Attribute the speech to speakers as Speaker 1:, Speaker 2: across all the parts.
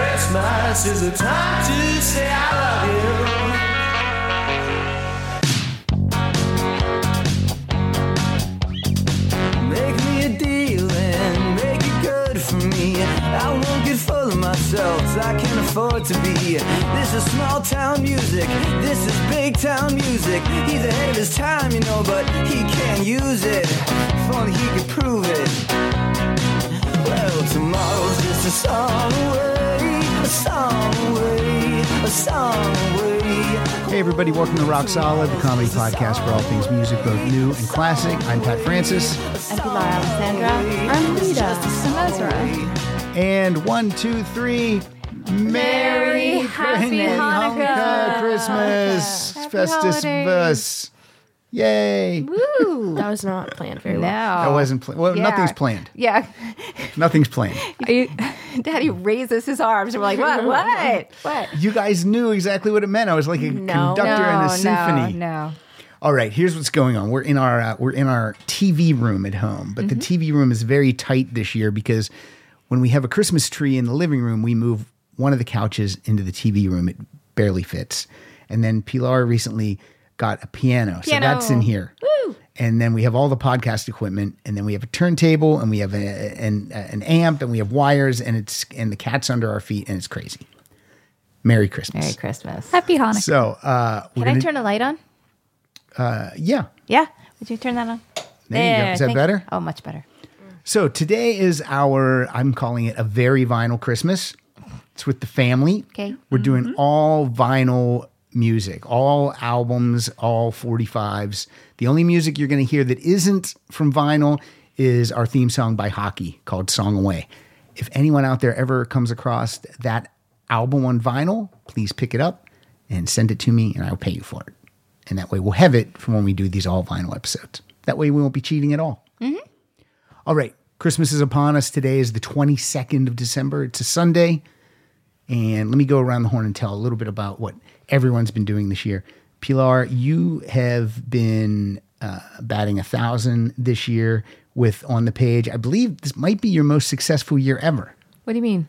Speaker 1: Christmas is the time to say I love you. Make me a deal and make it good for me. I won't get full of myself, 'cause I can afford to be. This is small town music, this is big town music. He's ahead of his time, you know, but he can't use it. If only he could prove it. Well, tomorrow's just a song away, a song away, a song away.
Speaker 2: Hey, everybody, welcome to Rock Solid, the comedy podcast for all things music, both new and classic. I'm Pat Francis.
Speaker 3: I'm Pilar Alexandra. I'm Lita. I'm Ezra.
Speaker 2: And one, two, three. Merry,
Speaker 3: happy
Speaker 2: Christmas,
Speaker 3: Hanukkah.
Speaker 2: Christmas, Festus
Speaker 3: holidays.
Speaker 2: Bus. Yay.
Speaker 3: Woo!
Speaker 4: That was not planned very
Speaker 3: No.
Speaker 4: well.
Speaker 2: I wasn't pla- well,
Speaker 3: Yeah.
Speaker 2: nothing's planned.
Speaker 3: Yeah.
Speaker 2: Nothing's planned.
Speaker 3: You- Daddy raises his arms and we're like, what? What? What?
Speaker 2: You guys knew exactly what it meant. I was like a
Speaker 3: No.
Speaker 2: conductor in
Speaker 5: no,
Speaker 2: a symphony.
Speaker 5: No, no.
Speaker 2: All right, here's what's going on. We're in our uh, we're in our TV room at home, but
Speaker 3: Mm-hmm.
Speaker 2: the TV room is very tight this year because when we have a Christmas tree in the living room, we move one of the couches into the TV room. It barely fits. And then Pilar recently got a piano, so that's in
Speaker 3: Piano.
Speaker 2: here.
Speaker 3: Woo!
Speaker 2: And then we have all the podcast equipment, and then we have a turntable, and we have a, an an amp, and we have wires, and it's and the cat's under our feet, and it's crazy. Merry Christmas.
Speaker 3: Merry Christmas.
Speaker 5: Happy Hanukkah.
Speaker 2: So, uh, we're
Speaker 3: Can I
Speaker 2: gonna-
Speaker 3: turn a light on?
Speaker 2: yeah.
Speaker 3: Yeah. Would you turn that on?
Speaker 2: There you go. Is that
Speaker 3: thank-
Speaker 2: better?
Speaker 3: Oh, much better.
Speaker 2: So today is our, I'm calling it a very vinyl Christmas. It's with the family.
Speaker 3: Okay.
Speaker 2: We're doing all vinyl music, all albums, all 45s. The only music you're going to hear that isn't from vinyl is our theme song by Hockey called Song Away. If anyone out there ever comes across that album on vinyl, please pick it up and send it to me and I'll pay you for it. And that way we'll have it for when we do these all vinyl episodes. That way we won't be cheating at all. All right. Christmas is upon us. Today is the 22nd of December. It's a Sunday. And let me go around the horn and tell a little bit about what everyone's been doing this year. Pilar, you have been uh, batting a thousand this year with On the Page. I believe this might be your most successful year ever.
Speaker 4: What do you mean?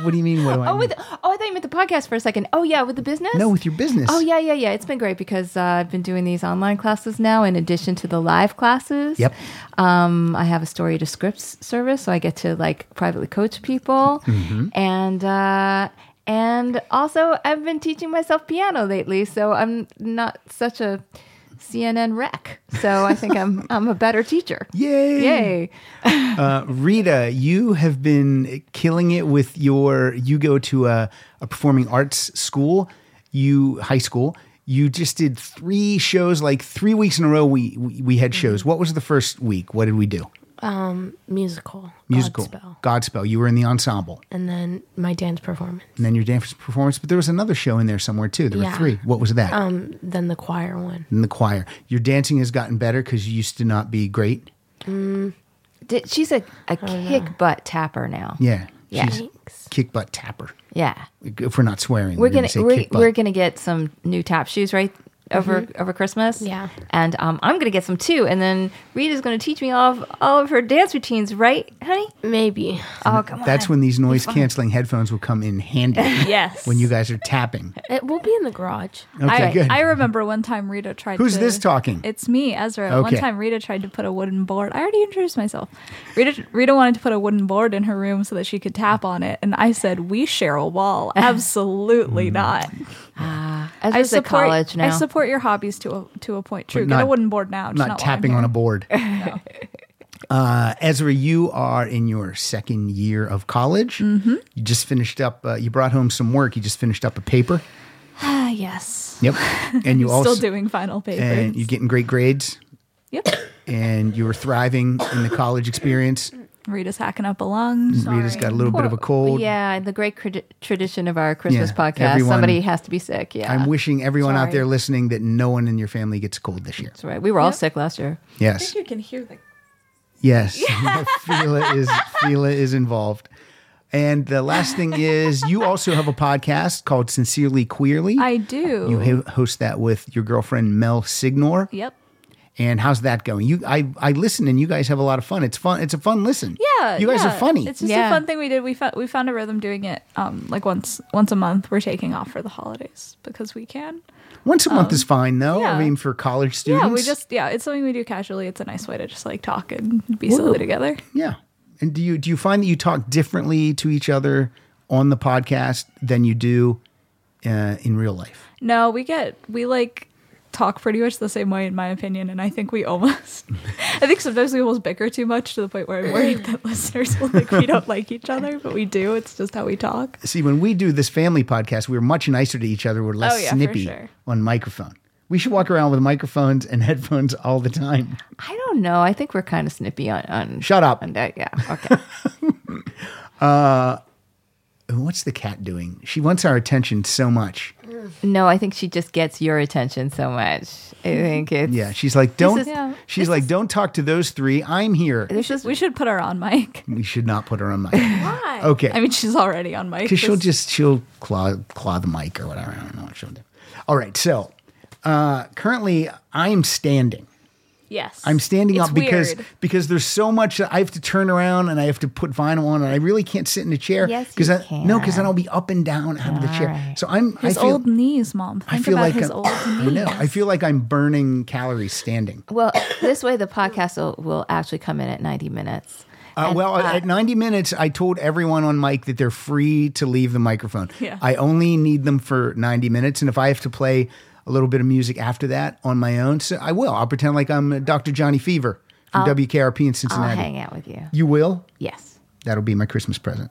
Speaker 2: What do you mean? What do I
Speaker 3: Oh,
Speaker 2: mean?
Speaker 3: with oh, I thought you meant the podcast for a second. Oh, yeah, with the business.
Speaker 2: Mm. no, with your business.
Speaker 3: Oh yeah, yeah, yeah. It's been great because uh, I've been doing these online classes now in addition to the live classes.
Speaker 2: Yep.
Speaker 3: Um, I have a story to scripts service, so I get to like privately coach people,
Speaker 2: Mm-hmm.
Speaker 3: and uh, and also I've been teaching myself piano lately, so I'm not such a CNN wreck. So I think I'm I'm a better teacher.
Speaker 2: Yay.
Speaker 3: Yay!
Speaker 2: Uh, Rita, you have been killing it with your. You go to a, a performing arts school, you high school. You just did three shows, like three weeks in a row. We we, we had shows. What was the first week? What did we do?
Speaker 4: Um, musical.
Speaker 2: Musical
Speaker 4: Godspell.
Speaker 2: Godspell. You were in the ensemble,
Speaker 4: And then my dance performance.
Speaker 2: and then your dance performance. But there was another show in there somewhere too. There
Speaker 4: Yeah.
Speaker 2: were three. What was that?
Speaker 4: Um, then the choir one.
Speaker 2: in the choir. Your dancing has gotten better because you used to not be great.
Speaker 3: Did, she's a, a kick butt tapper now.
Speaker 2: Yeah,
Speaker 3: Yeah.
Speaker 2: she's kick butt tapper.
Speaker 3: yeah.
Speaker 2: If we're not swearing,
Speaker 3: we're
Speaker 2: gonna
Speaker 3: gonna
Speaker 2: say
Speaker 3: we're,
Speaker 2: kick butt.
Speaker 3: we're gonna get some new tap shoes right over
Speaker 5: Mm-hmm.
Speaker 3: over Christmas.
Speaker 4: Yeah.
Speaker 3: and um, I'm gonna get some too, and then Rita's gonna teach me all of all of her dance routines, right, honey?
Speaker 4: Maybe.
Speaker 3: Oh, come on.
Speaker 2: That's when these noise canceling headphones will come in handy.
Speaker 3: Yes.
Speaker 2: When you guys are tapping.
Speaker 4: It will be in the garage.
Speaker 2: Okay,
Speaker 5: I,
Speaker 2: good.
Speaker 5: I remember one time Rita tried
Speaker 2: Who's
Speaker 5: to-
Speaker 2: this talking?
Speaker 5: It's me, Ezra. One
Speaker 2: Okay.
Speaker 5: time Rita tried to put a wooden board. I already introduced myself. Rita Rita wanted to put a wooden board in her room so that she could tap on it, and I said, "We share a wall. Absolutely
Speaker 2: Mm.
Speaker 5: not."
Speaker 3: As
Speaker 5: I
Speaker 3: was at
Speaker 5: support.
Speaker 3: college now.
Speaker 5: I support your hobbies to a to a point. True. Get a
Speaker 2: not-
Speaker 5: wooden board now.
Speaker 2: I'm
Speaker 5: Just
Speaker 2: not,
Speaker 5: while I'm
Speaker 2: tapping
Speaker 5: here.
Speaker 2: on a board. Uh, Ezra, you are in your second year of college. Mm-hmm. You just finished up, uh, you brought home some work. You just finished up a paper.
Speaker 5: Ah, yes.
Speaker 2: Yep. And you also.
Speaker 5: Still doing final papers.
Speaker 2: And you're getting great grades.
Speaker 5: yep.
Speaker 2: And you were thriving in the college experience.
Speaker 5: Rita's hacking up a lung.
Speaker 2: Rita's got a little bit of a cold.
Speaker 3: yeah, the great credi- tradition of our Christmas
Speaker 2: Yeah,
Speaker 3: podcast.
Speaker 2: everyone-
Speaker 3: Somebody has to be sick. Yeah,
Speaker 2: I'm wishing everyone out
Speaker 3: Sorry.
Speaker 2: there listening that no one in your family gets a cold this year.
Speaker 3: that's right. We were all sick last year.
Speaker 2: Yes.
Speaker 5: you can hear the.
Speaker 2: Yes, Fila is Fila is involved. And the last thing is, you also have a podcast called Sincerely Queerly.
Speaker 5: I do.
Speaker 2: you ho- host that with your girlfriend Mel Signor,
Speaker 5: yep.
Speaker 2: And how's that going? You, I, I listen, and you guys have a lot of fun. It's fun. It's a fun listen.
Speaker 5: Yeah,
Speaker 2: you guys
Speaker 5: yeah.
Speaker 2: are funny.
Speaker 5: It's just
Speaker 3: Yeah.
Speaker 5: a fun thing we did. We found we found a rhythm doing it um like once once a month. We're taking off for the holidays because we can.
Speaker 2: Once a month is fine, though.
Speaker 5: yeah.
Speaker 2: I mean, for college students.
Speaker 5: Yeah, we just yeah, it's something we do casually. It's a nice way to just like talk and be silly together.
Speaker 2: Yeah. And do you do you find that you talk differently to each other on the podcast than you do uh, in real life?
Speaker 5: No, we get we like talk pretty much the same way in my opinion, and I think we almost I think sometimes we almost bicker too much to the point where I'm worried that listeners will think we don't like each other, but we do. It's just how we talk.
Speaker 2: See, when we do this family podcast, we're much nicer to each other. We're less
Speaker 5: Oh, yeah, for
Speaker 2: snippy
Speaker 5: sure.
Speaker 2: on microphone. We should walk around with microphones and headphones all the time.
Speaker 3: I don't know. I think we're kind of snippy on. on
Speaker 2: Shut up.
Speaker 3: on that. Yeah. Okay.
Speaker 2: And What's the cat doing? She wants our attention so much.
Speaker 3: no, I think she just gets your attention so much. I think it's.
Speaker 2: Yeah, she's like, don't.
Speaker 3: is-
Speaker 5: Yeah.
Speaker 2: She's like, don't talk to those three. I'm here.
Speaker 5: We should, we should put her on mic.
Speaker 2: We should not put her on mic.
Speaker 4: Why?
Speaker 2: Okay.
Speaker 5: I mean, she's already on mic.
Speaker 2: because she'll
Speaker 5: This-
Speaker 2: just she'll claw claw the mic or whatever. I don't know what she'll do. All right, so uh, currently I'm standing.
Speaker 5: yes.
Speaker 2: I'm standing
Speaker 5: It's
Speaker 2: up because
Speaker 5: weird.
Speaker 2: because there's so much that I have to turn around and I have to put vinyl on and I really can't sit in a chair
Speaker 3: Yes, you
Speaker 2: I no because then
Speaker 3: can.
Speaker 2: I'll be up and down out of the chair.
Speaker 3: Alright.
Speaker 2: So I'm
Speaker 5: his
Speaker 2: I feel
Speaker 5: old knees, mom. Think
Speaker 2: I feel
Speaker 5: about
Speaker 2: like
Speaker 5: his
Speaker 2: I'm-
Speaker 5: old
Speaker 2: I know I feel like I'm burning calories standing.
Speaker 3: Well, this way the podcast will, will actually come in at 90 minutes.
Speaker 2: Uh,
Speaker 3: And,
Speaker 2: well,
Speaker 3: uh,
Speaker 2: at 90 minutes, I told everyone on mic that they're free to leave the microphone.
Speaker 5: Yeah.
Speaker 2: I only need them for 90 minutes. And if I have to play a little bit of music after that on my own, so I will. I'll pretend like I'm uh, Dr. Johnny Fever
Speaker 5: Oh.
Speaker 2: from WKRP in
Speaker 3: I'll
Speaker 2: Cincinnati.
Speaker 3: hang out with you.
Speaker 2: You will?
Speaker 3: Yes.
Speaker 2: That'll be my Christmas present.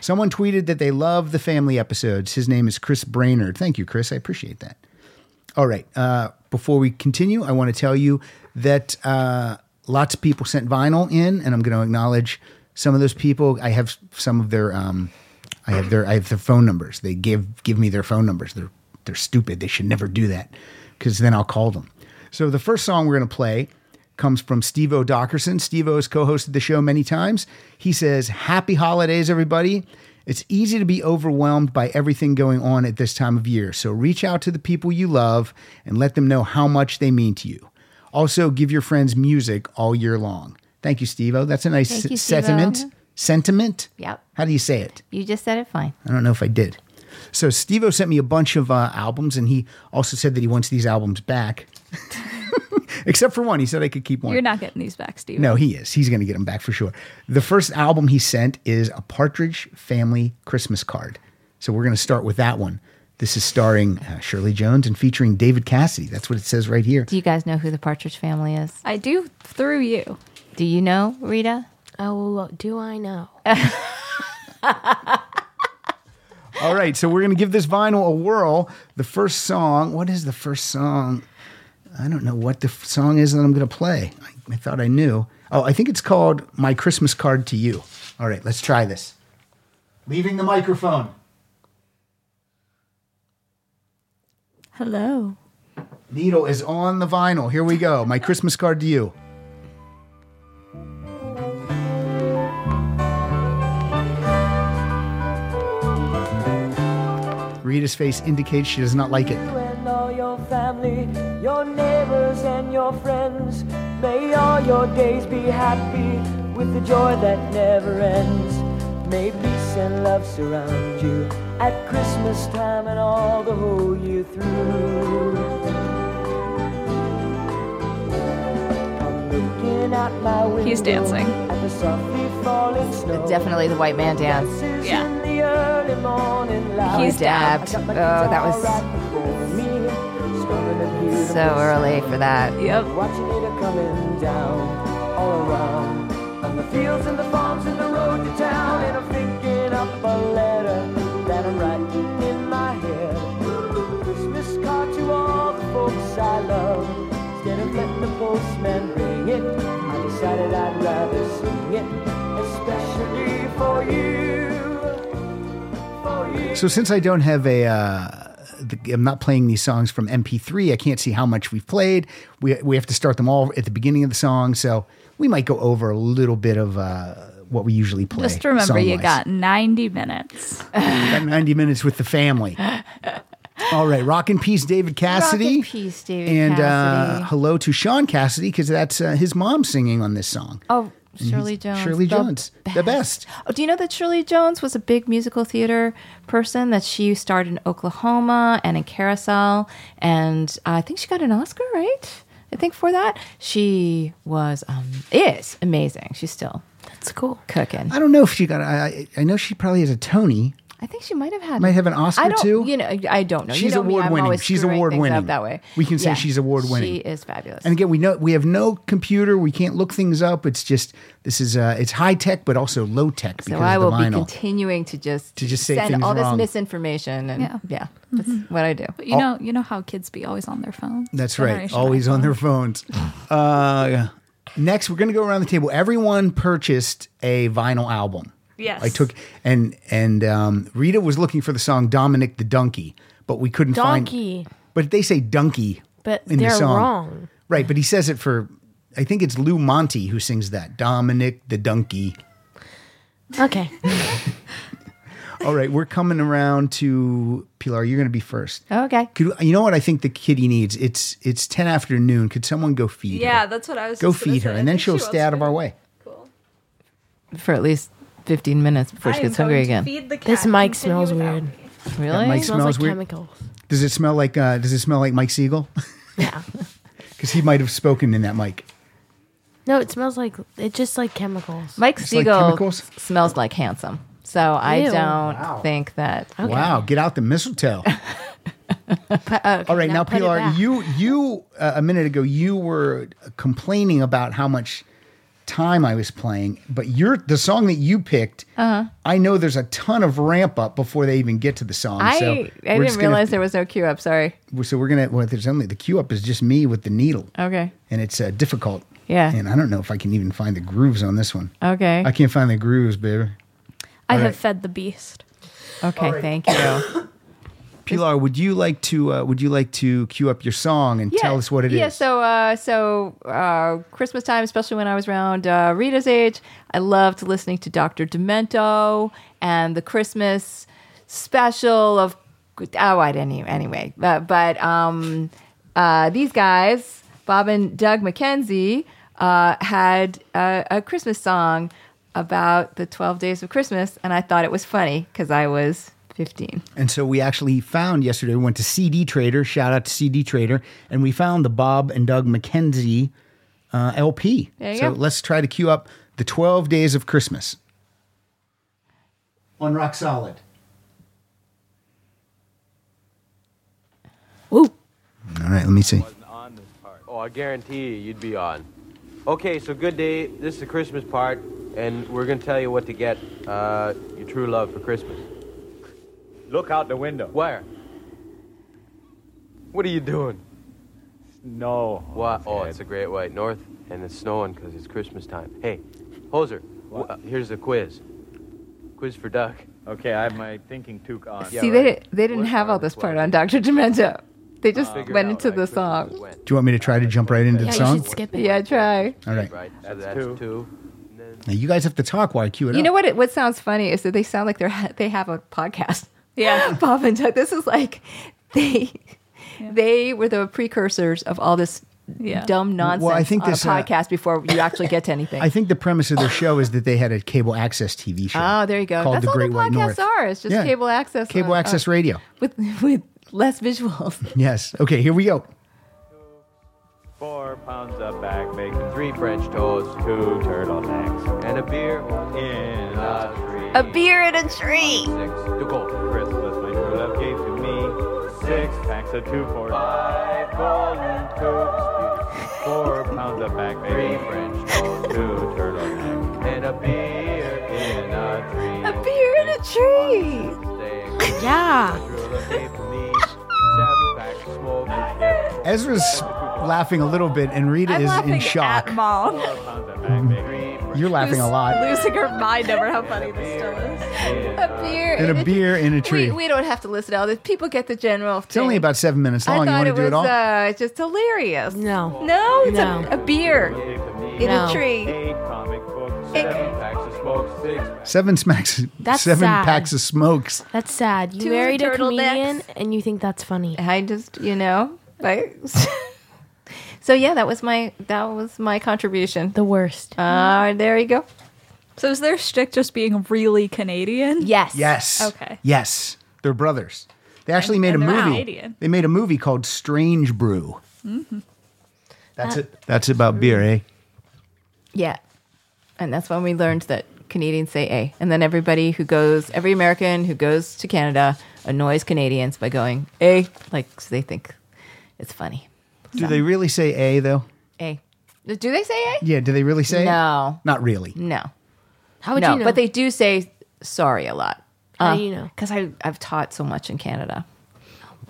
Speaker 2: Someone tweeted that they love the family episodes. His name is Chris Brainerd. Thank you, Chris. I appreciate that. All right. Uh, before we continue, I want to tell you that uh, lots of people sent vinyl in, and I'm going to acknowledge some of those people. I have some of their, um, I have their, I have their phone numbers. They give give me their phone numbers. They're they're stupid. They should never do that because then I'll call them. So the first song we're going to play comes from Steve O. Dockerson. Steve O has co hosted the show many times. He says, Happy holidays, everybody. It's easy to be overwhelmed by everything going on at this time of year. So reach out to the people you love and let them know how much they mean to you. Also, give your friends music all year long. Thank you, Steve O. That's a nice
Speaker 3: Thank you,
Speaker 2: s-
Speaker 3: Steve-O.
Speaker 2: sentiment. Sentiment?
Speaker 3: Yep.
Speaker 2: How do you say it?
Speaker 3: You just said it fine.
Speaker 2: I don't know if I did. So Steve O sent me a bunch of uh, albums, and he also said that he wants these albums back, except for one. He said I could keep one.
Speaker 5: You're not getting these back, Steve.
Speaker 2: No, he is. He's going to get them back for sure. The first album he sent is A Partridge Family Christmas Card. So we're going to start with that one. This is starring uh, Shirley Jones and featuring David Cassidy. That's what it says right here.
Speaker 3: Do you guys know who the Partridge family is?
Speaker 5: I do through you.
Speaker 3: Do you know, Rita?
Speaker 4: Oh, do I know?
Speaker 2: All right, so we're going to give this vinyl a whirl. The first song, what is the first song? I don't know what the f- song is that I'm going to play. I, I thought I knew. Oh, I think it's called My Christmas Card to You. All right, let's try this. Leaving the microphone.
Speaker 5: Hello.
Speaker 2: Needle is on the vinyl. Here we go. My Christmas card to you. Rita's face indicates she does not like it.
Speaker 6: you and all your family, your neighbors and your friends. May all your days be happy with the joy that never ends. May peace and love surround you at Christmas time and all the whole year through. Looking out my window
Speaker 5: He's dancing.
Speaker 6: At the softly falling snow.
Speaker 3: Definitely the white man dance.
Speaker 5: Yeah.
Speaker 6: In the early morning light.
Speaker 3: He's dabbed. Oh, that was
Speaker 6: was
Speaker 3: so early for that.
Speaker 5: Yep.
Speaker 6: Watching it coming down all around. On the fields and the farms and the road to town. And I'm thinking up a letter that I'm writing in my head. Christmas card to all the folks I love. Instead of letting the postman bring it, I decided I'd rather sing it. Especially for you. For you.
Speaker 2: So since I don't have a, uh, the, I'm not playing these songs from MP3. I can't see how much we've played. We we have to start them all at the beginning of the song, so we might go over a little bit of uh, what we usually play.
Speaker 5: Just remember, you
Speaker 2: song-wise.
Speaker 5: got 90 minutes.
Speaker 2: got 90 minutes with the family. All right, rock in peace, David Cassidy.
Speaker 3: Rock in peace, David
Speaker 2: and
Speaker 3: Cassidy.
Speaker 2: Uh, hello to Sean Cassidy because that's uh, his mom singing on this song.
Speaker 3: Oh, Shirley Jones.
Speaker 2: Shirley
Speaker 3: the
Speaker 2: Jones, the best.
Speaker 3: Oh, do you know that Shirley Jones was a big musical theater person? That she starred in Oklahoma and in Carousel, and I think she got an Oscar, right? I think for that she was um, is amazing. She's still
Speaker 4: That's cool.
Speaker 3: cooking.
Speaker 2: I don't know if she got. I I I know she probably has a Tony.
Speaker 3: I think she might have had
Speaker 2: Might have an Oscar
Speaker 3: I don't,
Speaker 2: too.
Speaker 3: You know, I don't know. You
Speaker 2: She's
Speaker 3: know me, I'm
Speaker 2: award-winning.
Speaker 3: always
Speaker 2: She's
Speaker 3: screwing things
Speaker 2: award-winning.
Speaker 3: up That way,
Speaker 2: We can say she's award-winning.
Speaker 3: She is fabulous.
Speaker 2: And again, we know we have no computer. We can't look things up. It's just this is uh, it's high tech, but also low tech because
Speaker 3: so I
Speaker 2: of the
Speaker 3: will be
Speaker 2: vinyl.
Speaker 3: continuing to just
Speaker 2: To just say
Speaker 3: send
Speaker 2: things
Speaker 3: all
Speaker 2: wrong.
Speaker 3: this misinformation and yeah,
Speaker 5: Yeah.
Speaker 3: that's what I do.
Speaker 5: But you know, you know how kids be always on their phone.
Speaker 2: That's right. Always on their phones. Uh, next, we're going to go around the table. Everyone purchased a vinyl album.
Speaker 5: Yes.
Speaker 2: I took and and um, Rita was looking for the song Dominic the Donkey, but we couldn't
Speaker 4: Donkey.
Speaker 2: find. But they say donkey.
Speaker 4: But
Speaker 2: in the
Speaker 4: they're
Speaker 2: song.
Speaker 4: wrong.
Speaker 2: Right, but he says it for. I think it's Lou Monte who sings that. Dominic the Donkey.
Speaker 4: Okay.
Speaker 2: All right, we're coming around to Pilar. You're going to be first.
Speaker 3: Okay.
Speaker 2: Could you know what I think the kitty needs? It's it's ten after noon. Could someone go feed her?
Speaker 5: Yeah, that's what I was.
Speaker 2: Go
Speaker 5: just gonna
Speaker 2: feed her,
Speaker 5: say. I
Speaker 2: and then
Speaker 5: think
Speaker 2: she'll
Speaker 5: she
Speaker 2: stay
Speaker 5: wants
Speaker 2: out of
Speaker 5: to-
Speaker 2: our way.
Speaker 5: Cool.
Speaker 3: for at least 15 minutes before she
Speaker 5: I am
Speaker 3: gets hungry
Speaker 5: going to
Speaker 3: again.
Speaker 5: feed the cat.
Speaker 4: This mic
Speaker 5: Continue
Speaker 4: smells
Speaker 5: without
Speaker 4: weird.
Speaker 5: me.
Speaker 3: really?
Speaker 2: Mike
Speaker 4: smells,
Speaker 2: smells
Speaker 4: like
Speaker 2: weird.
Speaker 4: chemicals.
Speaker 2: Does it smell like uh, Does it smell like Mike Siegel?
Speaker 4: Yeah.
Speaker 2: Because he might have spoken in that mic.
Speaker 4: No, it smells like it just like chemicals.
Speaker 2: like
Speaker 3: Mike Siegel
Speaker 2: chemicals?
Speaker 3: smells like handsome. So I
Speaker 4: Ew.
Speaker 3: don't think that.
Speaker 2: Wow, get out the mistletoe. All right,
Speaker 4: now
Speaker 2: now
Speaker 4: put it
Speaker 2: Pilar,
Speaker 4: back.
Speaker 2: you you uh, a minute ago you were complaining about how much time I was playing, but you're the song that you picked. Uh-huh. I know there's a ton of ramp up before they even get to the song.
Speaker 3: I,
Speaker 2: so
Speaker 3: I
Speaker 2: we're just
Speaker 3: didn't
Speaker 2: gonna-
Speaker 3: realize there was no cue up. Sorry.
Speaker 2: So we're gonna. Well, there's only the cue up is just me with the needle,
Speaker 3: Okay.
Speaker 2: and it's uh, difficult.
Speaker 3: Oh. Yeah.
Speaker 2: and I don't know if I can even find the grooves on this one.
Speaker 3: Okay.
Speaker 2: I can't find the grooves, baby.
Speaker 5: I
Speaker 2: All
Speaker 5: have
Speaker 2: right.
Speaker 5: fed the beast.
Speaker 3: okay. Thank you.
Speaker 2: Pilar, would you like to uh, would you like to cue up your song and tell us what it is?
Speaker 3: yeah, So, uh, so uh, Christmas time, especially when I was around uh, Rita's age, I loved listening to Dr. Demento and the Christmas special of. Oh, I didn't even. Anyway, but, but um, uh, these guys, Bob and Doug McKenzie, uh, had a, a Christmas song about the 12 days of Christmas, and I thought it was funny because I was 15.
Speaker 2: and so we actually found yesterday. We went to CD Trader. Shout out to CD Trader, and we found the Bob and Doug McKenzie uh, LP.
Speaker 3: There you
Speaker 2: so
Speaker 3: go.
Speaker 2: let's try to cue up the Twelve Days of Christmas on Rock Solid.
Speaker 4: Ooh.
Speaker 2: All right, let me see.
Speaker 7: on this part. Oh, I guarantee you, you'd be on. Okay, so good day. This is the Christmas part, and we're gonna tell you what to get uh, your true love for Christmas.
Speaker 8: Look out the window.
Speaker 7: Where? What are you doing?
Speaker 8: No.
Speaker 7: What? Oh, it's a great white north, and it's snowing because it's Christmas time. Hey, Hoser, wh- uh, here's the quiz. Quiz for Duck.
Speaker 8: Okay, I have my thinking took on.
Speaker 7: Yeah.
Speaker 3: See,
Speaker 7: right.
Speaker 3: they, they didn't
Speaker 7: What
Speaker 3: have
Speaker 7: are
Speaker 3: all
Speaker 7: the
Speaker 3: this part
Speaker 7: 12
Speaker 3: on Dr. Demento. They
Speaker 8: Uh,
Speaker 3: just
Speaker 7: Figure
Speaker 3: went
Speaker 7: out,
Speaker 3: into
Speaker 7: like,
Speaker 3: the
Speaker 7: Christmas
Speaker 3: song.
Speaker 7: is when.
Speaker 2: Do you want me to try to jump right into the
Speaker 4: Yeah, you
Speaker 2: song?
Speaker 4: should skip it.
Speaker 3: Yeah, try.
Speaker 2: All right.
Speaker 7: Right, so
Speaker 8: That's
Speaker 7: that's
Speaker 8: two.
Speaker 7: two.
Speaker 2: Now you guys have to talk while I cue it
Speaker 3: You
Speaker 2: up.
Speaker 3: know what? It, what sounds funny is that they sound like they're ha- they have a podcast. Yeah, Bob and Doug. This is like they they were the precursors of all this
Speaker 5: Yeah.
Speaker 3: dumb nonsense
Speaker 2: I think
Speaker 3: on
Speaker 2: this,
Speaker 3: a
Speaker 2: uh,
Speaker 3: podcast before you actually get to anything.
Speaker 2: I think the premise of their show is that they had a cable access TV show.
Speaker 3: oh, there you go.
Speaker 2: Called
Speaker 3: That's
Speaker 2: the
Speaker 3: all
Speaker 2: Great
Speaker 3: the
Speaker 2: White North.
Speaker 3: podcasts are. uh, It's just
Speaker 2: Yeah.
Speaker 3: cable access.
Speaker 2: Cable
Speaker 3: on-
Speaker 2: access
Speaker 3: on-
Speaker 2: radio.
Speaker 3: with with less visuals.
Speaker 2: Yes. Okay, here we go.
Speaker 8: Four pounds of bag bacon,
Speaker 7: Three French toasts
Speaker 8: two turtlenecks,
Speaker 7: and a beer.
Speaker 8: in
Speaker 7: Uh,
Speaker 8: a
Speaker 7: three.
Speaker 3: a beer and a tree.
Speaker 7: Six. To go.
Speaker 8: Christmas my true love gave to me. Six packs of two for five golden coops. Four pounds of bag
Speaker 7: Three
Speaker 8: bacon,
Speaker 7: French
Speaker 8: two turtlenecks,
Speaker 7: and a beer in a tree.
Speaker 3: A beer and a tree.
Speaker 7: Six.
Speaker 4: Yeah.
Speaker 7: Gorilla gave me seven packs of smoke.
Speaker 2: Ezra's laughing a little bit, and Rita
Speaker 5: I'm
Speaker 2: is
Speaker 5: laughing
Speaker 2: in shock.
Speaker 5: at mom.
Speaker 8: four pounds of bag bacon.
Speaker 2: You're laughing a
Speaker 5: who's
Speaker 2: lot.
Speaker 5: Losing her mind over how funny this still is.
Speaker 3: A beer
Speaker 2: And a beer in a tree.
Speaker 3: We, we don't have to listen to all this. People get the general.
Speaker 2: It's only about seven minutes long.
Speaker 3: I
Speaker 2: You
Speaker 3: thought
Speaker 2: want to
Speaker 3: it
Speaker 2: do
Speaker 3: was
Speaker 2: it all?
Speaker 3: Uh, just hilarious.
Speaker 4: No.
Speaker 3: No, it's
Speaker 4: No.
Speaker 3: A, a beer
Speaker 8: Gave to me
Speaker 3: in
Speaker 4: No.
Speaker 3: a tree.
Speaker 8: eight comic books,
Speaker 7: Seven packs of smokes, six packs.
Speaker 2: Seven smacks.
Speaker 4: That's
Speaker 2: seven
Speaker 4: sad.
Speaker 2: packs of smokes.
Speaker 4: That's sad. You
Speaker 3: Two
Speaker 4: married a
Speaker 3: turtle necks.
Speaker 4: comedian and you think that's funny.
Speaker 3: I just, you know, like. so yeah, that was my that was my contribution.
Speaker 4: The worst.
Speaker 3: Uh, there you go.
Speaker 5: So is their shtick just being really Canadian?
Speaker 3: Yes.
Speaker 2: Yes.
Speaker 5: Okay.
Speaker 2: Yes. They're brothers. They actually made
Speaker 5: and
Speaker 2: a
Speaker 5: they're
Speaker 2: movie.
Speaker 5: Canadian.
Speaker 2: They made a movie called Strange Brew.
Speaker 3: Mm-hmm.
Speaker 2: That's it. That's about beer, eh?
Speaker 3: Yeah. And that's when we learned that Canadians say A. And then everybody who goes, every American who goes to Canada annoys Canadians by going A. Like, 'cause they think it's funny.
Speaker 2: Do they really say a though?
Speaker 3: A. Do they say A?
Speaker 2: Yeah. Do they really say?
Speaker 3: No.
Speaker 2: Not really.
Speaker 3: No.
Speaker 4: How would
Speaker 3: no.
Speaker 4: you know?
Speaker 3: But they uh, do say sorry a lot.
Speaker 4: How do you know?
Speaker 3: Because I've taught so much in Canada.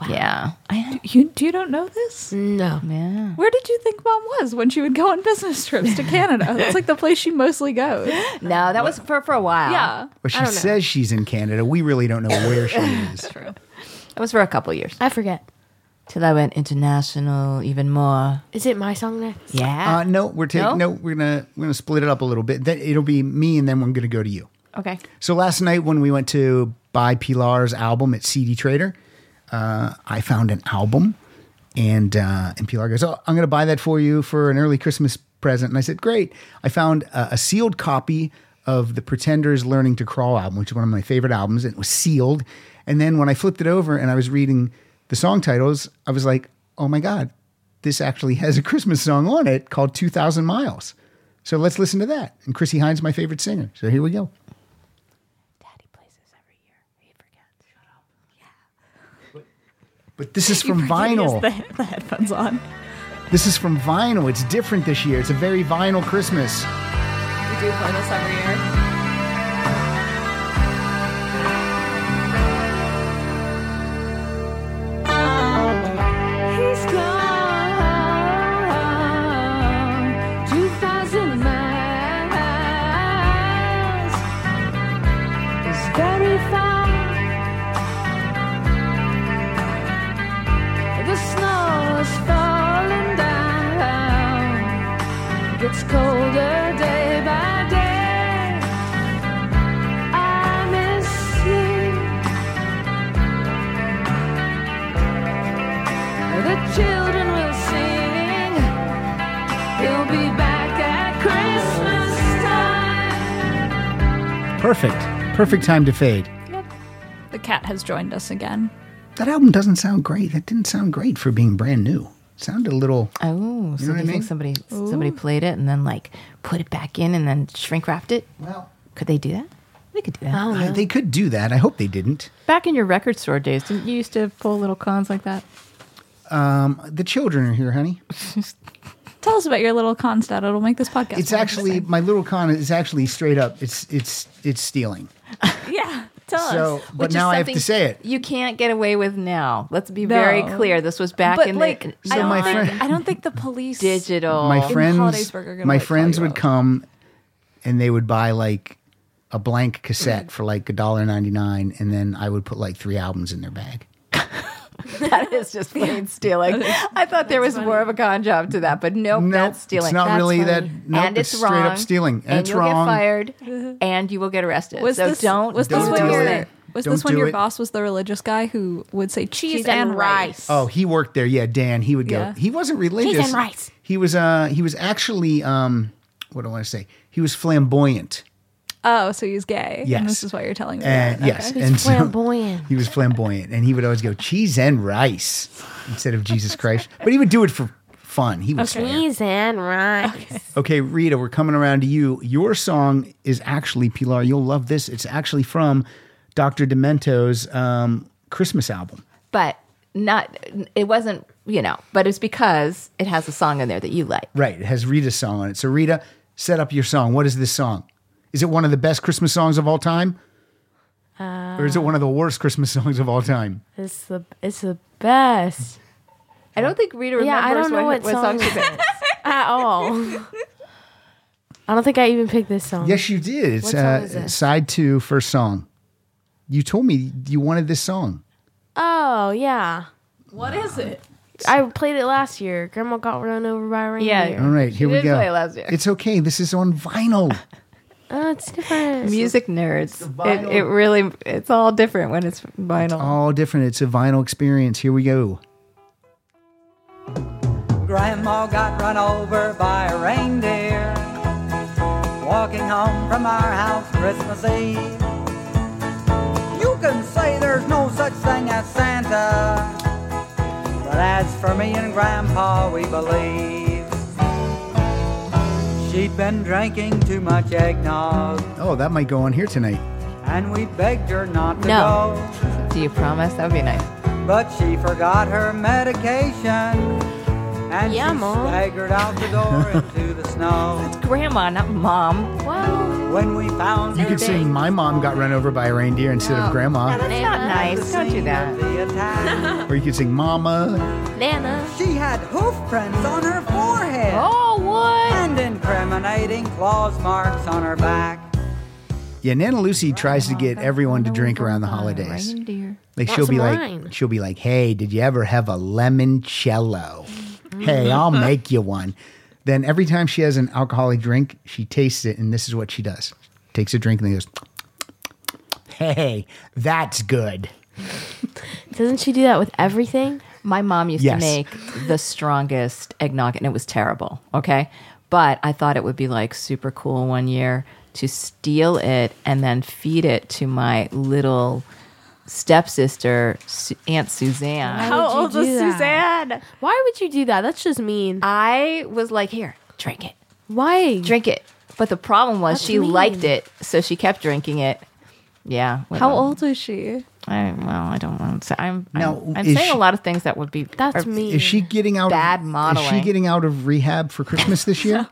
Speaker 3: Yeah. I,
Speaker 5: You you don't know this?
Speaker 4: no.
Speaker 3: yeah.
Speaker 5: Where did you think mom was when she would go on business trips to Canada? That's like the place she mostly goes.
Speaker 3: No, that was for, for a while.
Speaker 5: Yeah.
Speaker 2: But she says she's in Canada. We really don't know where she is.
Speaker 3: That was for a couple years.
Speaker 4: I forget.
Speaker 3: Till I went international even more.
Speaker 4: Is it my song next?
Speaker 3: Yeah.
Speaker 2: Uh, no, we're
Speaker 3: No?
Speaker 2: taking. No? we're gonna we're gonna split it up a little bit. Then it'll be me, and then we're gonna go to you.
Speaker 3: okay.
Speaker 2: So last night when we went to buy Pilar's album at CD Trader, uh, I found an album, and uh, and Pilar goes, "Oh, I'm going to buy that for you for an early Christmas present." And I said, "Great!" I found a, a sealed copy of the Pretenders' "Learning to Crawl" album, which is one of my favorite albums, and it was sealed. And then when I flipped it over and I was reading the song titles, I was like, "Oh my god, this actually has a Christmas song on it called "2,000 Miles." So let's listen to that. And Chrissy Hines, my favorite singer. So here we go. But this is from vinyl.
Speaker 5: He has the, the headphones on.
Speaker 2: This is from vinyl. It's different this year. It's a very vinyl Christmas.
Speaker 5: We do play this every year.
Speaker 9: He's gone 2,000 miles. It's very far. The snow is falling down. Gets colder day by day. I miss you. The children will sing. He'll be back at Christmas time.
Speaker 2: Perfect. Perfect time to fade.
Speaker 5: The cat has joined us again.
Speaker 2: That album doesn't sound great. That didn't sound great for being brand new. It sounded a little.
Speaker 3: Oh,
Speaker 2: know what
Speaker 3: so do
Speaker 2: I
Speaker 3: you
Speaker 2: mean?
Speaker 3: think somebody somebody played it and then like put it back in and then shrink wrapped it?
Speaker 2: Well,
Speaker 3: Could they do that? They could do that.
Speaker 5: Oh,
Speaker 2: I- they could do that. I hope they didn't.
Speaker 3: Back in your record store days, didn't you used to pull little cons like that?
Speaker 2: The children are here, honey.
Speaker 5: Tell us about your little cons, Dad. It'll make this podcast.
Speaker 2: It's
Speaker 5: more
Speaker 2: actually
Speaker 5: interesting.
Speaker 2: my little con is actually straight up. It's it's it's stealing.
Speaker 5: yeah. Tell us.
Speaker 2: So, but
Speaker 3: Which is
Speaker 2: now I have to
Speaker 3: something
Speaker 2: say it.
Speaker 3: You can't get away with now. Let's be very
Speaker 5: No.
Speaker 3: clear. This was back
Speaker 5: but
Speaker 3: in
Speaker 5: like,
Speaker 3: the
Speaker 5: I,
Speaker 2: So
Speaker 5: don't
Speaker 2: my
Speaker 5: think,
Speaker 2: friend-
Speaker 5: I don't think the police Oh.
Speaker 3: digital.
Speaker 2: my friends,
Speaker 5: Hollidaysburg are gonna,
Speaker 2: my
Speaker 5: like, call
Speaker 2: friends
Speaker 5: you
Speaker 2: would
Speaker 5: out.
Speaker 2: come, and they would buy like a blank
Speaker 5: Mm-hmm.
Speaker 2: cassette for like a dollar ninety nine, and then I would put like three albums in their bag.
Speaker 3: that is just plain stealing. I thought there was more of a con job to that, but nope,
Speaker 2: No,
Speaker 3: that's stealing.
Speaker 2: It's not
Speaker 3: That's
Speaker 2: really
Speaker 3: funny.
Speaker 2: that. No,
Speaker 3: and it's,
Speaker 2: straight
Speaker 3: wrong,
Speaker 2: up stealing, and, it's
Speaker 3: you'll
Speaker 2: wrong.
Speaker 3: get fired, and you will get arrested.
Speaker 5: Was
Speaker 3: so
Speaker 5: this,
Speaker 3: don't.
Speaker 5: Was this
Speaker 2: don't
Speaker 5: when
Speaker 2: do
Speaker 5: your
Speaker 2: it.
Speaker 5: was
Speaker 2: Don't
Speaker 5: this when
Speaker 2: do
Speaker 5: your
Speaker 2: it.
Speaker 5: boss was the religious guy who would say cheese,
Speaker 4: Cheese and rice.
Speaker 2: Oh, he worked there. Yeah, Dan. He would go.
Speaker 5: Yeah.
Speaker 2: He wasn't religious.
Speaker 4: Cheese and rice.
Speaker 2: He was. Uh, he was actually. Um, what do I want to say? He was flamboyant.
Speaker 5: Oh, so he's gay.
Speaker 2: Yes.
Speaker 5: And this is why you're telling me.
Speaker 2: And
Speaker 5: that.
Speaker 2: yes,
Speaker 4: He's
Speaker 2: and so-
Speaker 4: flamboyant.
Speaker 2: he was flamboyant, and he would always go cheese and rice instead of Jesus Christ. But he would do it for fun. He would swear.
Speaker 4: Cheese and rice.
Speaker 2: Okay, Rita, we're coming around to you. Your song is actually Pilar. You'll love this. It's actually from Dr. Demento's um, Christmas album.
Speaker 3: but not it wasn't you know but it's because it has a song in there that you like
Speaker 2: Right. It has Rita's song on it. So, Rita, set up your song. What is this song? Is it one of the best Christmas songs of all time? or is it one of the worst Christmas songs of all time?
Speaker 4: It's the it's the best.
Speaker 3: i don't think rita remembers
Speaker 4: Yeah, I don't know what, song,
Speaker 3: she
Speaker 4: it is at all. I don't think I even picked this song.
Speaker 2: Yes, you did. It's
Speaker 3: What song is
Speaker 2: uh,
Speaker 3: this?
Speaker 2: side two, first song. You told me you wanted this song.
Speaker 4: Oh yeah,
Speaker 5: What is it?
Speaker 4: I played it last year. Grandma got run over by a reindeer.
Speaker 3: Yeah.
Speaker 2: All right, here we
Speaker 3: did
Speaker 2: go.
Speaker 3: play it last year.
Speaker 2: It's okay. This is on vinyl.
Speaker 4: Oh, it's different.
Speaker 3: Music nerds. It,
Speaker 2: vinyl.
Speaker 3: it really, it's all different when it's vinyl.
Speaker 2: All different. It's a vinyl experience. Here we go.
Speaker 1: Grandma got run over by a reindeer walking home from our house Christmas Eve. You can say there's no such thing as Santa, but as for me and Grandpa, we believe she'd been drinking too much eggnog,
Speaker 2: Oh, that might go on here tonight.
Speaker 1: and we begged her not to
Speaker 3: No.
Speaker 1: go.
Speaker 3: Do you promise? That would be nice.
Speaker 1: But she forgot her medication and
Speaker 4: Yeah,
Speaker 1: she
Speaker 4: Mom.
Speaker 1: staggered out the door into the snow.
Speaker 3: Grandma, not mom.
Speaker 4: Wow.
Speaker 1: When we found
Speaker 2: You
Speaker 1: her,
Speaker 2: could sing My Mom Got Run Over by a Reindeer instead of Grandma.
Speaker 3: That's not nice. Don't do
Speaker 1: scene of
Speaker 3: that.
Speaker 1: the attack,
Speaker 2: Or you could sing Mama.
Speaker 4: Nana.
Speaker 1: she had hoof prints on her forehead
Speaker 4: Oh, what?
Speaker 1: and incriminating claws marks on her back.
Speaker 2: Yeah, Nana Lucy tries to get everyone to drink around the holidays.
Speaker 3: Reindeer.
Speaker 2: Like
Speaker 4: Want
Speaker 2: she'll be
Speaker 4: some
Speaker 2: like
Speaker 4: wine?
Speaker 2: she'll be like, "Hey, did you ever have a limoncello?
Speaker 3: Mm-hmm.
Speaker 2: hey, I'll make you one." Then every time she has an alcoholic drink, she tastes it, and this is what she does: takes a drink and then goes, "Hey, that's good."
Speaker 4: Doesn't she do that with everything?
Speaker 3: My mom used
Speaker 2: Yes.
Speaker 3: to make the strongest eggnog, and it was terrible. Okay, but I thought it would be like super cool one year to steal it and then feed it to my little stepsister, Su- Aunt Suzanne.
Speaker 4: How old was
Speaker 5: Suzanne?
Speaker 4: Why would you do that? That's just mean.
Speaker 3: I was like, "Here, drink it,
Speaker 4: Why?
Speaker 3: drink it." But the problem was
Speaker 4: That's
Speaker 3: she liked
Speaker 4: mean.
Speaker 3: it, so she kept drinking it. Yeah. with
Speaker 2: Um,
Speaker 5: How
Speaker 3: a-
Speaker 5: old was she?
Speaker 3: I, well, I don't want to say. I'm,
Speaker 2: Now,
Speaker 3: I'm, I'm
Speaker 2: is
Speaker 3: saying
Speaker 2: she-
Speaker 3: a lot of things that would be.
Speaker 4: That's
Speaker 3: are-
Speaker 4: mean.
Speaker 2: Is she getting out?
Speaker 3: Mm. Bad
Speaker 2: of, Is she
Speaker 3: modeling.
Speaker 2: getting out of rehab for Christmas this year?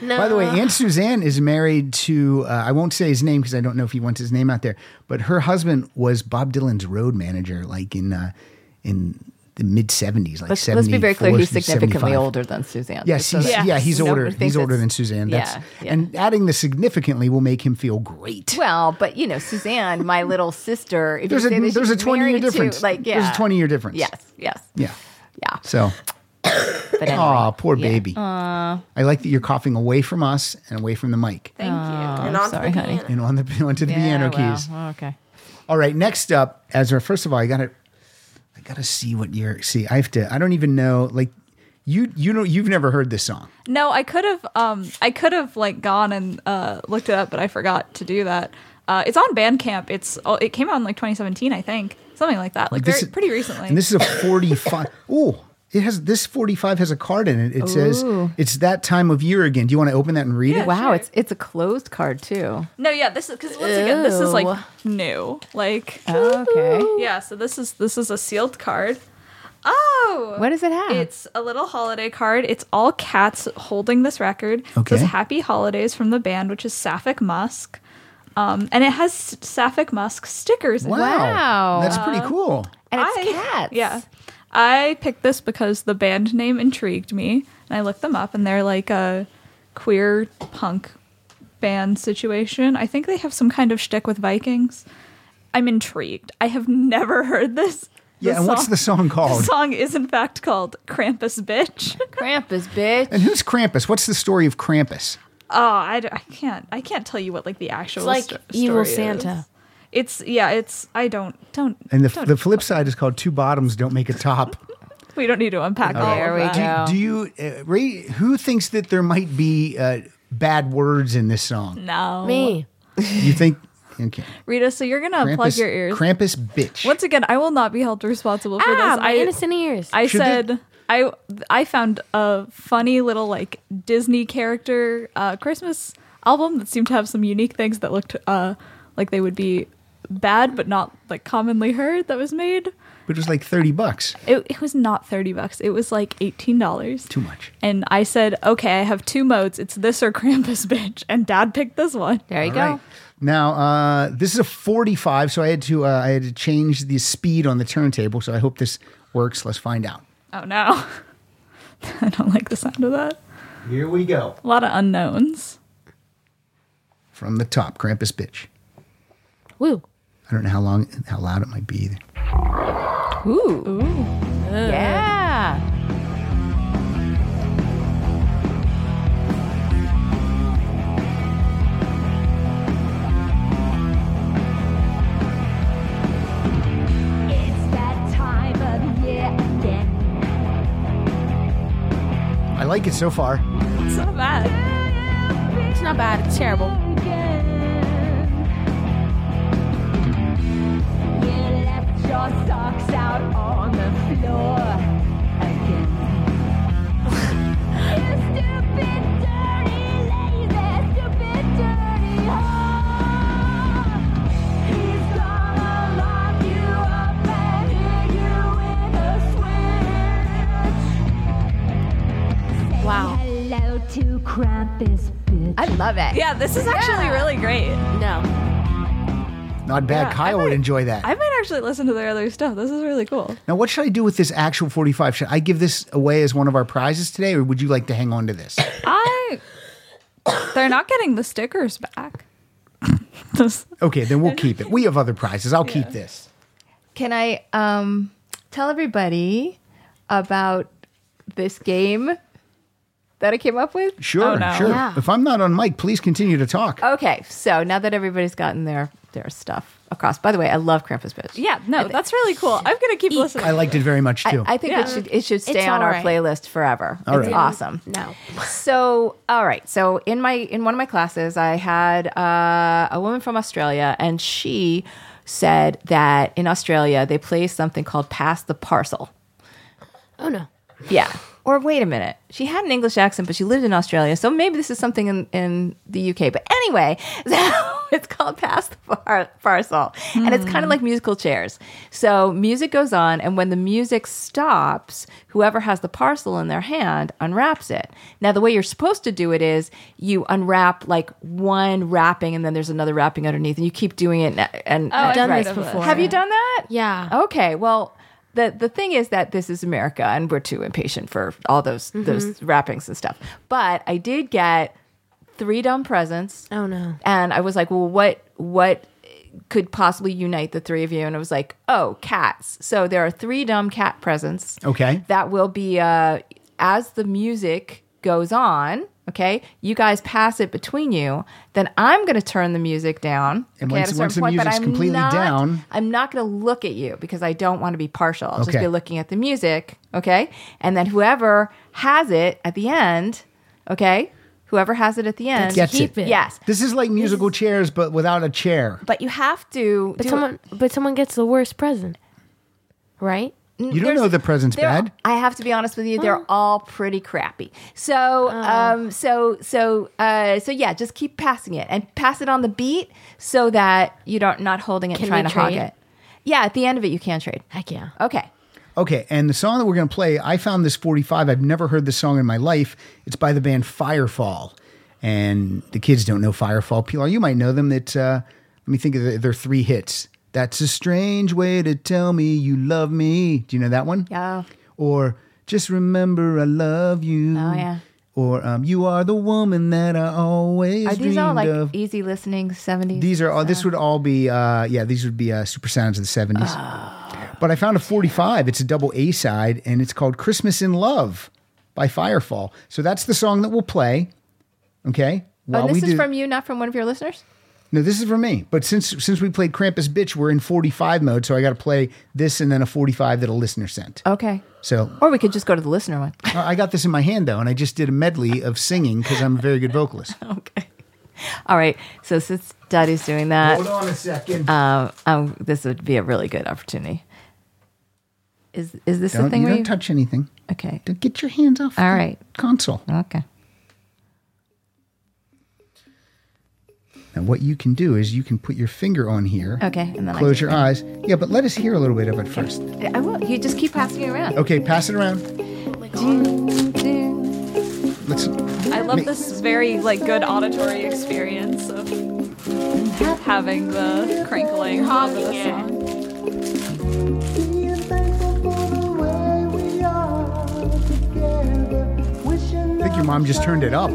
Speaker 4: No.
Speaker 2: By the
Speaker 3: Uh.
Speaker 2: way, Aunt Suzanne is married to, uh, I won't say his name because I don't know if he wants his name out there, but her husband was Bob Dylan's road manager, like in uh, in the mid 70s, like
Speaker 3: Let's, let's be very clear.
Speaker 2: 74
Speaker 3: He's
Speaker 2: through
Speaker 3: significantly
Speaker 2: 75.
Speaker 3: older than Suzanne.
Speaker 2: Yes,
Speaker 3: just so
Speaker 2: he's,
Speaker 3: that-
Speaker 2: yeah, he's
Speaker 3: nobody
Speaker 2: older.
Speaker 3: thinks
Speaker 2: He's older
Speaker 3: it's-
Speaker 2: than Suzanne. That's,
Speaker 3: yeah, yeah.
Speaker 2: And adding the significantly will make him feel great.
Speaker 3: well, but you know, Suzanne, my little sister. If
Speaker 2: there's
Speaker 3: you
Speaker 2: a
Speaker 3: say that
Speaker 2: there's a
Speaker 3: she's
Speaker 2: 20 year
Speaker 3: married to,
Speaker 2: difference.
Speaker 3: like, yeah,
Speaker 2: There's a 20 year difference.
Speaker 3: Yes, yes,
Speaker 2: Yeah.
Speaker 3: yeah.
Speaker 2: So,
Speaker 3: But anyway,
Speaker 2: aw, poor
Speaker 3: yeah.
Speaker 2: baby. I like that you're coughing away from us and away from the mic
Speaker 5: Thank you.
Speaker 4: And on to
Speaker 3: sorry,
Speaker 4: the
Speaker 3: honey.
Speaker 4: piano.
Speaker 2: and on the onto the
Speaker 3: Yeah,
Speaker 2: piano
Speaker 3: well,
Speaker 2: keys.
Speaker 3: okay.
Speaker 2: All right, next up, Ezra. First of all, I gotta, I gotta see what you're. See, I have to. I don't even know. Like, you, you know, you've never heard this song.
Speaker 5: No, I could have um I could have like gone and uh looked it up, but I forgot to do that. Uh it's on Bandcamp. It's oh, it came out in like 2017, I think. Something like that. Like
Speaker 2: This
Speaker 5: very,
Speaker 2: is-
Speaker 5: pretty recently.
Speaker 2: And this is a forty-five. oh, it has this forty-five has a card in it. It says it's that time of year again. Do you want to open that and read it?
Speaker 3: Wow,
Speaker 5: sure.
Speaker 3: it's it's a closed card too.
Speaker 5: no, yeah, this is cuz once again, this is like new. Like
Speaker 3: Okay,
Speaker 5: yeah, so this is this is a sealed card. Oh.
Speaker 3: what does it have?
Speaker 5: It's a little holiday card. It's all cats holding this record.
Speaker 2: Okay.
Speaker 5: It says Happy Holidays from the band, which is Sapphic Musk. Um, and it has Sapphic Musk stickers. in
Speaker 2: Wow,
Speaker 5: it.
Speaker 3: Wow.
Speaker 2: that's
Speaker 5: Uh,
Speaker 2: pretty cool.
Speaker 3: and it's
Speaker 5: I-
Speaker 3: cats.
Speaker 5: Yeah. I picked this because the band name intrigued me. And I looked them up, and they're like a queer punk band situation. I think they have some kind of shtick with Vikings. I'm intrigued. I have never heard this.
Speaker 2: Yeah, and what's the song
Speaker 5: The
Speaker 2: called?
Speaker 5: song is, in fact, called Krampus Bitch.
Speaker 3: Krampus, bitch.
Speaker 2: And who's Krampus? What's the story of Krampus?
Speaker 5: Oh, I, d- I can't. I can't tell you what like the actual.
Speaker 4: It's like
Speaker 5: sto-
Speaker 4: Evil
Speaker 5: story is.
Speaker 4: Santa.
Speaker 5: It's yeah. It's I don't don't.
Speaker 2: And the
Speaker 5: don't-
Speaker 2: the flip side is called Two Bottoms Don't Make a Top.
Speaker 5: we don't need to unpack all
Speaker 3: There
Speaker 5: of
Speaker 3: we
Speaker 5: that.
Speaker 2: Do,
Speaker 3: Yeah.
Speaker 2: do you, uh, Ray? Who thinks that there might be uh, bad words in this song?
Speaker 5: No,
Speaker 4: Me.
Speaker 2: You think? Okay.
Speaker 5: Rita. So you're gonna
Speaker 2: Krampus,
Speaker 5: plug your ears.
Speaker 2: Krampus, bitch.
Speaker 5: Once again, I will not be held responsible for
Speaker 4: Ah,
Speaker 5: this.
Speaker 4: my
Speaker 5: I
Speaker 4: innocent ears.
Speaker 5: I
Speaker 2: Should
Speaker 5: said I I found a funny little like Disney character uh, Christmas album that seemed to have some unique things that looked uh, like they would be bad but not like commonly heard that was made.
Speaker 2: But it was like thirty bucks.
Speaker 5: It, it was not 30 bucks. It was like $18.
Speaker 2: Too much.
Speaker 5: And I said, okay, I have two modes. It's this or Krampus, bitch. And dad picked this one.
Speaker 3: there you
Speaker 2: All
Speaker 3: go.
Speaker 2: right. Now uh, this is a forty-five, so I had to uh, I had to change the speed on the turntable. So I hope this works. Let's find out.
Speaker 5: Oh, no. I don't like the sound of that.
Speaker 2: Here we go.
Speaker 5: A lot of unknowns.
Speaker 2: From the top, Krampus, bitch.
Speaker 4: Woo.
Speaker 2: I don't know how long, how loud it might be either.
Speaker 3: Ooh. Yeah.
Speaker 2: like it so far.
Speaker 5: It's not bad.
Speaker 4: It's not bad. It's terrible. Wow.
Speaker 9: Hello to Krampus, bitch.
Speaker 3: I love it.
Speaker 5: Yeah, this is actually really great.
Speaker 4: No.
Speaker 2: Not bad.
Speaker 5: Yeah, I
Speaker 2: Kyle would
Speaker 5: might-
Speaker 2: enjoy that.
Speaker 5: I might actually listen to their other stuff. This is really cool.
Speaker 2: now, what should I do with this actual 45? Should I give this away as one of our prizes today, or would you like to hang on to this?
Speaker 5: I. They're not getting the stickers back. This-
Speaker 2: Okay, then we'll keep it. We have other prizes. I'll keep this.
Speaker 3: Can I um, tell everybody about this game that I came up with?
Speaker 2: Sure,
Speaker 5: no.
Speaker 2: sure.
Speaker 4: Yeah.
Speaker 2: If I'm not on mic, please continue to talk.
Speaker 3: Okay, so now that everybody's gotten their their stuff across. By the way, I love Krampus Bitch.
Speaker 5: yeah, no, that's really cool. I'm gonna keep listening.
Speaker 2: I liked it very much too.
Speaker 3: I, I think
Speaker 5: Yeah.
Speaker 3: it should it should stay
Speaker 4: It's
Speaker 3: on
Speaker 4: all
Speaker 3: our
Speaker 4: right.
Speaker 3: playlist forever.
Speaker 2: All
Speaker 3: it's
Speaker 2: right.
Speaker 3: awesome.
Speaker 4: No.
Speaker 3: So, all right. So, in my in one of my classes, I had uh, a woman from Australia, and she said that in Australia they play something called "Pass the Parcel."
Speaker 4: Oh no.
Speaker 3: Yeah. Or wait a minute. She had an English accent, but she lived in Australia. So maybe this is something in, in the UK. But anyway, so it's called Pass the Par- Parcel. And it's
Speaker 4: Hmm.
Speaker 3: kind of like musical chairs. So music goes on. And when the music stops, whoever has the parcel in their hand unwraps it. Now, the way you're supposed to do it is you unwrap like one wrapping and then there's another wrapping underneath. And you keep doing it. And, and
Speaker 5: I've
Speaker 4: Oh, done
Speaker 5: heard
Speaker 4: this
Speaker 5: of this.
Speaker 4: before.
Speaker 3: have you done that?
Speaker 4: Yeah.
Speaker 3: Okay. Well, the the thing is that this is America, and we're too impatient for all those those wrappings and stuff. But I did get three dumb presents,
Speaker 4: Oh no.
Speaker 3: and I was like, "Well, what what could possibly unite the three of you?" And I was like, "Oh, cats." So there are three dumb cat presents
Speaker 2: okay.
Speaker 3: that will be uh, as the music goes on. Okay, you guys pass it between you. Then I'm going to turn the music down.
Speaker 2: And
Speaker 3: okay,
Speaker 2: once-
Speaker 3: at a certain
Speaker 2: once the
Speaker 3: point, but
Speaker 2: music's
Speaker 3: I'm
Speaker 2: completely
Speaker 3: not-
Speaker 2: down-
Speaker 3: I'm not going to look at you because I don't want to be partial. I'll just
Speaker 2: Okay.
Speaker 3: be looking at the music. Okay, and then whoever has it at the end. Okay, whoever has it at the end
Speaker 2: Gets
Speaker 4: keep
Speaker 2: it.
Speaker 4: it.
Speaker 3: Yes,
Speaker 2: This is like musical chairs, but without a chair.
Speaker 3: but you have to.
Speaker 4: But
Speaker 3: do it-
Speaker 4: someone but someone gets the worst present. Right?
Speaker 2: You don't know the present's
Speaker 3: They're-
Speaker 2: bad.
Speaker 3: Mm, I have to be honest with you; they're all pretty crappy. So, um, so, so, uh, so, yeah. Just keep passing it and pass it on the beat so that you don't not holding it, and
Speaker 4: Can
Speaker 3: trying
Speaker 4: we
Speaker 3: to hog
Speaker 4: trade?
Speaker 3: it. Yeah, at the end of it, you can trade.
Speaker 4: Heck yeah.
Speaker 3: Okay,
Speaker 2: Okay, and the song that we're going to play, I found this 45. I've never heard this song in my life. It's by the band Firefall. And the kids don't know Firefall. Pilar, you might know them. That uh, let me think of the, their three hits. That's a strange way to tell me you love me. Do you know that one?
Speaker 3: Yeah.
Speaker 2: Or just remember I love you.
Speaker 3: Oh, yeah.
Speaker 2: Or um, you are the woman that I always
Speaker 3: are these
Speaker 2: dreamed
Speaker 3: all like
Speaker 2: of.
Speaker 3: easy listening seventies?
Speaker 2: These are all. This would all be. Uh, yeah, these would be uh, super sounds of the seventies.
Speaker 3: Oh.
Speaker 2: but I found a forty-five. It's a double A side, and it's called "Christmas in Love" by Firefall. So that's the song that we'll play. Okay.
Speaker 3: Oh,
Speaker 2: While
Speaker 3: this
Speaker 2: we
Speaker 3: is
Speaker 2: do,
Speaker 3: from you, not from one of your listeners.
Speaker 2: no, this is from me. But since since we played Krampus Bitch, we're in forty-five mode. So I got to play this and then a forty-five that a listener sent.
Speaker 3: Okay,
Speaker 2: So uh,
Speaker 3: or we could just go to the listener one.
Speaker 2: I I got this in my hand though, and I just did a medley of singing because I'm a very good vocalist.
Speaker 3: okay. All right. So since Daddy's doing that,
Speaker 2: Hold on a second.
Speaker 3: um, um, this would be a really good opportunity. Is is this the
Speaker 2: don't
Speaker 3: thing
Speaker 2: you
Speaker 3: where
Speaker 2: don't
Speaker 3: you?
Speaker 2: touch anything.
Speaker 3: okay.
Speaker 2: Don't get your hands off.
Speaker 3: All
Speaker 2: the
Speaker 3: right.
Speaker 2: Console.
Speaker 3: Okay.
Speaker 2: Now, what you can do is you can put your finger on here.
Speaker 3: Okay, and then I
Speaker 2: close
Speaker 3: do
Speaker 2: your eyes. Yeah, but let us hear a little bit of it first.
Speaker 3: I will. You just keep passing it around.
Speaker 2: Okay, pass it around.
Speaker 3: Ding,
Speaker 2: Let's.
Speaker 5: I love this very like good auditory experience of having the crinkling of the song.
Speaker 6: Being thankful for the way we are together. Wishing
Speaker 2: I think your mom just turned it up.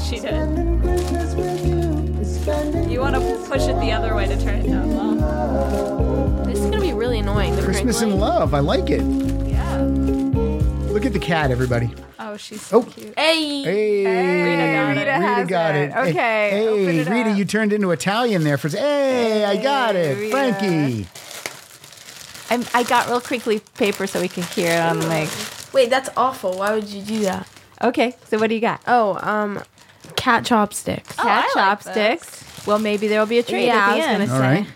Speaker 5: She did.
Speaker 6: Spending Christmas with you. Spending
Speaker 5: You want to push it the other way to turn it down low.
Speaker 4: This is gonna be really annoying. The
Speaker 2: Christmas in love. I like it.
Speaker 5: Yeah.
Speaker 2: Look at the cat, everybody.
Speaker 5: Oh, she's so
Speaker 2: Oh.
Speaker 5: cute.
Speaker 4: Hey.
Speaker 2: Hey,
Speaker 5: Rita got it.
Speaker 2: Rita
Speaker 3: has
Speaker 2: got
Speaker 3: it.
Speaker 2: it. Hey,
Speaker 3: Okay, open
Speaker 2: Hey,
Speaker 3: it
Speaker 2: Rita,
Speaker 3: up.
Speaker 2: you turned into Italian there for. Hey, I got it.
Speaker 3: Rita.
Speaker 2: Frankie.
Speaker 3: I'm, I got real crinkly paper so we can hear it on like.
Speaker 4: Wait, that's awful. Why would you do that?
Speaker 3: Okay, so what do you got?
Speaker 4: Oh, um, cat chopsticks.
Speaker 3: Cat
Speaker 5: I like
Speaker 3: chopsticks. well, maybe there will be a treat
Speaker 4: yeah,
Speaker 3: at
Speaker 4: I
Speaker 3: the
Speaker 4: was
Speaker 3: end.
Speaker 4: gonna
Speaker 2: All
Speaker 4: say.
Speaker 2: right.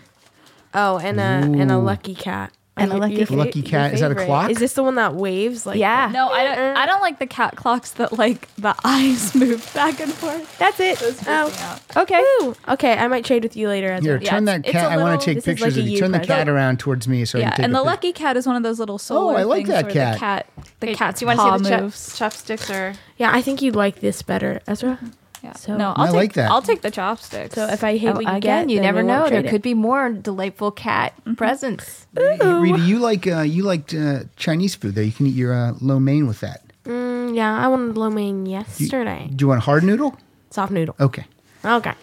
Speaker 4: Oh, and a and a
Speaker 2: Ooh.
Speaker 4: lucky cat.
Speaker 3: And a
Speaker 4: Your-
Speaker 3: lucky
Speaker 4: your
Speaker 3: cat.
Speaker 4: fa-
Speaker 2: Lucky
Speaker 4: your
Speaker 2: cat. Is that a
Speaker 4: favorite. Uh,
Speaker 2: clock?
Speaker 4: Is this the one that waves? Like
Speaker 3: yeah,
Speaker 5: No, I don't. I don't like the cat clocks that like the eyes move back and forth.
Speaker 3: that's it.
Speaker 5: Those freak me
Speaker 4: Oh.
Speaker 5: out.
Speaker 3: Okay.
Speaker 4: Ooh. Okay, I might trade with you later. As
Speaker 2: Here,
Speaker 4: well.
Speaker 2: turn
Speaker 5: it's-
Speaker 2: that
Speaker 5: it's
Speaker 2: cat.
Speaker 5: a
Speaker 2: I want
Speaker 5: little-
Speaker 2: to take
Speaker 4: this is
Speaker 2: pictures
Speaker 4: like
Speaker 2: of
Speaker 4: a
Speaker 2: you.
Speaker 4: you
Speaker 2: Turn the
Speaker 4: present.
Speaker 2: cat around towards me so I
Speaker 5: Yeah,
Speaker 2: can take
Speaker 5: and
Speaker 2: a
Speaker 5: the
Speaker 2: pic-
Speaker 5: lucky cat is one of those little solar
Speaker 2: Oh, I like
Speaker 5: things
Speaker 2: that
Speaker 5: where
Speaker 2: cat.
Speaker 5: the cat the cat's
Speaker 3: do you want
Speaker 5: paw
Speaker 3: to see the chop-
Speaker 5: moves.
Speaker 3: chopsticks or?
Speaker 4: Yeah, I think you'd like this better, Ezra.
Speaker 5: Yeah.
Speaker 4: So-
Speaker 5: no,
Speaker 2: I
Speaker 5: I'll take,
Speaker 2: like that.
Speaker 5: I'll take the chopsticks.
Speaker 4: So if I hate
Speaker 3: Oh,
Speaker 4: what you
Speaker 3: again,
Speaker 4: get,
Speaker 3: you
Speaker 4: then I
Speaker 3: never
Speaker 4: won't
Speaker 3: know. There
Speaker 4: trade it.
Speaker 3: could be more delightful cat presents.
Speaker 2: Rita, you like uh, you liked uh, Chinese food there. You can eat your uh, lo mein with that.
Speaker 4: Mm, yeah, I wanted lo mein yesterday.
Speaker 2: Do you want a hard noodle?
Speaker 4: Soft noodle.
Speaker 2: Okay.
Speaker 4: Okay.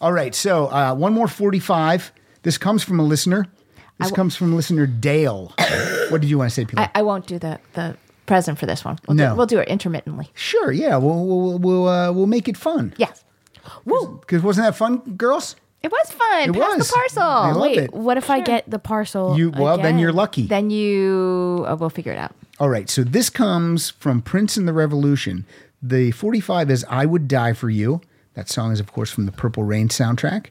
Speaker 2: All right. So uh, one more forty-five. This comes from a listener. This comes from listener Dale. what did you want to say, Pilar?
Speaker 3: I, I won't do the the present for this one. We'll
Speaker 2: No.
Speaker 3: do, we'll do it intermittently.
Speaker 2: sure. Yeah. We'll we'll we'll, uh, we'll make it fun.
Speaker 3: Yes,
Speaker 2: Woo! Because wasn't that fun, girls?
Speaker 3: it was fun.
Speaker 2: It
Speaker 3: Pass
Speaker 2: was.
Speaker 3: the parcel.
Speaker 2: I love
Speaker 4: Wait,
Speaker 2: it.
Speaker 4: what if I get the parcel?
Speaker 2: You well, then
Speaker 4: again?
Speaker 2: you're lucky.
Speaker 3: Then you uh, we'll figure it out.
Speaker 2: All right, so this comes from Prince and the Revolution. The 45 is I Would Die for You. That song is, of course, from the Purple Rain soundtrack.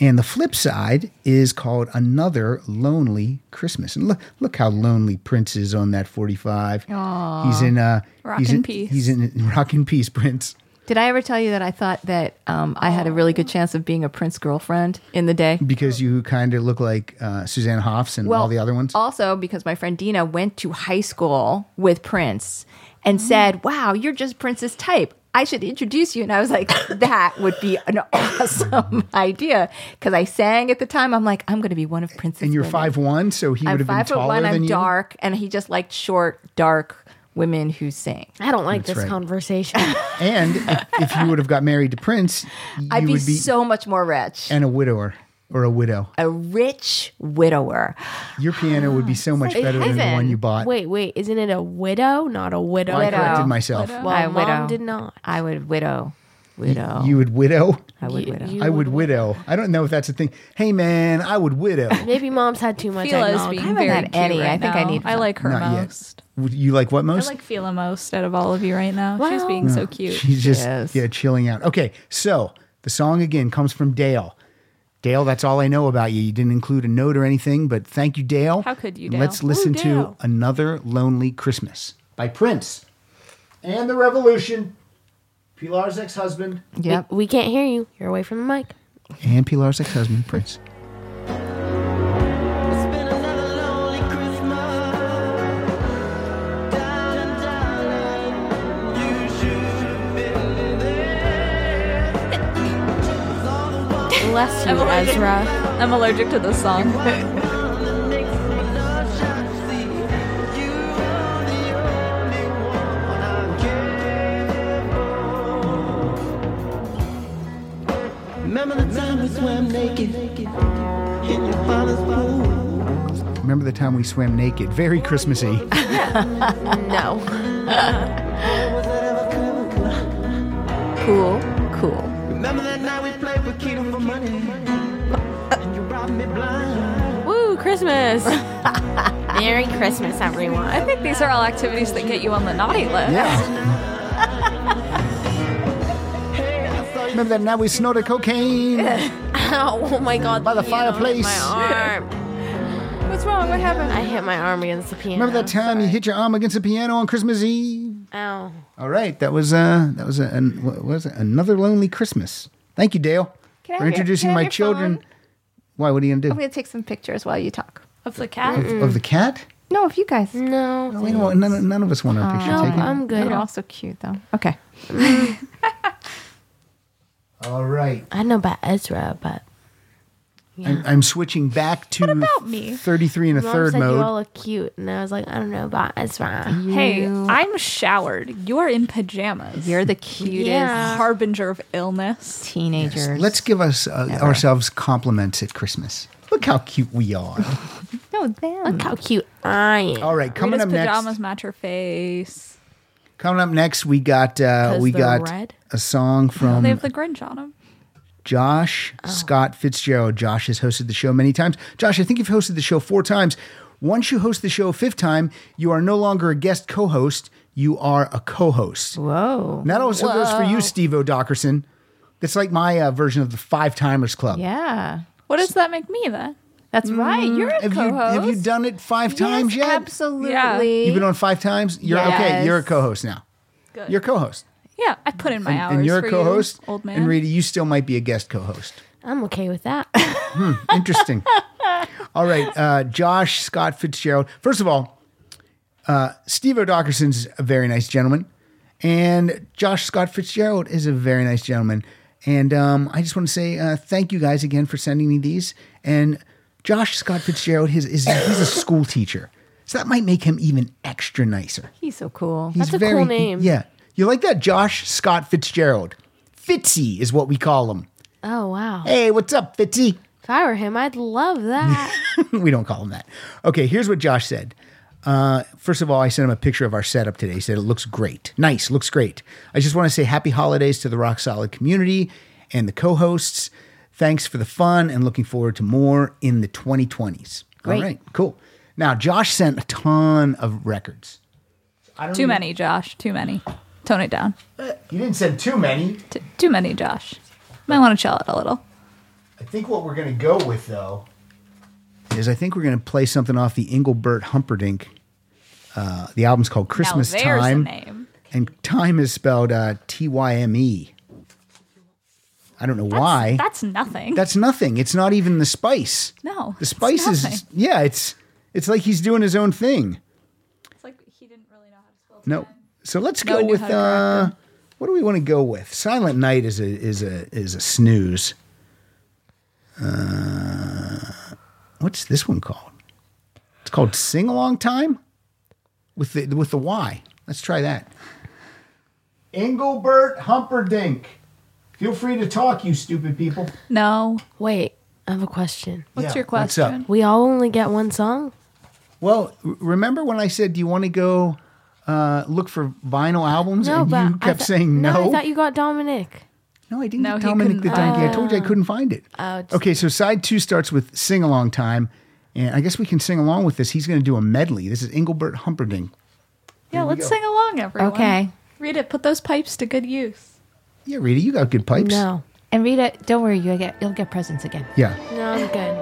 Speaker 2: And the flip side is called Another Lonely Christmas. And look, look how lonely Prince is on that 45. He's in uh,
Speaker 5: Rock
Speaker 2: he's
Speaker 5: in
Speaker 2: in,
Speaker 5: peace.
Speaker 2: He's in rock in peace, Prince.
Speaker 3: Did I ever tell you that I thought that um, I had a really good chance of being a prince girlfriend in the day?
Speaker 2: Because you kind of look like uh, Suzanne Hoffs and all the other ones.
Speaker 3: Also, because my friend Dina went to high school with Prince and said, Wow, you're just Prince's type. I should introduce you. And I was like, That would be an awesome idea. Because I sang at the time. I'm like, I'm going to be one of Prince's.
Speaker 2: and you're
Speaker 3: women.
Speaker 2: five one, so he would
Speaker 3: I'm
Speaker 2: have been
Speaker 3: five foot
Speaker 2: taller
Speaker 3: one.
Speaker 2: than
Speaker 3: I'm
Speaker 2: you.
Speaker 3: dark. And he just liked short, dark women who sang.
Speaker 4: I don't like
Speaker 2: That's
Speaker 4: this
Speaker 2: right.
Speaker 4: conversation.
Speaker 2: And if, if you would have got married to Prince, you
Speaker 3: I'd be,
Speaker 2: would be
Speaker 3: so much more rich.
Speaker 2: and a widower or a widow.
Speaker 3: a rich widower.
Speaker 2: Your piano would be so much
Speaker 4: like
Speaker 2: better than the
Speaker 4: heaven.
Speaker 2: one you bought.
Speaker 4: wait, wait, isn't it a widow, not a widow?
Speaker 2: I
Speaker 3: Widow.
Speaker 2: corrected myself.
Speaker 4: Well,
Speaker 3: I
Speaker 4: mom
Speaker 3: widow.
Speaker 4: did not.
Speaker 3: I would widow. Widow.
Speaker 2: You would widow.
Speaker 3: I would widow.
Speaker 4: You
Speaker 2: I would widow. I don't know if that's a thing. Hey man, I would widow.
Speaker 4: Maybe mom's had too much.
Speaker 5: Fila is
Speaker 4: eggnog.
Speaker 5: being
Speaker 3: haven't
Speaker 5: very
Speaker 3: had
Speaker 5: cute
Speaker 3: any.
Speaker 5: right
Speaker 3: I think I
Speaker 5: now.
Speaker 3: need
Speaker 5: I like her
Speaker 2: Not yet.
Speaker 5: most.
Speaker 2: Would you like what most?
Speaker 5: I like Fila most out of all of you right now. She's
Speaker 4: Wow.
Speaker 5: being so cute.
Speaker 2: She's just
Speaker 3: Yes.
Speaker 2: yeah, chilling out. Okay, so the song again comes from Dale. Dale, that's all I know about you. You didn't include a note or anything, but thank you, Dale.
Speaker 5: How could you,
Speaker 2: And
Speaker 5: Dale?
Speaker 2: Let's listen to
Speaker 4: Dale.
Speaker 2: Another Lonely Christmas by Prince and the Revolution, Pilar's ex husband.
Speaker 3: Yep.
Speaker 4: We can't hear you. You're away from the mic.
Speaker 2: And Pilar's ex husband, Prince.
Speaker 6: It's been another lonely Christmas. Darling, darling, you should be there. 'Cause all the ones
Speaker 4: Bless you, Ezra.
Speaker 5: I'm allergic to this song.
Speaker 6: that makes me blush, I see. You are the only one I care for. Remember the time we swam naked in your father's pool?
Speaker 2: Remember the time we swam naked? Very Christmassy.
Speaker 4: No.
Speaker 6: Was it ever clever?
Speaker 3: Cool. Cool.
Speaker 6: Remember that night we played Paquita for money? And you robbed me blind.
Speaker 4: Woo, Christmas. Merry Christmas, everyone.
Speaker 5: I think these are all activities that get you on the naughty list.
Speaker 2: Yeah. Remember that night we snorted cocaine?
Speaker 4: Ow, oh my god.
Speaker 2: By the
Speaker 4: piano
Speaker 2: fireplace.
Speaker 4: hit My arm.
Speaker 5: What's wrong? What happened?
Speaker 4: I hit my arm against the piano.
Speaker 2: Remember that time you hit your arm against the piano on Christmas Eve?
Speaker 4: Ow.
Speaker 2: All right, that was uh, that was a, an, what was it? another lonely Christmas. Thank you, Dale,
Speaker 3: Can I
Speaker 2: for
Speaker 3: have your-
Speaker 2: introducing
Speaker 3: can I
Speaker 2: my
Speaker 3: have your
Speaker 2: children.
Speaker 3: phone? Oh,
Speaker 2: Why? What are you
Speaker 3: I'm
Speaker 2: gonna do
Speaker 3: going to take some pictures while you talk.
Speaker 5: Of the cat?
Speaker 2: of the cat?
Speaker 3: No, if you guys. No,
Speaker 4: No.
Speaker 2: We don't, none, none of us want our picture
Speaker 3: Oh.
Speaker 4: No,
Speaker 2: taken.
Speaker 4: I'm good.
Speaker 3: They're all so cute, though. Okay.
Speaker 2: All right,
Speaker 4: I don't know about Ezra, but
Speaker 2: I'm, I'm switching back to
Speaker 5: about me?
Speaker 2: 33 and a
Speaker 4: mom
Speaker 2: third
Speaker 4: said you
Speaker 2: mode.
Speaker 4: all look cute, and I was like, I don't know about Ezra.
Speaker 5: Hey,
Speaker 3: You-
Speaker 5: I'm showered. You're in pajamas.
Speaker 3: You're the cutest
Speaker 4: Yeah.
Speaker 5: harbinger of illness.
Speaker 3: teenagers.
Speaker 2: Let's give us uh, ourselves compliments at Christmas. Look how cute we are.
Speaker 3: No, them.
Speaker 4: Look how cute I am.
Speaker 2: All right, coming
Speaker 5: Rita's
Speaker 2: up
Speaker 5: pajamas
Speaker 2: next.
Speaker 5: match her face.
Speaker 2: Coming up next, we got uh,
Speaker 4: 'Cause
Speaker 2: we
Speaker 4: they're
Speaker 2: got
Speaker 4: red?
Speaker 2: a song from
Speaker 5: They have the Grinch on them.
Speaker 2: Josh Scott Fitzgerald. Josh has hosted the show many times. Josh, I think you've hosted the show four times. Once you host the show a fifth time, you are no longer a guest co-host. you are a co-host.
Speaker 3: Whoa.
Speaker 2: And that also goes for you,
Speaker 3: Whoa.
Speaker 2: Steve O'Dockerson. That's like my uh, version of the Five Timers Club.
Speaker 3: Yeah.
Speaker 5: What does that make me then?
Speaker 3: That's right. You're a
Speaker 2: Mm, Have you,
Speaker 3: co-host.
Speaker 2: have you done it five times
Speaker 3: yes,
Speaker 2: yet?
Speaker 3: Absolutely.
Speaker 5: Yeah.
Speaker 2: You've been on five times? You're okay.
Speaker 3: Yes.
Speaker 2: You're a co host now.
Speaker 5: Good.
Speaker 2: You're a co host.
Speaker 5: Yeah, I put in my hours.
Speaker 2: And you're
Speaker 5: for
Speaker 2: a
Speaker 5: you,
Speaker 2: co host.
Speaker 5: old man.
Speaker 2: And Rita, you still might be a guest co host.
Speaker 4: I'm okay with that.
Speaker 2: Interesting. all right. Uh, Josh Scott Fitzgerald. First of all, uh, Steve O'Dockerson's a very nice gentleman, and Josh Scott Fitzgerald is a very nice gentleman. And um, I just want to say uh, thank you guys again for sending me these. And Josh Scott Fitzgerald, his is he's a school teacher, so that might make him even extra nicer.
Speaker 3: He's so cool.
Speaker 2: He's
Speaker 4: That's a
Speaker 2: very,
Speaker 4: cool name.
Speaker 2: Yeah, you like that, Josh Scott Fitzgerald. Fitzy is what we call him.
Speaker 4: Oh wow!
Speaker 2: Hey, what's up, Fitzy?
Speaker 4: If I were him, I'd love that.
Speaker 2: we don't call him that. Okay, here's what Josh said. Uh, first of all, I sent him a picture of our setup today. He said it looks great. Nice, looks great. I just want to say happy holidays to the Rock Solid community and the co hosts. Thanks for the fun and looking forward to more in the 2020s. All
Speaker 3: Great.
Speaker 2: right, cool. Now, Josh sent a ton of records. I don't
Speaker 5: Too many, Josh. Too many. Tone it down.
Speaker 2: He didn't send too many.
Speaker 5: T- too many, Josh. Might want to chill it a little.
Speaker 2: I think what we're going to go with, though, is I think we're going to play something off the Engelbert Humperdinck. Uh, the album's called Christmas
Speaker 5: now there's
Speaker 2: Time.
Speaker 5: a name.
Speaker 2: And time is spelled uh, T Y M E. I don't know why. That's,
Speaker 5: That's nothing.
Speaker 2: nothing. It's not even the spice.
Speaker 5: no.
Speaker 2: The spice
Speaker 5: it's
Speaker 2: is yeah. It's it's like he's doing his own thing.
Speaker 5: It's like he didn't really know how to spell
Speaker 2: No. So let's
Speaker 5: No
Speaker 2: go
Speaker 5: one knew
Speaker 2: with
Speaker 5: how to correct
Speaker 2: uh, what do we want to go with? Silent Night is a is a is a snooze. Uh, what's this one called? It's called Sing Along Time with the with the Y. Let's try that. Engelbert Humperdinck. Feel free to talk, you stupid people.
Speaker 5: No.
Speaker 4: Wait, I have a question.
Speaker 5: What's
Speaker 2: Yeah,
Speaker 5: your
Speaker 2: what's up?
Speaker 5: question?
Speaker 4: We all only get one song.
Speaker 2: Well, r- remember when I said, "Do you want to go uh, look for vinyl albums?" and you
Speaker 4: I
Speaker 2: kept
Speaker 4: thought-
Speaker 2: saying
Speaker 4: I thought you got Dominic.
Speaker 2: No, I didn't
Speaker 5: No,
Speaker 2: get
Speaker 5: he
Speaker 2: Dominic the
Speaker 5: couldn't
Speaker 2: Donkey. I told you I couldn't find it.
Speaker 4: just-
Speaker 2: okay, so side two starts with sing along time. And I guess we can sing along with this. He's going to do a medley. This is Engelbert Humperdinck.
Speaker 5: Yeah, let's sing along, everyone.
Speaker 3: Okay.
Speaker 5: Read it. Put those pipes to good use.
Speaker 2: Yeah, Rita, you got good pipes.
Speaker 4: No,
Speaker 3: And Rita, don't worry, you get you'll get presents again.
Speaker 2: Yeah.
Speaker 4: no, I'm good.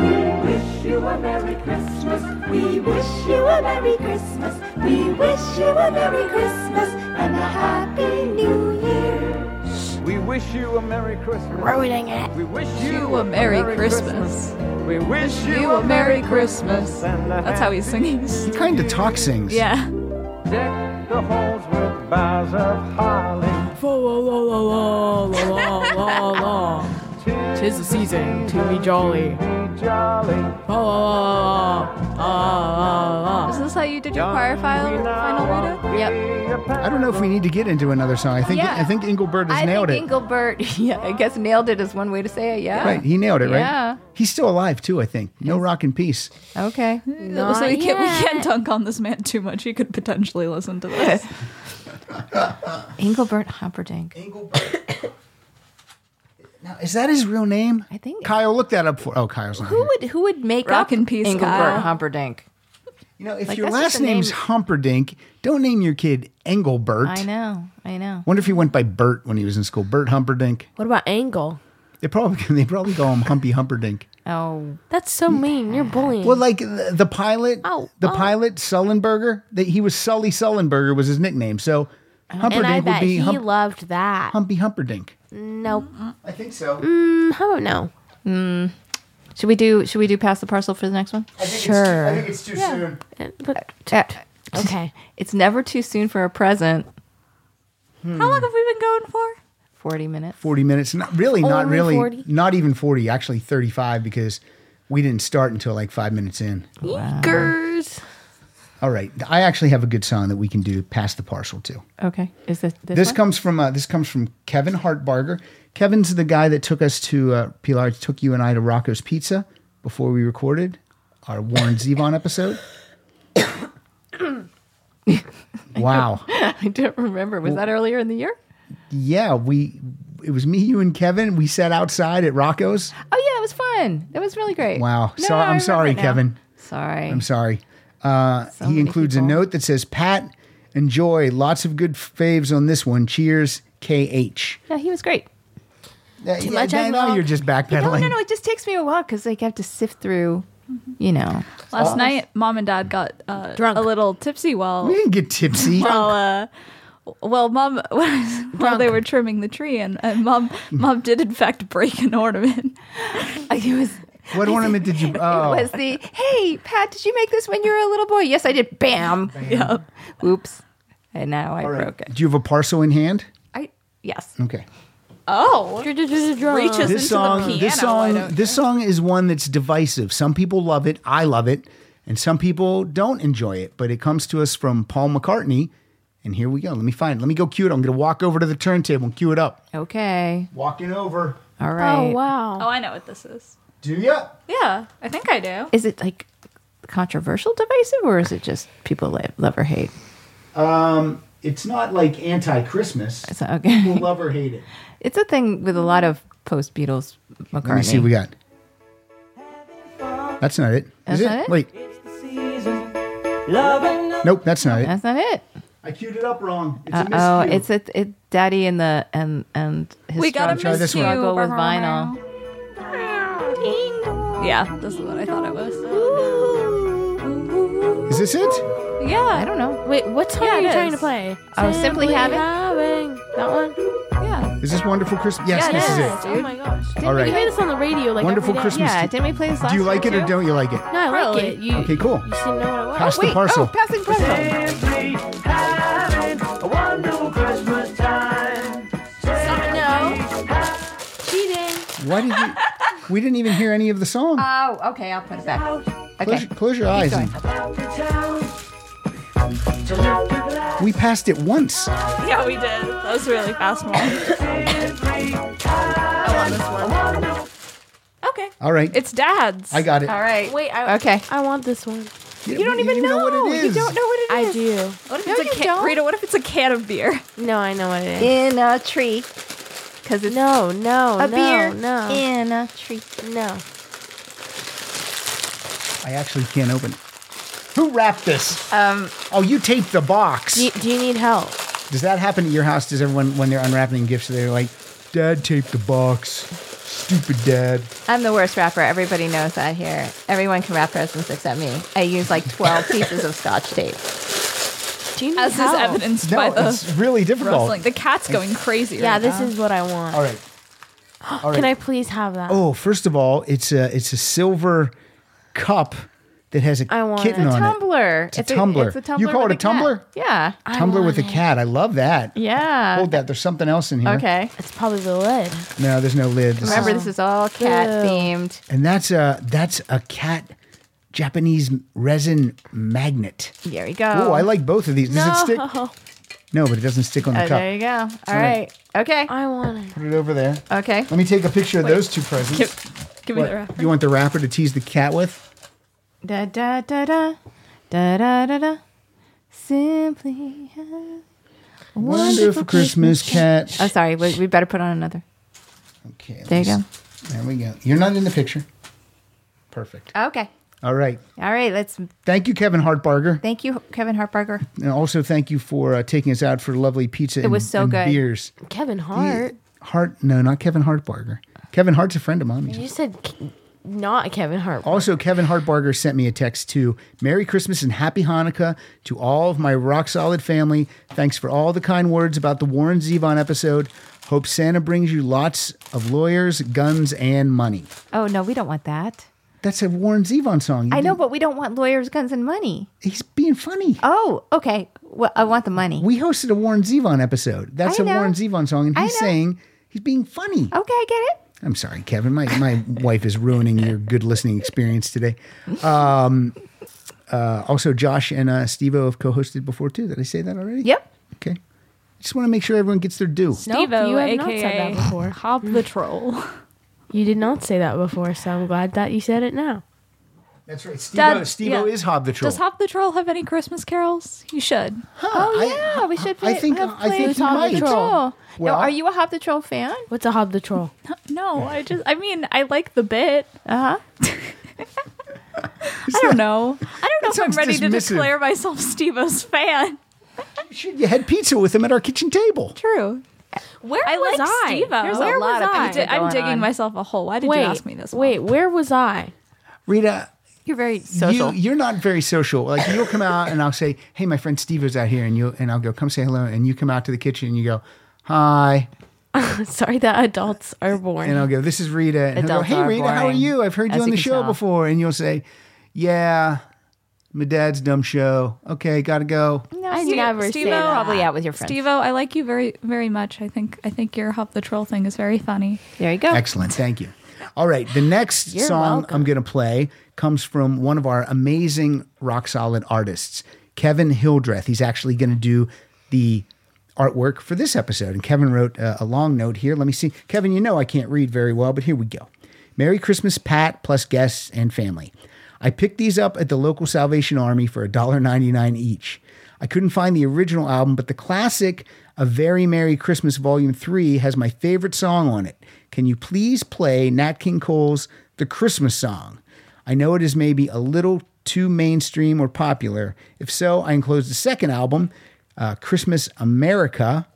Speaker 6: We wish you a Merry Christmas. We wish you a Merry Christmas. We wish you a Merry Christmas and a Happy New Year.
Speaker 8: We wish you a Merry Christmas.
Speaker 4: Ruining it.
Speaker 8: We wish
Speaker 5: You a Merry Christmas.
Speaker 8: We wish
Speaker 5: You a Merry Christmas.
Speaker 8: and a
Speaker 5: That's how he's singing.
Speaker 2: He kind of talk sings.
Speaker 5: Yeah.
Speaker 8: Deck the halls with boughs of holly.
Speaker 10: Tis the season to be jolly.
Speaker 8: Be jolly.
Speaker 10: La la la la la la la.
Speaker 5: Is this how you did your choir file, final Rita?
Speaker 2: I don't know if we need to get into another song. I think
Speaker 3: Yeah.
Speaker 2: I think Engelbert has
Speaker 3: I
Speaker 2: nailed
Speaker 3: think
Speaker 2: it.
Speaker 3: Engelbert, yeah, I guess nailed it is one way to say it. Yeah.
Speaker 2: right, he nailed it, right?
Speaker 3: Yeah.
Speaker 2: He's still alive too, I think. No rock in peace.
Speaker 3: Okay.
Speaker 4: Not
Speaker 5: so we can't, we
Speaker 4: yet.
Speaker 5: can't dunk on this man too much. He could potentially listen to this.
Speaker 3: Engelbert Humperdinck.
Speaker 2: Engelbert. now, is that his real name?
Speaker 3: I think-
Speaker 2: Kyle, look that up for. Oh, Kyle's not
Speaker 3: Who
Speaker 2: here.
Speaker 3: would who would make
Speaker 5: Rock
Speaker 3: up
Speaker 5: in peace,
Speaker 3: Engelbert
Speaker 5: Kyle.
Speaker 3: Humperdinck?
Speaker 2: You know, if
Speaker 3: Like,
Speaker 2: your
Speaker 3: that's just
Speaker 2: last
Speaker 3: a name-
Speaker 2: name's Humperdinck, don't name your kid Engelbert.
Speaker 3: I know. I know.
Speaker 2: Wonder if he went by Bert when he was in school. Bert Humperdinck.
Speaker 4: What about Angle?
Speaker 2: They probably they probably call him Humpy Humperdinck.
Speaker 3: Oh,
Speaker 4: That's so mean. You're bullying.
Speaker 2: Mm. Well, like the, the pilot,
Speaker 4: Oh,
Speaker 2: the
Speaker 4: oh.
Speaker 2: pilot Sullenberger. That he was Sully Sullenberger was his nickname. So
Speaker 4: and I
Speaker 2: Humperdinck would
Speaker 4: bet
Speaker 2: be
Speaker 4: he
Speaker 2: Hump,
Speaker 4: loved that.
Speaker 2: Humpy Humperdinck.
Speaker 4: Nope.
Speaker 2: I think so.
Speaker 4: Mm, How about no?
Speaker 3: should we do should we do pass the parcel for the next one? sure.
Speaker 2: it's too soon.
Speaker 4: Uh, But,
Speaker 3: Uh,
Speaker 4: okay.
Speaker 3: It's never too soon for a present.
Speaker 5: How long have we been going for?
Speaker 3: Forty minutes.
Speaker 2: Forty minutes. Not really. Not
Speaker 4: Only
Speaker 2: really.
Speaker 4: 40.
Speaker 2: Not even forty. Actually, thirty-five because we didn't start until like five minutes in.
Speaker 4: Gers.
Speaker 2: All right. I actually have a good song that we can do past the parcel to.
Speaker 3: Okay. Is this this,
Speaker 2: This
Speaker 3: one?
Speaker 2: comes from uh, this comes from Kevin Hartbarger. Kevin's the guy that took us to uh, Pilar took you and I to Rocco's Pizza before we recorded our Warren Zevon episode. wow.
Speaker 3: I don't remember. Was that earlier in the year?
Speaker 2: Yeah, we it was me, you, and Kevin. We sat outside at Rocco's.
Speaker 3: Oh yeah, it was fun. fun. That was really great.
Speaker 2: Wow.
Speaker 3: No,
Speaker 2: so,
Speaker 3: no, I
Speaker 2: I'm
Speaker 3: remember
Speaker 2: sorry,
Speaker 3: now.
Speaker 2: Kevin.
Speaker 3: Sorry.
Speaker 2: I'm sorry. Uh, he includes a note that says, Pat, enjoy. Lots of good faves on this one. Cheers, KH.
Speaker 3: No, he was great.
Speaker 2: Yeah,
Speaker 3: Too
Speaker 2: yeah,
Speaker 3: much, I
Speaker 2: now
Speaker 3: will.
Speaker 2: you're just
Speaker 3: No,
Speaker 2: backpedaling.
Speaker 3: no, no. It just takes me a while because like, I have to sift through, you know.
Speaker 5: Last
Speaker 2: Uh,
Speaker 5: night, mom and dad got uh, drunk, a little tipsy while
Speaker 2: We didn't get tipsy.
Speaker 5: while uh, well, mom while they were trimming the tree, and, and mom mom did in fact break an ornament.
Speaker 3: it was
Speaker 2: What ornament did you? Oh,
Speaker 3: It was the hey Pat, did you make this when you were a little boy? Yes, I did. Bam. Yeah. Oops. And now I
Speaker 2: all right. Mm.
Speaker 3: broke it.
Speaker 2: Do you have a parcel in hand?
Speaker 3: I yes.
Speaker 2: Okay.
Speaker 5: Oh,
Speaker 3: reaches
Speaker 2: this song, this song, this song is one that's divisive. Some people love it. I love it, and some people don't enjoy it. But it comes to us from Paul McCartney, and here we go. Let me find. it. Let me go cue it. I'm going to walk over to the turntable and cue it up.
Speaker 3: Okay.
Speaker 2: Walking over.
Speaker 3: All right.
Speaker 4: wow.
Speaker 5: Oh, I know what this is.
Speaker 2: Do ya?
Speaker 5: Yeah, I think I do.
Speaker 3: Is it like controversial, divisive, or is it just people li- love or hate?
Speaker 2: It's not like anti-Christmas.
Speaker 3: It's not- okay.
Speaker 2: People love or hate it.
Speaker 3: It's a thing with a lot of post Beatles McCartney.
Speaker 2: Let me see what we got. That's not it. Is
Speaker 3: That's
Speaker 2: it?
Speaker 3: not it?
Speaker 2: Wait. Nope, that's not it.
Speaker 3: That's not it.
Speaker 2: I queued it up wrong. It's
Speaker 3: Uh oh, it's a it, Daddy and the and and his
Speaker 5: We gotta
Speaker 2: Try
Speaker 3: struggle,
Speaker 2: this one.
Speaker 3: struggle with
Speaker 5: Barahona.
Speaker 3: vinyl.
Speaker 5: Yeah, this is what I thought it was.
Speaker 2: Is this it?
Speaker 5: Yeah,
Speaker 3: I don't know.
Speaker 4: Wait, what song
Speaker 5: Yeah,
Speaker 4: are you
Speaker 5: it
Speaker 4: trying to
Speaker 5: is.
Speaker 4: play?
Speaker 3: Oh, Simply Having?
Speaker 4: Having. That one?
Speaker 5: Yeah,
Speaker 2: Is this Wonderful Christmas? Yes,
Speaker 5: Yeah, it
Speaker 2: this is,
Speaker 5: is.
Speaker 2: it.
Speaker 4: Oh my gosh. Didn't
Speaker 2: All
Speaker 4: we play
Speaker 2: right.
Speaker 4: this on the radio like
Speaker 2: Wonderful
Speaker 4: every day?
Speaker 2: Christmas.
Speaker 3: Yeah, didn't we play this last
Speaker 2: Do you like
Speaker 3: year,
Speaker 2: it or
Speaker 3: too?
Speaker 2: don't you like it?
Speaker 4: No, I like
Speaker 3: Really?
Speaker 4: it. You,
Speaker 2: Okay, cool.
Speaker 4: You should know what I was.
Speaker 2: Pass the
Speaker 3: Wait,
Speaker 2: parcel.
Speaker 3: oh, passing parcel.
Speaker 4: No. Cheating.
Speaker 2: Why did you? We didn't even hear any of the song.
Speaker 3: Oh, okay, I'll put it back.
Speaker 2: Close,
Speaker 3: Okay.
Speaker 2: close your eyes.
Speaker 3: going.
Speaker 2: And... We passed it once.
Speaker 5: yeah, we did. That was really fast one. okay,
Speaker 2: All right.
Speaker 5: it's dad's.
Speaker 2: I got it.
Speaker 3: All right.
Speaker 4: Wait, I,
Speaker 3: Okay.
Speaker 4: I want this one.
Speaker 2: You,
Speaker 3: You don't even know.
Speaker 2: what it is.
Speaker 3: You don't know what it
Speaker 4: I
Speaker 3: is.
Speaker 4: do.
Speaker 5: What if
Speaker 3: No,
Speaker 5: it's
Speaker 3: you
Speaker 5: a can-
Speaker 3: don't.
Speaker 5: Rita? What if it's a can of beer?
Speaker 4: No, I know what it is.
Speaker 3: In a tree. Because it's
Speaker 4: No, no,
Speaker 3: a
Speaker 4: no,
Speaker 3: beer
Speaker 4: no,
Speaker 3: in a tree.
Speaker 4: no.
Speaker 2: I actually can't open it. Who wrapped this?
Speaker 3: Um,
Speaker 2: Oh, you taped the box.
Speaker 4: Do you, do you need help?
Speaker 2: Does that happen at your house? Does everyone, when they're unwrapping gifts, they're like, Dad taped the box. Stupid dad.
Speaker 3: I'm the worst rapper. Everybody knows that here. Everyone can rap presents except me. I use like 12 pieces of scotch tape.
Speaker 4: Do you need
Speaker 5: As is
Speaker 4: help?
Speaker 5: evidenced by
Speaker 2: No,
Speaker 5: the
Speaker 2: it's really difficult.
Speaker 5: rustling. The cat's going crazy.
Speaker 4: Yeah,
Speaker 5: right
Speaker 4: this
Speaker 5: now.
Speaker 4: is what I want.
Speaker 2: All right. All right.
Speaker 4: Can I please have that?
Speaker 2: Oh, first of all, it's a it's a silver cup that has a
Speaker 4: I want
Speaker 2: kitten
Speaker 4: it.
Speaker 2: on it.
Speaker 3: Tumbler.
Speaker 2: It's a tumbler.
Speaker 3: It's a
Speaker 2: You
Speaker 3: tumbler.
Speaker 2: call
Speaker 3: with
Speaker 2: it a tumbler?
Speaker 3: Cat. Yeah.
Speaker 2: Tumbler with a
Speaker 4: want it.
Speaker 2: cat. I love that.
Speaker 3: Yeah.
Speaker 2: Hold that. There's something else in here.
Speaker 3: Okay.
Speaker 4: It's probably the lid.
Speaker 2: No, there's no lid. This is-
Speaker 3: Remember, this is all cat
Speaker 4: Ew.
Speaker 3: themed.
Speaker 2: and that's a that's a cat Japanese resin magnet.
Speaker 3: There you go.
Speaker 2: Oh, I like both of these. Does it stick?
Speaker 4: No.
Speaker 2: No, but it doesn't stick on the
Speaker 3: Oh,
Speaker 2: cup.
Speaker 3: there you go. All
Speaker 2: right.
Speaker 3: right. Okay.
Speaker 4: I want it.
Speaker 2: Put it over there.
Speaker 3: Okay.
Speaker 2: Let me take a picture of those two presents.
Speaker 5: Give me
Speaker 2: What?
Speaker 5: the wrapper.
Speaker 2: You want the wrapper to tease the cat with?
Speaker 3: Da da da da da da da da. Simply.
Speaker 2: Wonderful Christmas cat.
Speaker 3: Oh, sorry. We, we better put on another.
Speaker 2: Okay.
Speaker 3: There you
Speaker 2: let's- There we go. You're not in the picture. Perfect.
Speaker 3: Okay.
Speaker 2: All right.
Speaker 3: All right. Let's
Speaker 2: Thank you, Kevin Hartbarger.
Speaker 3: thank you, Kevin Hartberger.
Speaker 2: And also thank you for uh, taking us out for lovely pizza it and,
Speaker 3: was so
Speaker 2: and
Speaker 3: good.
Speaker 2: beers.
Speaker 4: Kevin Hart.
Speaker 2: Hart, no, not Kevin Hartbarger. Kevin Hart's a friend of mine.
Speaker 4: You said K- not Kevin Hart.
Speaker 2: Also, Kevin Hartbarger sent me a text too. Merry Christmas and Happy Hanukkah to all of my rock solid family. Thanks for all the kind words about the Warren Zevon episode. Hope Santa brings you lots of lawyers, guns, and money.
Speaker 3: Oh no, we don't want that.
Speaker 2: That's a Warren Zevon song. You
Speaker 3: I know,
Speaker 2: didn't-
Speaker 3: but we don't want lawyers, guns, and money.
Speaker 2: he's being funny.
Speaker 3: Oh, okay. Well, I want the money.
Speaker 2: We hosted a Warren Zevon episode. That's
Speaker 3: I
Speaker 2: a
Speaker 3: know.
Speaker 2: Warren Zevon song, and
Speaker 3: I
Speaker 2: he's
Speaker 3: know. Oh.
Speaker 2: saying he's being funny.
Speaker 3: okay, I get it.
Speaker 2: I'm sorry, Kevin. My my wife is ruining your good listening experience today. Um, uh, also, Josh and uh, Stevo have co-hosted before too. Did I say that already?
Speaker 3: Yep.
Speaker 2: Okay. Just want to make sure everyone gets their due.
Speaker 4: Nope,
Speaker 5: Devo,
Speaker 4: you have
Speaker 5: AKA
Speaker 4: not said that before.
Speaker 5: Hob the troll.
Speaker 4: You did not say that before, so I'm glad that you said it now.
Speaker 2: That's right. Stevo,
Speaker 5: Dad,
Speaker 2: Stevo
Speaker 5: yeah.
Speaker 2: is Hob the Troll.
Speaker 5: Does Hob the troll have any Christmas carols? You should.
Speaker 2: Huh,
Speaker 3: Oh
Speaker 2: I-
Speaker 3: yeah, we should.
Speaker 2: I
Speaker 3: Play,
Speaker 2: think
Speaker 3: have
Speaker 2: I think he
Speaker 3: played Hop the
Speaker 5: Oh,
Speaker 2: might.
Speaker 3: Troll.
Speaker 2: Well-
Speaker 3: now, are you a Hop the Troll fan?
Speaker 4: What's a hob the troll?
Speaker 5: No, I just, I mean, I like the bit. Uh huh. I don't know. I don't know if I'm
Speaker 2: sounds
Speaker 5: ready to
Speaker 2: dismissive.
Speaker 5: declare myself Steve-O's fan.
Speaker 2: You had pizza with him at our kitchen table.
Speaker 5: True.
Speaker 4: Where
Speaker 5: I
Speaker 4: was
Speaker 5: like
Speaker 4: I?
Speaker 5: Steve-O.
Speaker 4: There's a
Speaker 5: Where
Speaker 4: lot
Speaker 5: was
Speaker 4: of
Speaker 5: I?
Speaker 4: pizza
Speaker 5: I'm
Speaker 4: going
Speaker 5: digging
Speaker 4: on.
Speaker 5: myself a hole. Why did
Speaker 4: wait,
Speaker 5: you ask me this? one?
Speaker 4: Wait, where was I?
Speaker 2: Rita,
Speaker 4: You're very
Speaker 2: you, you're not very social. Like you'll come out and I'll say, "Hey, my friend Steve is out here," and you and I'll go, "Come say hello," and you come out to the kitchen and you go, "Hi,"
Speaker 4: Sorry that adults are born.
Speaker 2: and I'll go, "This is Rita," and he'll go,
Speaker 4: Adults
Speaker 2: "Hey,
Speaker 4: are
Speaker 2: Rita, how are
Speaker 4: boring,
Speaker 2: you? I've heard you
Speaker 4: as
Speaker 2: on
Speaker 4: you
Speaker 2: the
Speaker 4: can
Speaker 2: show
Speaker 4: tell."
Speaker 2: before," and you'll say, "Yeah, my dad's dumb show. Okay, gotta go."
Speaker 4: I
Speaker 5: Steve-
Speaker 4: never
Speaker 5: Steve-O,
Speaker 4: say that.
Speaker 10: Probably out with your friends.
Speaker 5: Steve-O, I like you very, very much. I think, I think your Hop the Troll thing is very funny.
Speaker 4: There you go.
Speaker 2: Excellent. Thank you. All right. The next
Speaker 4: You're
Speaker 2: song
Speaker 4: welcome.
Speaker 2: I'm going to play comes from one of our amazing rock solid artists, Kevin Hildreth. He's actually going to do the artwork for this episode. And Kevin wrote uh, a long note here. Let me see. Kevin, you know I can't read very well, but here we go. Merry Christmas, Pat, plus guests and family. I picked these up at the local Salvation Army for $1.99 each. I couldn't find the original album, but the classic A Very Merry Christmas Volume 3 has my favorite song on it. Can you please play Nat King Cole's The Christmas Song? I know it is maybe a little too mainstream or popular. If so, I enclose the second album, uh, Christmas America,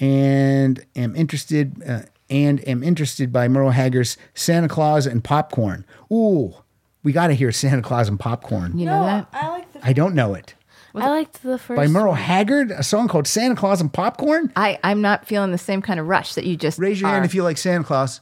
Speaker 2: and am interested uh, and am interested by Merle Haggard's Santa Claus and Popcorn. Ooh, we got to hear Santa Claus and Popcorn.
Speaker 3: You know that?
Speaker 4: I liked the
Speaker 2: I don't know it.
Speaker 4: I liked the first
Speaker 2: By Merle Haggard, a song called Santa Claus and Popcorn?
Speaker 3: I, I'm not feeling the same kind of rush that you just
Speaker 2: Raise your hand
Speaker 3: are.
Speaker 2: if you like Santa Claus.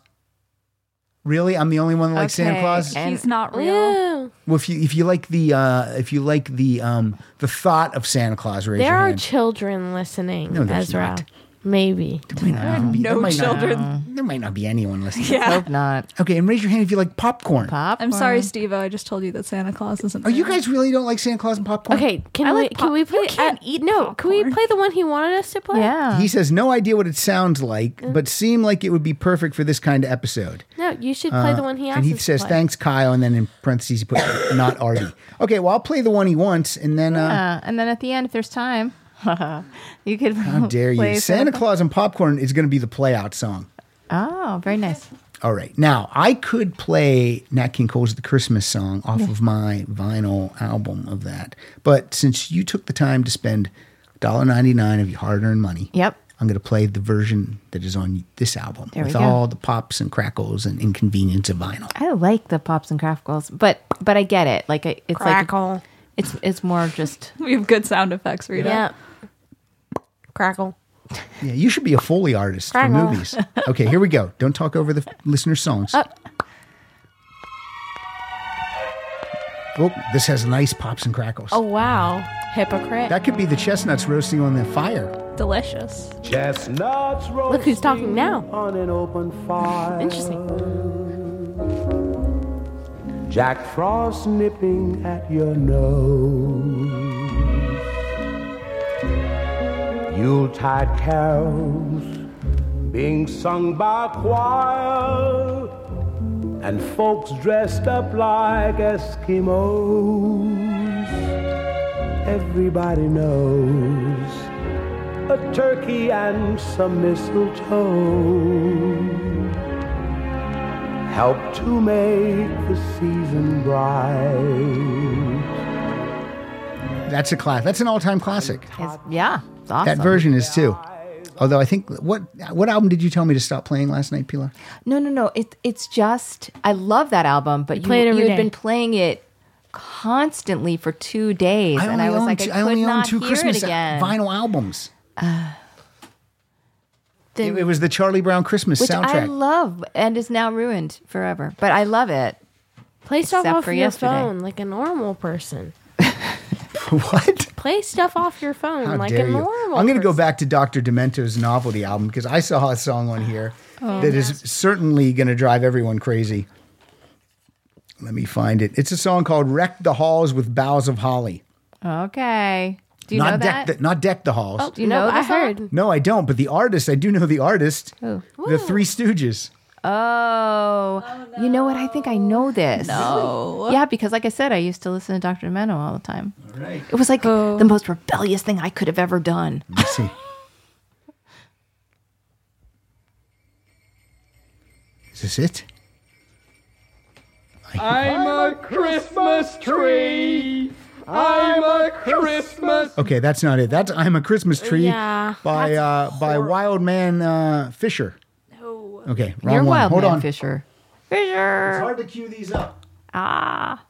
Speaker 2: Really? I'm the only one that likes Santa
Speaker 3: Okay,
Speaker 2: Claus?
Speaker 3: and-
Speaker 5: He's not real.
Speaker 4: Yeah.
Speaker 2: Well, if you if you like the uh, if you like the um, the thought of Santa Claus, raise
Speaker 4: There
Speaker 2: your
Speaker 4: are
Speaker 2: hand.
Speaker 4: children listening,
Speaker 2: No, there's
Speaker 4: Ezra.
Speaker 2: not.
Speaker 4: Maybe.
Speaker 2: Might not even be- there
Speaker 5: no
Speaker 2: might not-
Speaker 5: children.
Speaker 2: there might not be anyone listening.
Speaker 5: Yeah.
Speaker 3: Hope not.
Speaker 2: Okay, and raise your hand if you like popcorn.
Speaker 3: Pop.
Speaker 5: I'm sorry, Steve-O. I just told you that Santa Claus isn't.
Speaker 2: Are you
Speaker 5: real.
Speaker 2: guys really don't like Santa Claus and popcorn?
Speaker 4: Okay, can
Speaker 5: I
Speaker 4: we
Speaker 5: like pop-
Speaker 4: can we
Speaker 5: You
Speaker 4: play
Speaker 5: can't
Speaker 4: uh,
Speaker 5: eat
Speaker 4: No, can we
Speaker 5: popcorn.
Speaker 4: play the one he wanted us to play?
Speaker 3: Yeah.
Speaker 2: He says no idea what it sounds like, but seemed like it would be perfect for this kind of episode.
Speaker 4: No, you should play the one he
Speaker 2: Uh,
Speaker 4: asked
Speaker 2: and he
Speaker 4: us to
Speaker 2: says
Speaker 4: play.
Speaker 2: thanks, Kyle, and then in parentheses he put not Artie. Okay, well I'll play the one he wants, and then uh,
Speaker 3: Uh, and then at the end, if there's time, you could.
Speaker 2: how dare you?
Speaker 3: play
Speaker 2: Santa Claus and popcorn is going to be the playout song.
Speaker 3: Oh, very nice.
Speaker 2: All right. Now, I could play Nat King Cole's The Christmas Song off of my vinyl album of that. But since you took the time to spend $1.99 of your hard earned money,
Speaker 3: Yep.
Speaker 2: I'm going to play the version that is on this album
Speaker 3: There we
Speaker 2: with
Speaker 3: go.
Speaker 2: all the pops and crackles and inconvenience of vinyl.
Speaker 3: I like the pops and crackles, but but I get it. Like I- it's
Speaker 4: Crackle.
Speaker 3: like it's it's more just
Speaker 5: We have good sound effects, Rita.
Speaker 4: yeah. Crackle.
Speaker 2: Yeah, you should be a Foley artist
Speaker 4: Crackle.
Speaker 2: for movies. Okay, here we go. Don't talk over the f- listener's songs. Oh, this has nice pops and crackles.
Speaker 4: Oh wow. Hypocrite.
Speaker 2: That could be the chestnuts roasting on the fire.
Speaker 5: Delicious.
Speaker 6: Chestnuts roasting
Speaker 4: Look who's talking now.
Speaker 6: on an open fire.
Speaker 4: Interesting.
Speaker 6: Jack Frost nipping at your nose. Yuletide carols being sung by choir and folks dressed up like Eskimos. Everybody knows a turkey and some mistletoe help to make the season bright.
Speaker 2: That's a class. That's an all-time classic.
Speaker 3: it's, yeah. It's awesome.
Speaker 2: That version is too. Although I think what what album did you tell me to stop playing last night, Pilar?
Speaker 3: No, no, no. It, it's just I love that album, but you,
Speaker 4: play it every
Speaker 3: you
Speaker 4: day.
Speaker 3: had been playing it constantly for two days, and I was
Speaker 2: own
Speaker 3: like,
Speaker 2: two,
Speaker 3: I could
Speaker 2: only own
Speaker 3: not
Speaker 2: two
Speaker 3: hear
Speaker 2: Christmas
Speaker 3: it again.
Speaker 2: vinyl albums.
Speaker 4: Then-
Speaker 2: it, it was the Charlie Brown Christmas
Speaker 3: which I
Speaker 2: soundtrack.
Speaker 3: love and is now ruined forever. But I love it.
Speaker 4: Play stuff
Speaker 3: Except
Speaker 4: off
Speaker 3: for
Speaker 4: your
Speaker 3: yesterday.
Speaker 4: phone like a normal person.
Speaker 2: what?
Speaker 4: Play stuff off your phone
Speaker 2: How
Speaker 4: like
Speaker 2: dare
Speaker 4: a
Speaker 2: you?
Speaker 4: normal
Speaker 2: I'm going to go
Speaker 4: person.
Speaker 2: back to Dr. Demento's novelty album because I saw a song on here
Speaker 3: Oh.
Speaker 2: that is certainly going to drive everyone crazy. Let me find it. It's a song called "Wreck the Halls with Boughs of Holly."
Speaker 3: Okay. Do you
Speaker 2: not
Speaker 3: know
Speaker 2: deck
Speaker 3: that? Oh.
Speaker 2: The, not deck the halls.
Speaker 3: Do you
Speaker 4: no,
Speaker 3: know the
Speaker 4: I
Speaker 3: song?
Speaker 4: heard.
Speaker 2: No, I don't. But the artist, I do know the artist. The Three Stooges.
Speaker 3: Oh, you know what? I think I know this. No. Yeah, because like I said, I used to listen to Dr. Demento all the time.
Speaker 2: Right.
Speaker 3: It was like the most rebellious thing I could have ever done.
Speaker 2: Let's see. Is this it?
Speaker 10: I'm a Christmas tree. I'm a Christmas.
Speaker 2: Okay, that's not it. That's "I'm a Christmas Tree"
Speaker 10: Yeah,
Speaker 2: by uh, by Wildman uh, Fisher. No. Okay, wrong
Speaker 3: You're
Speaker 2: one.
Speaker 3: Wild
Speaker 2: Hold
Speaker 3: Man
Speaker 2: on.
Speaker 3: Fisher. Fisher.
Speaker 2: It's hard to cue these up.
Speaker 3: Ah.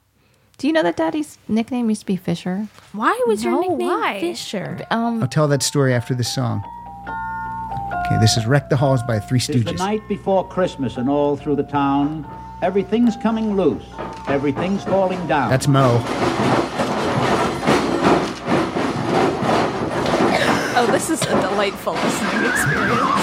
Speaker 3: Do you know that Daddy's nickname used to be Fisher?
Speaker 4: Why was your
Speaker 3: No,
Speaker 4: nickname
Speaker 3: why?
Speaker 4: Fisher?
Speaker 3: Um,
Speaker 2: I'll tell that story after this song. Okay, this is "Wreck the Halls" by Three
Speaker 11: Tis the
Speaker 2: Stooges.
Speaker 11: night before Christmas, and all through the town, everything's coming loose. Everything's falling down.
Speaker 2: That's Mo.
Speaker 5: Oh, this is a delightful listening experience.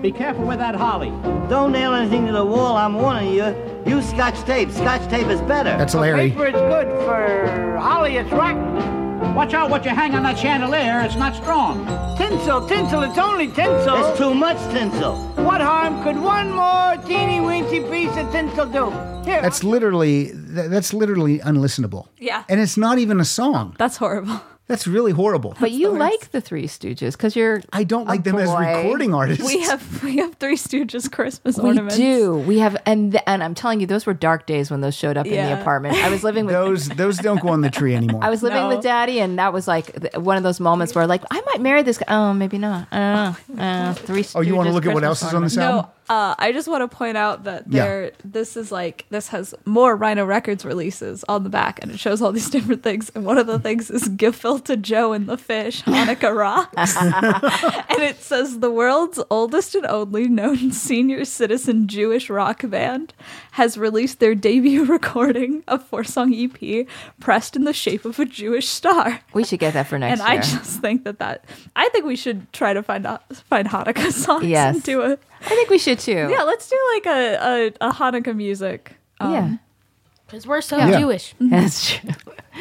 Speaker 11: Be careful with that holly.
Speaker 12: Don't nail anything to the wall, I'm warning you. Use scotch tape. Scotch tape is better.
Speaker 2: That's
Speaker 11: Oh,
Speaker 2: Larry.
Speaker 11: Paper is good for holly. It's rotten. Watch out what you hang on that chandelier. It's not strong.
Speaker 12: Tinsel, tinsel, it's only tinsel. It's too much tinsel. What harm could one more teeny weeny piece of tinsel do? Here.
Speaker 2: That's literally th- that's literally unlistenable.
Speaker 5: Yeah.
Speaker 2: And it's not even a song.
Speaker 5: That's horrible.
Speaker 2: That's really horrible.
Speaker 3: but you like the Three Stooges because you're.
Speaker 2: I don't like them as
Speaker 3: boy.
Speaker 2: recording artists.
Speaker 5: We have we have Three Stooges Christmas
Speaker 3: We
Speaker 5: ornaments.
Speaker 3: do. We have, and th- and I'm telling you, those were dark days when those showed up in
Speaker 5: Yeah.
Speaker 3: the apartment. I was living with.
Speaker 2: those those don't go on the tree anymore.
Speaker 3: I was living
Speaker 5: No.
Speaker 3: with Daddy, and that was like th- one of those moments where, like, I might marry this guy. Oh, maybe not. Uh, uh, three.
Speaker 2: Oh, you wanna
Speaker 3: Stooges
Speaker 2: look at what
Speaker 3: Christmas
Speaker 2: else is on this
Speaker 3: ornament.
Speaker 2: album?
Speaker 5: No, uh, I just want to point out that
Speaker 2: Yeah.
Speaker 5: there. This is like this has more Rhino Records releases on the back, and it shows all these different things. And one of the things is Gefilte Joe and the Fish, Hanukkah Rocks, and it says the world's oldest and only known senior citizen Jewish rock band has released their debut recording, a four-song EP, pressed in the shape of a Jewish star.
Speaker 3: We should get that for next
Speaker 5: and
Speaker 3: year.
Speaker 5: I just think that that I think we should try to find out find Hanukkah songs
Speaker 3: Yes.
Speaker 5: and do a
Speaker 3: I think we should too.
Speaker 5: yeah. Let's do like a a, a Hanukkah music. Um,
Speaker 3: Yeah.
Speaker 4: Because we're so
Speaker 2: Yeah.
Speaker 4: Jewish.
Speaker 3: That's true.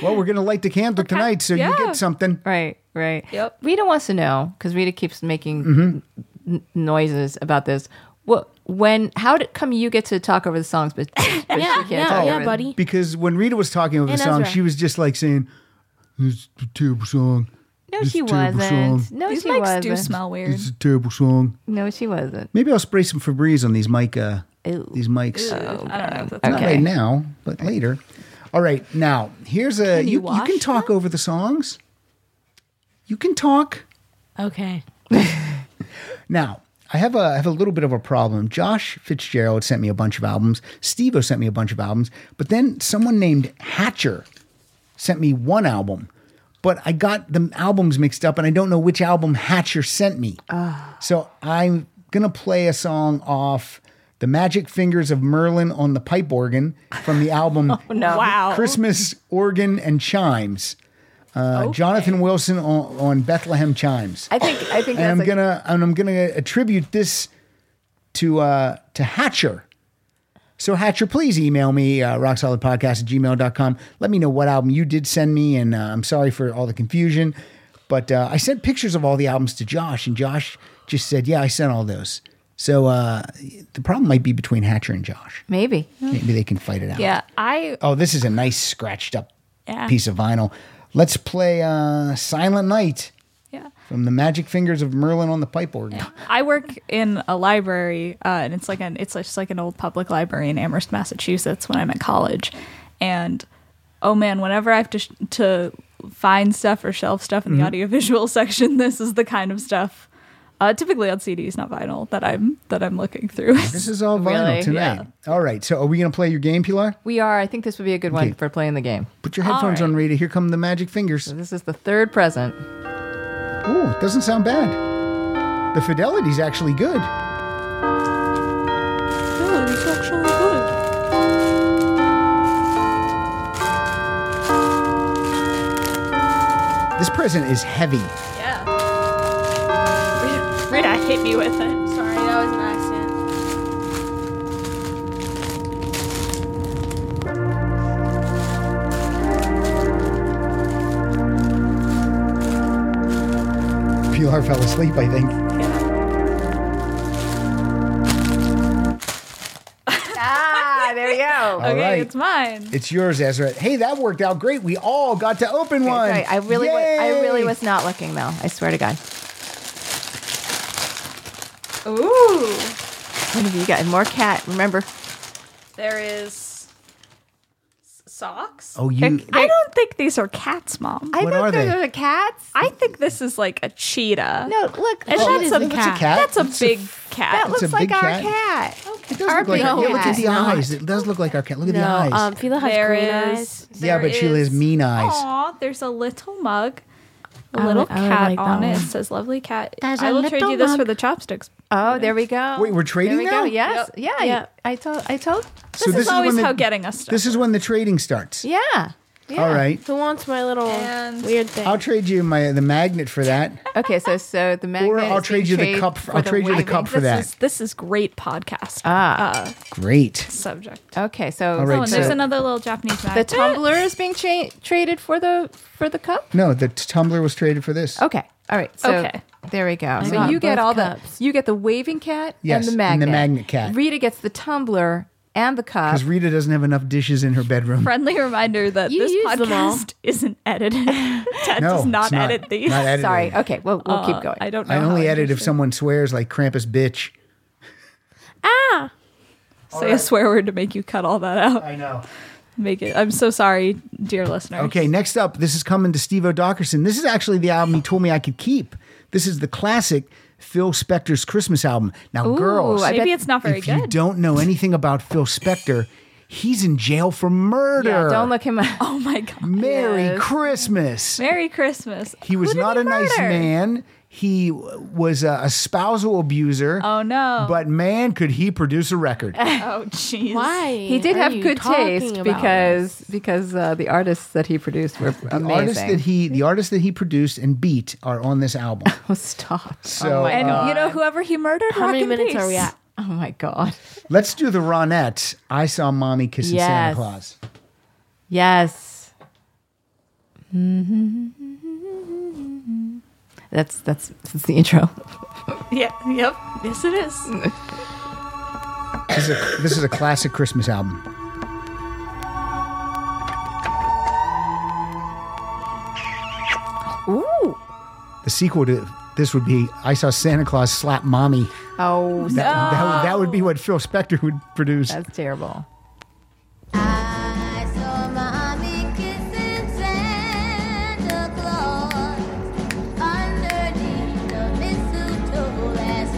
Speaker 2: well, we're gonna light the candle tonight, so you
Speaker 5: yeah.
Speaker 2: get something.
Speaker 3: Right, right.
Speaker 5: Yep.
Speaker 3: Rita wants to know because Rita keeps making
Speaker 2: Mm-hmm.
Speaker 3: n- noises about this. What? When? How did come you get to talk over the songs? But, but she
Speaker 4: Yeah,
Speaker 3: can't
Speaker 4: yeah,
Speaker 3: talk
Speaker 4: yeah,
Speaker 3: over them?
Speaker 4: buddy.
Speaker 2: Because when Rita was talking over the
Speaker 4: And
Speaker 2: song,
Speaker 4: Ezra.
Speaker 2: she was just like saying, "It's a terrible song.
Speaker 3: No,
Speaker 2: It's
Speaker 3: she
Speaker 2: a terrible
Speaker 3: wasn't.
Speaker 2: song.
Speaker 3: No,
Speaker 5: These
Speaker 3: she
Speaker 5: mics
Speaker 3: wasn't.
Speaker 5: do smell weird.
Speaker 2: It's a terrible song."
Speaker 3: No, she wasn't.
Speaker 2: Maybe I'll spray some Febreze on these mic uh,
Speaker 3: Ew.
Speaker 2: these mics.
Speaker 5: I don't know. If that's
Speaker 2: Not right now, but later. All right, now here's a
Speaker 4: you
Speaker 2: you, you
Speaker 4: wash
Speaker 2: can talk over the songs. You can talk.
Speaker 4: Okay.
Speaker 2: Now, I have a I have a little bit of a problem. Josh Fitzgerald sent me a bunch of albums. Steve O sent me a bunch of albums, but then someone named Hatcher sent me one album. But I got the albums mixed up and I don't know which album Hatcher sent me. So I'm gonna play a song off the Magic Fingers of Merlin on the pipe organ from the album
Speaker 3: No.
Speaker 5: Wow.
Speaker 2: Christmas Organ and Chimes. Uh, Jonathan Wilson on, on Bethlehem Chimes
Speaker 3: I think. I
Speaker 2: and
Speaker 3: think. That's
Speaker 2: I'm
Speaker 3: a-
Speaker 2: gonna and I'm gonna attribute this to uh, to Hatcher. So Hatcher, please email me uh, rocksolidpodcast at gmail.com. Let me know what album you did send me, and uh, I'm sorry for all the confusion. But uh, I sent pictures of all the albums to Josh, and Josh just said, "Yeah, I sent all those." So uh, the problem might be between Hatcher and Josh.
Speaker 3: maybe.
Speaker 2: Maybe they can fight it out.
Speaker 5: Yeah, I
Speaker 2: Oh, this is a nice scratched up
Speaker 5: Yeah.
Speaker 2: piece of vinyl. Let's play uh, "Silent Night"
Speaker 5: yeah.
Speaker 2: from the Magic Fingers of Merlin on the pipe organ.
Speaker 5: I work in a library, uh, and it's like an it's just like an old public library in Amherst, Massachusetts. When I'm at college, and oh man, whenever I have to sh- to find stuff or shelf stuff
Speaker 2: Mm-hmm.
Speaker 5: in the audiovisual section, this is the kind of stuff, uh, typically on CDs, not vinyl, that I'm that I'm looking through.
Speaker 2: This is all vinyl
Speaker 3: Really?
Speaker 2: tonight. All right. So are we going to play your game, Pilar?
Speaker 3: We are. I think this would be a good one
Speaker 2: Okay.
Speaker 3: for playing the game.
Speaker 2: Put your headphones on, Rita. Here come the magic fingers.
Speaker 3: This is the third present.
Speaker 2: Ooh, it doesn't sound bad. The fidelity's actually good. This present is heavy.
Speaker 5: Yeah. Rita, Rita hit me with it.
Speaker 4: Sorry, that was an accident.
Speaker 2: Pilar fell asleep, I think.
Speaker 3: Ah, there you go.
Speaker 2: All
Speaker 5: okay,
Speaker 2: right.
Speaker 5: it's mine.
Speaker 2: It's yours, Ezra. Hey, that worked out great. We all got to open one.
Speaker 3: I really, was, I really
Speaker 2: Yay!
Speaker 3: was not looking though. I swear to God.
Speaker 5: Ooh.
Speaker 3: One of you got more cat. Remember,
Speaker 5: There is s- socks.
Speaker 2: Oh, you-
Speaker 5: I don't think these are cats, mom.
Speaker 3: I What
Speaker 2: thought are those they? were
Speaker 5: the
Speaker 3: cats.
Speaker 5: I think this is like a cheetah.
Speaker 3: No, look,
Speaker 5: and
Speaker 3: oh,
Speaker 5: that's,
Speaker 3: that's
Speaker 5: a,
Speaker 3: a
Speaker 5: cat.
Speaker 2: cat.
Speaker 5: That's a big cat.
Speaker 3: that
Speaker 2: It's a
Speaker 3: looks like
Speaker 2: big
Speaker 3: our
Speaker 2: cat.
Speaker 3: cat.
Speaker 2: It does look like our, yeah, look at the eyes. It does look like our cat. Look at the eyes.
Speaker 4: um, Fila has
Speaker 5: There
Speaker 4: green
Speaker 5: is-
Speaker 4: eyes.
Speaker 2: yeah, but Sheila has mean eyes.
Speaker 5: Aw, there's a little mug, a
Speaker 4: I
Speaker 5: little
Speaker 4: would- I would
Speaker 5: cat
Speaker 4: like that
Speaker 5: on it. It
Speaker 4: one.
Speaker 5: says "Lovely cat."
Speaker 4: There's
Speaker 5: I
Speaker 4: a
Speaker 5: will trade
Speaker 4: little
Speaker 5: you this for
Speaker 4: mug.
Speaker 5: the chopsticks.
Speaker 3: Oh, there we go.
Speaker 2: Wait, we're
Speaker 3: There
Speaker 2: trading
Speaker 3: we
Speaker 2: now.
Speaker 3: go. Yes, yeah.
Speaker 5: Yeah.
Speaker 3: I told. I told.
Speaker 2: So this is
Speaker 5: always
Speaker 2: when the-
Speaker 5: how getting us stuff.
Speaker 2: This is when the trading starts.
Speaker 3: Yeah.
Speaker 2: All right.
Speaker 4: Who wants my little
Speaker 5: And-
Speaker 4: weird thing?
Speaker 2: I'll trade you my the magnet for that.
Speaker 3: Okay, so so the magnet.
Speaker 2: Or I'll
Speaker 3: is
Speaker 2: trade
Speaker 3: being
Speaker 2: you the
Speaker 3: traded
Speaker 2: cup-
Speaker 3: for
Speaker 2: I'll trade you the
Speaker 3: wine.
Speaker 2: cup for that.
Speaker 5: This is, this is great podcast
Speaker 3: Ah.
Speaker 5: uh,
Speaker 2: Great.
Speaker 5: subject.
Speaker 3: Okay, so
Speaker 2: All right,
Speaker 5: oh, and there's
Speaker 2: so-
Speaker 5: another little Japanese
Speaker 3: the
Speaker 5: magnet.
Speaker 3: tumbler is being cha- traded for the for the cup.
Speaker 2: No, the t- tumbler was traded for this.
Speaker 3: Okay, all right. So
Speaker 5: Okay.
Speaker 3: there we go. so
Speaker 4: got
Speaker 3: you get
Speaker 4: both
Speaker 3: all
Speaker 4: cups.
Speaker 3: the you get the waving cat
Speaker 2: Yes,
Speaker 3: and the
Speaker 2: and
Speaker 3: magnet.
Speaker 2: the magnet cat.
Speaker 3: Rita gets the tumbler and the cup.
Speaker 2: Because Rita doesn't have enough dishes in her bedroom.
Speaker 5: Friendly reminder that
Speaker 4: You
Speaker 5: this
Speaker 4: use them all.
Speaker 5: podcast isn't edited. Ted
Speaker 2: No,
Speaker 5: does not,
Speaker 2: it's not.
Speaker 5: edit these.
Speaker 2: Not edited.
Speaker 3: Sorry. Okay, well we'll keep going.
Speaker 5: Uh, I don't know.
Speaker 2: I
Speaker 5: how
Speaker 2: only
Speaker 5: I
Speaker 2: edit
Speaker 5: do
Speaker 2: if
Speaker 5: shit.
Speaker 2: someone swears like Krampus bitch.
Speaker 4: ah,
Speaker 5: say a swear word to make you cut all that out.
Speaker 2: I know.
Speaker 5: Make it. I'm so sorry, dear listener.
Speaker 2: Okay, next up, this is coming to Steve O'Dockerson. This is actually the album he told me I could keep. This is the classic Phil Spector's Christmas album. Now,
Speaker 3: Ooh,
Speaker 2: girls,
Speaker 3: I
Speaker 5: Maybe
Speaker 3: bet-
Speaker 5: it's not very
Speaker 2: if you
Speaker 5: good.
Speaker 2: don't know anything about Phil Spector, he's in jail for murder.
Speaker 3: Yeah, don't look him up.
Speaker 5: Oh my god.
Speaker 2: Merry
Speaker 3: Yes.
Speaker 2: Christmas.
Speaker 5: Merry Christmas.
Speaker 2: He was
Speaker 5: Who did
Speaker 2: not
Speaker 5: he
Speaker 2: a nice
Speaker 5: murder?
Speaker 2: man. He w- was a, a spousal abuser.
Speaker 5: Oh no.
Speaker 2: But man, could he produce a record.
Speaker 5: oh jeez.
Speaker 4: why?
Speaker 3: He did
Speaker 4: are
Speaker 3: have
Speaker 4: you
Speaker 3: good
Speaker 4: talking
Speaker 3: taste
Speaker 4: about
Speaker 3: because because uh, the artists that he produced were
Speaker 2: The artists
Speaker 3: amazing.
Speaker 2: that he the artists that he produced and beat are on this album.
Speaker 3: oh, stop!
Speaker 2: So
Speaker 5: And
Speaker 2: uh,
Speaker 5: you know whoever he murdered.
Speaker 4: How
Speaker 5: rock
Speaker 4: many
Speaker 5: in
Speaker 4: minutes
Speaker 5: peace.
Speaker 4: are we at?
Speaker 3: Oh my god!
Speaker 2: let's do the Ronettes. I saw mommy kissing Santa
Speaker 3: Yes.
Speaker 2: Claus.
Speaker 3: Yes. Mm-hmm. That's that's that's the intro.
Speaker 5: Yeah. Yep. Yes, it is.
Speaker 2: This is a, this is a classic Christmas album.
Speaker 3: Ooh!
Speaker 2: The sequel to this would be I saw Santa Claus slap mommy.
Speaker 3: Oh,
Speaker 2: That, that, would- that would be what Phil Spector would produce.
Speaker 3: that's terrible.
Speaker 9: I saw mommy kissing Santa Claus underneath the mistletoe last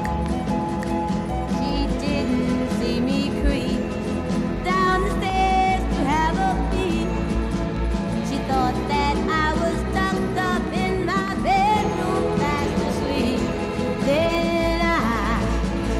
Speaker 9: night. She didn't see me creep down the stairs to have a peek. She thought that I was tucked up in my bedroom fast asleep. Then I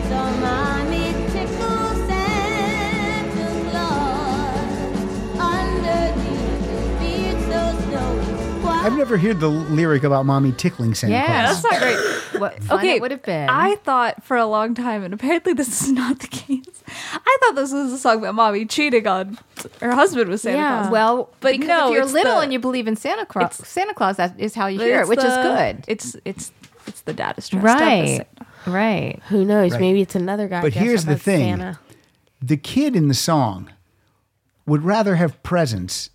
Speaker 9: saw mommy tickle Santa Claus underneath his beard so snowy. Why-
Speaker 2: I've never heard the lyric about mommy tickling Santa
Speaker 3: Yeah,
Speaker 2: Claus.
Speaker 5: That's not great.
Speaker 3: What fun
Speaker 5: Okay,
Speaker 3: it would have been.
Speaker 5: I thought for a long time, and apparently this is not the case. I thought this was a song about mommy cheating on her husband with Santa
Speaker 4: Yeah.
Speaker 5: Claus.
Speaker 3: well,
Speaker 5: But
Speaker 3: because
Speaker 5: no,
Speaker 3: if you're
Speaker 5: it's
Speaker 3: little
Speaker 5: the-
Speaker 3: and you believe in Santa Claus,
Speaker 5: it's-
Speaker 3: Santa Claus that is how you
Speaker 5: But
Speaker 3: hear it,
Speaker 5: it's
Speaker 3: which is
Speaker 5: the-
Speaker 3: good.
Speaker 5: It's it's it's the dad is dressed
Speaker 3: right,
Speaker 5: Up
Speaker 3: right.
Speaker 4: Who knows?
Speaker 2: Right.
Speaker 4: Maybe it's another guy.
Speaker 2: But
Speaker 4: dressed
Speaker 2: here's
Speaker 4: up
Speaker 2: the
Speaker 4: as
Speaker 2: thing.
Speaker 4: Santa.
Speaker 2: the kid in the song would rather have presents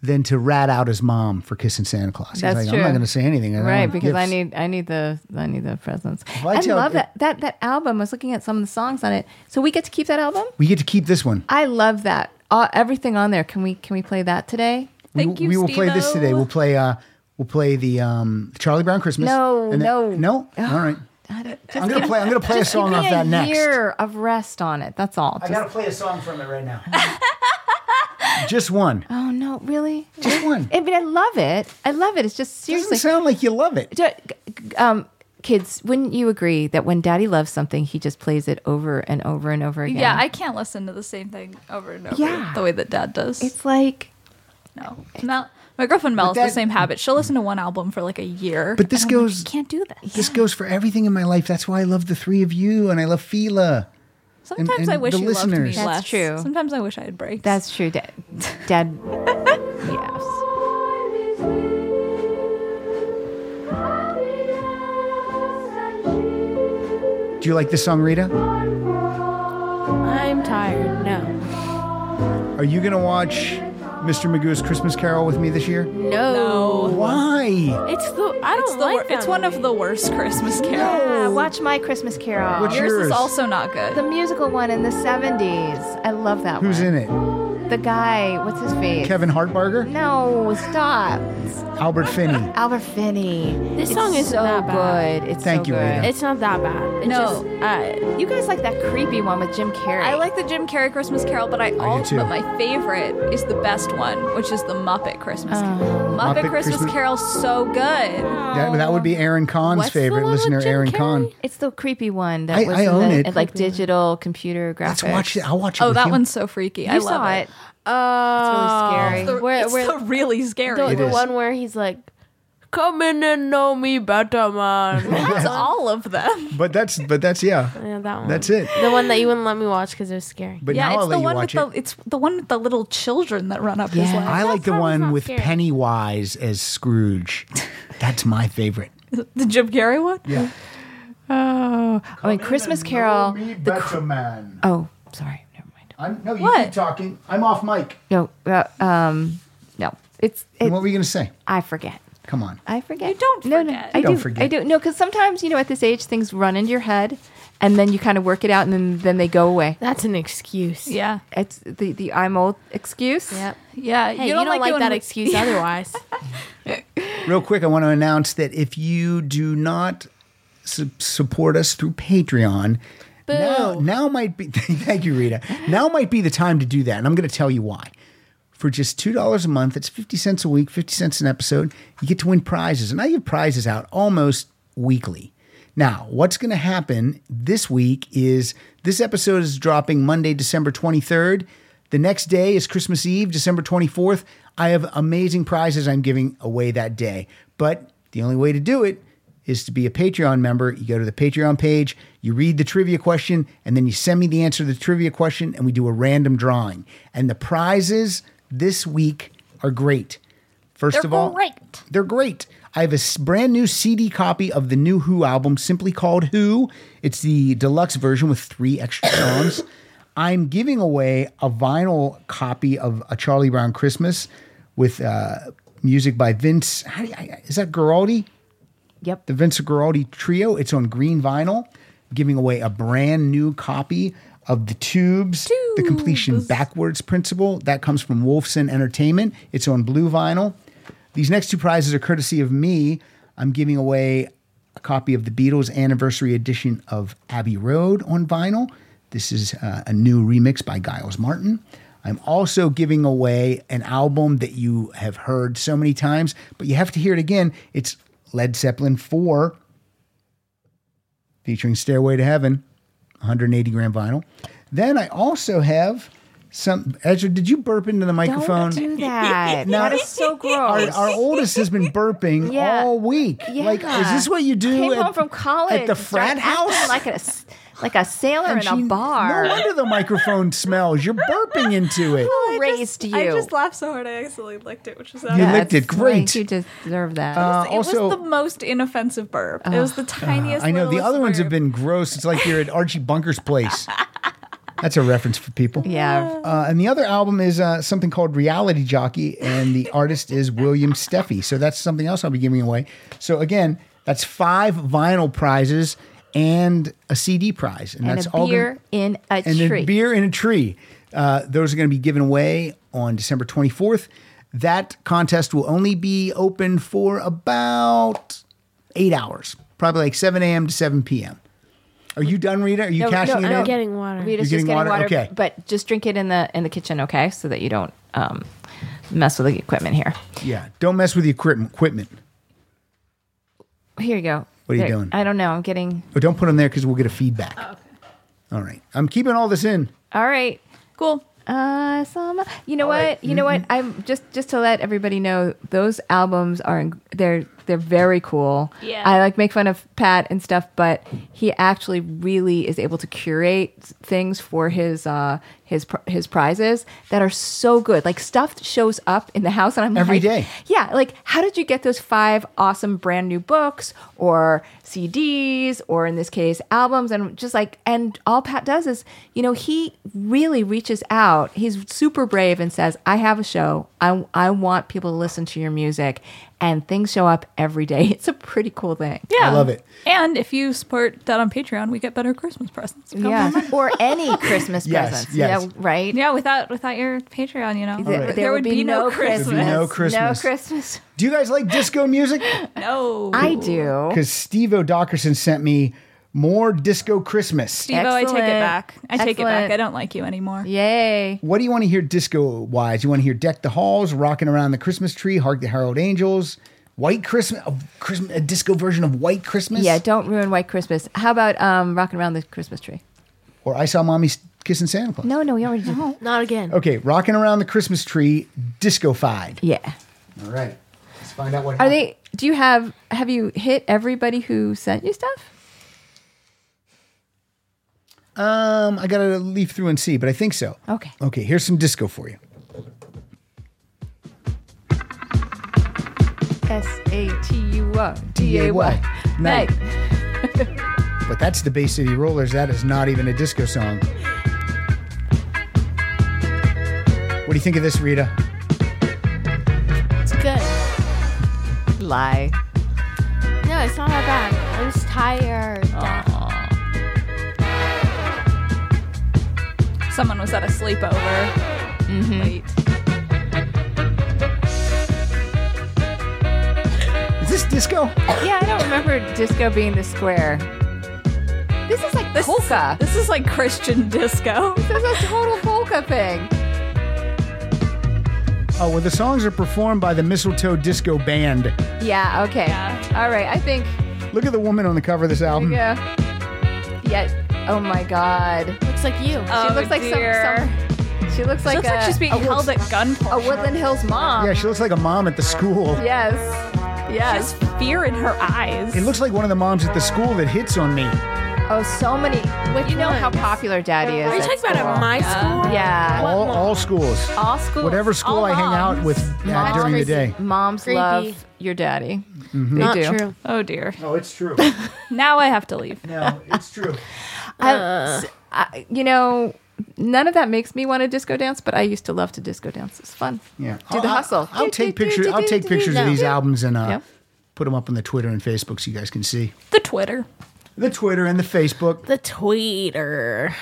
Speaker 2: than to rat out his mom for kissing Santa Claus. He's
Speaker 3: That's
Speaker 2: like, I'm
Speaker 3: true.
Speaker 2: not going to say anything. I don't
Speaker 3: Right,
Speaker 2: want
Speaker 3: because I
Speaker 2: gifts."
Speaker 3: need I need the I need the presents.
Speaker 2: I
Speaker 3: I,
Speaker 2: tell-
Speaker 3: love that that that album. I was looking at some of the songs on it. So we get to keep that album.
Speaker 2: We get to keep this one.
Speaker 3: I love that. Uh, everything on there. Can we can we play that today?
Speaker 2: We-
Speaker 5: Thank
Speaker 2: we,
Speaker 5: you,
Speaker 2: will play this today.
Speaker 5: Steve-O.
Speaker 2: We'll play. Uh, we'll play the um, Charlie Brown Christmas.
Speaker 3: No,
Speaker 2: And then-
Speaker 3: no.
Speaker 2: no. All right. I'm gonna play. I'm gonna play a song
Speaker 3: Give
Speaker 2: off
Speaker 3: me
Speaker 2: that
Speaker 3: a
Speaker 2: next.
Speaker 3: year of rest on it. That's all.
Speaker 2: I
Speaker 3: Just-
Speaker 2: gotta play a song from it right now. Just one.
Speaker 3: oh no, really?
Speaker 2: Just one.
Speaker 3: I mean, I love it. I love it. It's just
Speaker 2: Doesn't
Speaker 3: seriously.
Speaker 2: sound like you love it.
Speaker 3: Do- g- g- um, kids, wouldn't you agree that when Daddy loves something, he just plays it over and over and over again?
Speaker 5: Yeah, I can't listen to the same thing over and over
Speaker 3: Yeah.
Speaker 5: the way that dad does.
Speaker 3: it's like
Speaker 5: no. Mel, my girlfriend Mel
Speaker 2: But
Speaker 5: has
Speaker 2: that-
Speaker 5: the same habit. She'll listen to one album for like a year.
Speaker 2: But this
Speaker 5: and I'm like,
Speaker 2: goes-
Speaker 5: "You can't do that.
Speaker 2: This goes for everything in my life. That's why I love the three of you, and I love Fila.
Speaker 5: Sometimes
Speaker 2: and
Speaker 5: I wish
Speaker 2: the
Speaker 5: you loved me
Speaker 2: listeners.
Speaker 5: less.
Speaker 3: That's true.
Speaker 5: Sometimes I wish I had breaks.
Speaker 3: That's true. Dad, dad yes.
Speaker 2: Do you like this song, Rita?
Speaker 4: I'm tired. No.
Speaker 2: Are you gonna watch Mr. Magoo's Christmas Carol with me this year?
Speaker 4: No.
Speaker 2: Why?
Speaker 4: It's the I don't
Speaker 5: It's the
Speaker 4: like
Speaker 5: wor- it's one of the worst Christmas carols.
Speaker 3: Yeah, watch my Christmas Carol.
Speaker 2: What's Yours is yours? also
Speaker 5: not good.
Speaker 3: The musical one in the '70s. I love that
Speaker 2: Who's
Speaker 3: one.
Speaker 2: in it?
Speaker 3: The guy. What's his face?
Speaker 2: Kevin Hartbarger?
Speaker 3: No, stop.
Speaker 2: Albert Finney.
Speaker 3: Albert Finney.
Speaker 4: This
Speaker 3: It's
Speaker 4: song isn't
Speaker 3: so
Speaker 4: that bad.
Speaker 3: good. It's
Speaker 2: Thank
Speaker 3: so
Speaker 2: you,
Speaker 3: good.
Speaker 2: Ada.
Speaker 4: It's not that bad. It's
Speaker 5: No.
Speaker 4: just, uh,
Speaker 3: You guys like that creepy one with Jim Carrey?
Speaker 5: I like the Jim Carrey Christmas Carol, but I also
Speaker 2: too.
Speaker 5: but my favorite is the best one, which is the Muppet Christmas Carol. Muppet,
Speaker 2: Muppet
Speaker 5: Christmas,
Speaker 2: Christmas-
Speaker 5: Carol, so good.
Speaker 2: That, that would be Aaron Kahn's
Speaker 4: What's the
Speaker 2: favorite
Speaker 4: one with
Speaker 2: listener,
Speaker 4: Jim
Speaker 2: Aaron
Speaker 4: Carrey?
Speaker 2: Kahn.
Speaker 3: It's the creepy one that
Speaker 2: I-
Speaker 3: was
Speaker 2: I
Speaker 3: in
Speaker 2: own
Speaker 3: the,
Speaker 2: it.
Speaker 3: in, like digital computer graphics.
Speaker 2: Let's watch it. I'll watch it
Speaker 5: Oh,
Speaker 2: with
Speaker 5: that
Speaker 2: you.
Speaker 5: one's so freaky.
Speaker 3: You
Speaker 5: I love
Speaker 3: saw it.
Speaker 4: oh,
Speaker 3: It's really
Speaker 5: The-
Speaker 3: scary.
Speaker 4: Where-
Speaker 5: it's
Speaker 4: where-
Speaker 5: the really scary.
Speaker 4: the,
Speaker 2: It
Speaker 4: the
Speaker 2: is.
Speaker 4: one where he's like, "Come in and know me better, man."
Speaker 5: That's all of them.
Speaker 2: But that's, but that's, yeah.
Speaker 4: yeah, that one.
Speaker 2: That's it.
Speaker 4: The one that you wouldn't let me watch because it was scary.
Speaker 2: But
Speaker 5: yeah,
Speaker 2: now
Speaker 5: it's
Speaker 2: I'll
Speaker 5: the
Speaker 2: let you
Speaker 5: one with
Speaker 2: watch
Speaker 5: the
Speaker 2: it.
Speaker 5: it's the one with the little children that run up his
Speaker 3: Yeah.
Speaker 5: leg.
Speaker 2: I like the
Speaker 4: probably
Speaker 2: one
Speaker 4: not
Speaker 2: with
Speaker 4: scary.
Speaker 2: Pennywise as Scrooge. That's my favorite.
Speaker 5: The Jim Carrey one?
Speaker 2: Yeah.
Speaker 3: Oh, I mean Christmas Carol.
Speaker 2: man.
Speaker 3: Oh, sorry, never mind.
Speaker 2: I'm, no, you
Speaker 5: What? keep
Speaker 2: talking. I'm off mic.
Speaker 3: No, uh, um, no. It's it,
Speaker 2: what were you going to say?
Speaker 3: I forget.
Speaker 2: Come on.
Speaker 3: I forget. You
Speaker 5: don't
Speaker 3: No, no,
Speaker 5: forget.
Speaker 3: I
Speaker 2: You don't
Speaker 3: do.
Speaker 2: forget.
Speaker 3: I do. No, because sometimes you know at this age things run into your head, and then you kind of work it out, and then then they go away.
Speaker 4: That's an excuse.
Speaker 5: Yeah.
Speaker 3: It's the the I'm old excuse.
Speaker 4: Yep.
Speaker 5: Yeah.
Speaker 4: Hey, you don't, like,
Speaker 5: doing
Speaker 4: that
Speaker 5: re-
Speaker 4: excuse otherwise.
Speaker 2: Real quick, I want to announce that if you do not su- support us through Patreon, now, now might be thank you, Rita. Now might be the time to do that, and I'm going to tell you why. For just two dollars a month, it's fifty cents a week, fifty cents an episode. You get to win prizes, and I give prizes out almost weekly. Now, what's going to happen this week is this episode is dropping Monday, December 23rd. The next day is Christmas Eve, December 24th. I have amazing prizes I'm giving away that day. But the only way to do it is to be a Patreon member. You go to the Patreon page, you read the trivia question, and then you send me the answer to the trivia question, and we do a random drawing. And the prizes this week are great. 1st
Speaker 5: They're
Speaker 2: of all,
Speaker 5: great.
Speaker 2: they're great. I have a s- brand new CD copy of the new Who album, simply called Who. It's the deluxe version with three extra songs. I'm giving away a vinyl copy of A Charlie Brown Christmas with uh, music by Vince. How do you, I- is that Giraldi?
Speaker 3: Yep.
Speaker 2: the Vince Guaraldi Trio. It's on green vinyl, giving away a brand new copy of The Tubes, The Completion Backwards Principle. That comes from Wolfson Entertainment. It's on blue vinyl. These next two prizes are courtesy of me. I'm giving away a copy of the Beatles anniversary edition of Abbey Road on vinyl. This is uh, a new remix by Giles Martin. I'm also giving away an album that you have heard so many times, but you have to hear it again. It's Led Zeppelin 4 featuring Stairway to Heaven, 180 gram vinyl. Then I also have some. Ezra, did you burp into the
Speaker 3: Don't
Speaker 2: microphone?
Speaker 3: do that.
Speaker 2: Now-
Speaker 3: that is so
Speaker 2: our,
Speaker 3: gross.
Speaker 2: our oldest has been burping
Speaker 3: Yeah.
Speaker 2: all week.
Speaker 3: Yeah.
Speaker 2: Like, is this what you do?
Speaker 3: Came
Speaker 2: at-
Speaker 3: home from college
Speaker 2: at the
Speaker 3: and started
Speaker 2: frat
Speaker 3: acting
Speaker 2: house.
Speaker 3: like a s- like a sailor
Speaker 2: And
Speaker 3: in
Speaker 2: she-
Speaker 3: a bar.
Speaker 2: No wonder the microphone smells. You're burping into it.
Speaker 3: Who raised you?
Speaker 5: I just laughed so hard I accidentally licked it, which was
Speaker 2: You
Speaker 5: out.
Speaker 2: licked it.
Speaker 3: That's
Speaker 2: Great.
Speaker 3: like, You deserve that.
Speaker 2: Uh,
Speaker 5: It
Speaker 2: also,
Speaker 5: was the most inoffensive burp. it was the tiniest.
Speaker 2: I know the
Speaker 5: littlest
Speaker 2: other ones have
Speaker 5: burp.
Speaker 2: been gross. It's like you're at Archie Bunker's place. That's a reference for people.
Speaker 3: yeah.
Speaker 2: Uh, and the other album is uh, something called Reality Jockey, and the artist is William Steffi. So that's something else I'll be giving away. So again, that's five vinyl prizes and a CD prize, and,
Speaker 3: and
Speaker 2: that's
Speaker 3: a
Speaker 2: all. gonna-
Speaker 3: beer in a
Speaker 2: and
Speaker 3: tree.
Speaker 2: a beer in a tree. Uh, those are going to be given away on December 24th. That contest will only be open for about eight hours, probably like 7 a.m. to 7 p.m. Are you done, Rita? Are you
Speaker 3: No,
Speaker 2: cashing
Speaker 3: no,
Speaker 2: it
Speaker 4: Oh, I'm
Speaker 2: in?
Speaker 4: getting water.
Speaker 3: Rita's just
Speaker 2: You're getting
Speaker 3: getting
Speaker 2: water?
Speaker 3: water,
Speaker 2: Okay.
Speaker 3: but just drink it in the in the kitchen, okay? So that you don't um, mess with the equipment here.
Speaker 2: Yeah, don't mess with the equipment. equipment.
Speaker 3: Here you go.
Speaker 2: What are you
Speaker 3: There-
Speaker 2: doing?
Speaker 3: I don't know. I'm getting
Speaker 2: But Oh, don't put them there because we'll get a feedback.
Speaker 3: Oh,
Speaker 2: All right, I'm keeping all this in.
Speaker 3: all right.
Speaker 5: cool.
Speaker 3: Uh, some,
Speaker 2: Mm-hmm.
Speaker 3: you know what? You know what? I'm just just to let everybody know those albums are in- they're They're very cool.
Speaker 5: Yeah.
Speaker 3: I like make fun of Pat and stuff, but he actually really is able to curate things for his uh his pr- his prizes that are so good. Like stuff shows up in the house, and I'm
Speaker 2: Every
Speaker 3: like,
Speaker 2: day.
Speaker 3: Yeah, like how did you get those five awesome brand new books or CDs or in this case albums and just like and all Pat does is, you know, he really reaches out. He's super brave and says, "I have a show. I I want people to listen to your music." And things show up every day. It's a pretty cool thing.
Speaker 5: Yeah.
Speaker 2: I love it.
Speaker 5: And if you support that on Patreon, we get better Christmas presents.
Speaker 3: Yeah. or any Christmas
Speaker 2: Yes,
Speaker 3: presents.
Speaker 2: yes.
Speaker 3: Yeah, right?
Speaker 5: Yeah, without without your Patreon, you know,
Speaker 3: There, there would be, no Christmas.
Speaker 2: There'd be no Christmas.
Speaker 3: No Christmas.
Speaker 2: Do you guys like disco music?
Speaker 5: No.
Speaker 3: I do.
Speaker 2: Because Steve O'Dockerson sent me more disco Christmas.
Speaker 5: Steve-O, I take it
Speaker 3: Excellent.
Speaker 5: back. I take it back.
Speaker 3: Excellent.
Speaker 5: I don't like you anymore.
Speaker 3: Yay.
Speaker 2: What do you want to hear disco wise? You want to hear Deck the Halls, Rocking Around the Christmas Tree, Hark the Herald Angels, White Christmas, a, Christmas, a disco version of White Christmas?
Speaker 3: Yeah, don't ruin White Christmas. How about um, rocking around the Christmas tree?
Speaker 2: Or I Saw Mommy Kissing Santa Claus.
Speaker 3: No, no, we already did.
Speaker 4: Not again.
Speaker 2: Okay, Rocking Around the Christmas Tree, disco-fied.
Speaker 3: Yeah.
Speaker 2: All right. Let's find out what
Speaker 3: Are
Speaker 2: happened.
Speaker 3: they? Do you have? Have you hit everybody who sent you stuff?
Speaker 2: Um, I gotta leaf through and see, but I think so.
Speaker 3: Oh, Okay.
Speaker 2: Okay, here's some disco for you.
Speaker 3: S A T U R D A Y.
Speaker 2: Night. But that's the Bay City Rollers. That is not even a disco song. What do you think of this, Rita?
Speaker 4: It's good.
Speaker 3: Lie.
Speaker 4: No, it's not that bad. I'm just tired.
Speaker 5: Someone was at a sleepover late.
Speaker 2: Is this disco?
Speaker 3: Yeah, I don't remember disco being the square. This is like polka.
Speaker 5: This is like Christian disco.
Speaker 3: This is a total polka thing.
Speaker 2: Oh, well, the songs are performed by the Mistletoe Disco Band.
Speaker 3: Yeah. Okay. All right. I think.
Speaker 2: Look at the woman on the cover of this album.
Speaker 3: Yeah. Yeah. Oh my God.
Speaker 4: Looks like you.
Speaker 3: she looks like some, some. Oh She looks
Speaker 5: She
Speaker 3: like
Speaker 5: looks
Speaker 3: a,
Speaker 5: like she's being
Speaker 3: a,
Speaker 5: held
Speaker 3: Woods-
Speaker 5: at gunpoint.
Speaker 3: a Woodland Hills mom.
Speaker 2: Yeah, she looks like a mom at the school.
Speaker 3: Yes.
Speaker 5: She
Speaker 3: Yes.
Speaker 5: has fear in her eyes.
Speaker 2: It looks like one of the moms at the school that hits on me.
Speaker 3: Oh, so many.
Speaker 4: Which
Speaker 3: you know how
Speaker 4: ones?
Speaker 3: popular daddy is.
Speaker 4: Are you
Speaker 3: at
Speaker 4: talking about
Speaker 3: school.
Speaker 4: at my school?
Speaker 3: Yeah.
Speaker 2: All, all schools.
Speaker 3: All schools.
Speaker 2: Whatever school
Speaker 3: all
Speaker 2: I hang out
Speaker 3: moms.
Speaker 2: with uh,
Speaker 4: Moms.
Speaker 2: during the day. Mm-hmm.
Speaker 3: Moms
Speaker 4: Creepy.
Speaker 3: love your daddy. They
Speaker 4: Not
Speaker 3: do.
Speaker 4: true.
Speaker 5: oh dear.
Speaker 2: No, it's true.
Speaker 5: Now I have to leave.
Speaker 2: No, it's true.
Speaker 3: I- s- I- you know, none of that makes me want to disco dance, but I used to love to disco dance. It's fun.
Speaker 2: Yeah.
Speaker 3: Do the
Speaker 2: I'll-
Speaker 3: hustle.
Speaker 2: I'll, I'll
Speaker 3: Do,
Speaker 2: take
Speaker 3: do, do,
Speaker 2: pictures.
Speaker 3: do,
Speaker 2: I'll
Speaker 3: do,
Speaker 2: take
Speaker 3: do, do,
Speaker 2: pictures of
Speaker 3: do.
Speaker 2: these albums and uh,
Speaker 3: Yep.
Speaker 2: put them up on the Twitter and Facebook so you guys can see
Speaker 5: The Twitter.
Speaker 2: the Twitter and the Facebook.
Speaker 4: The tweeter.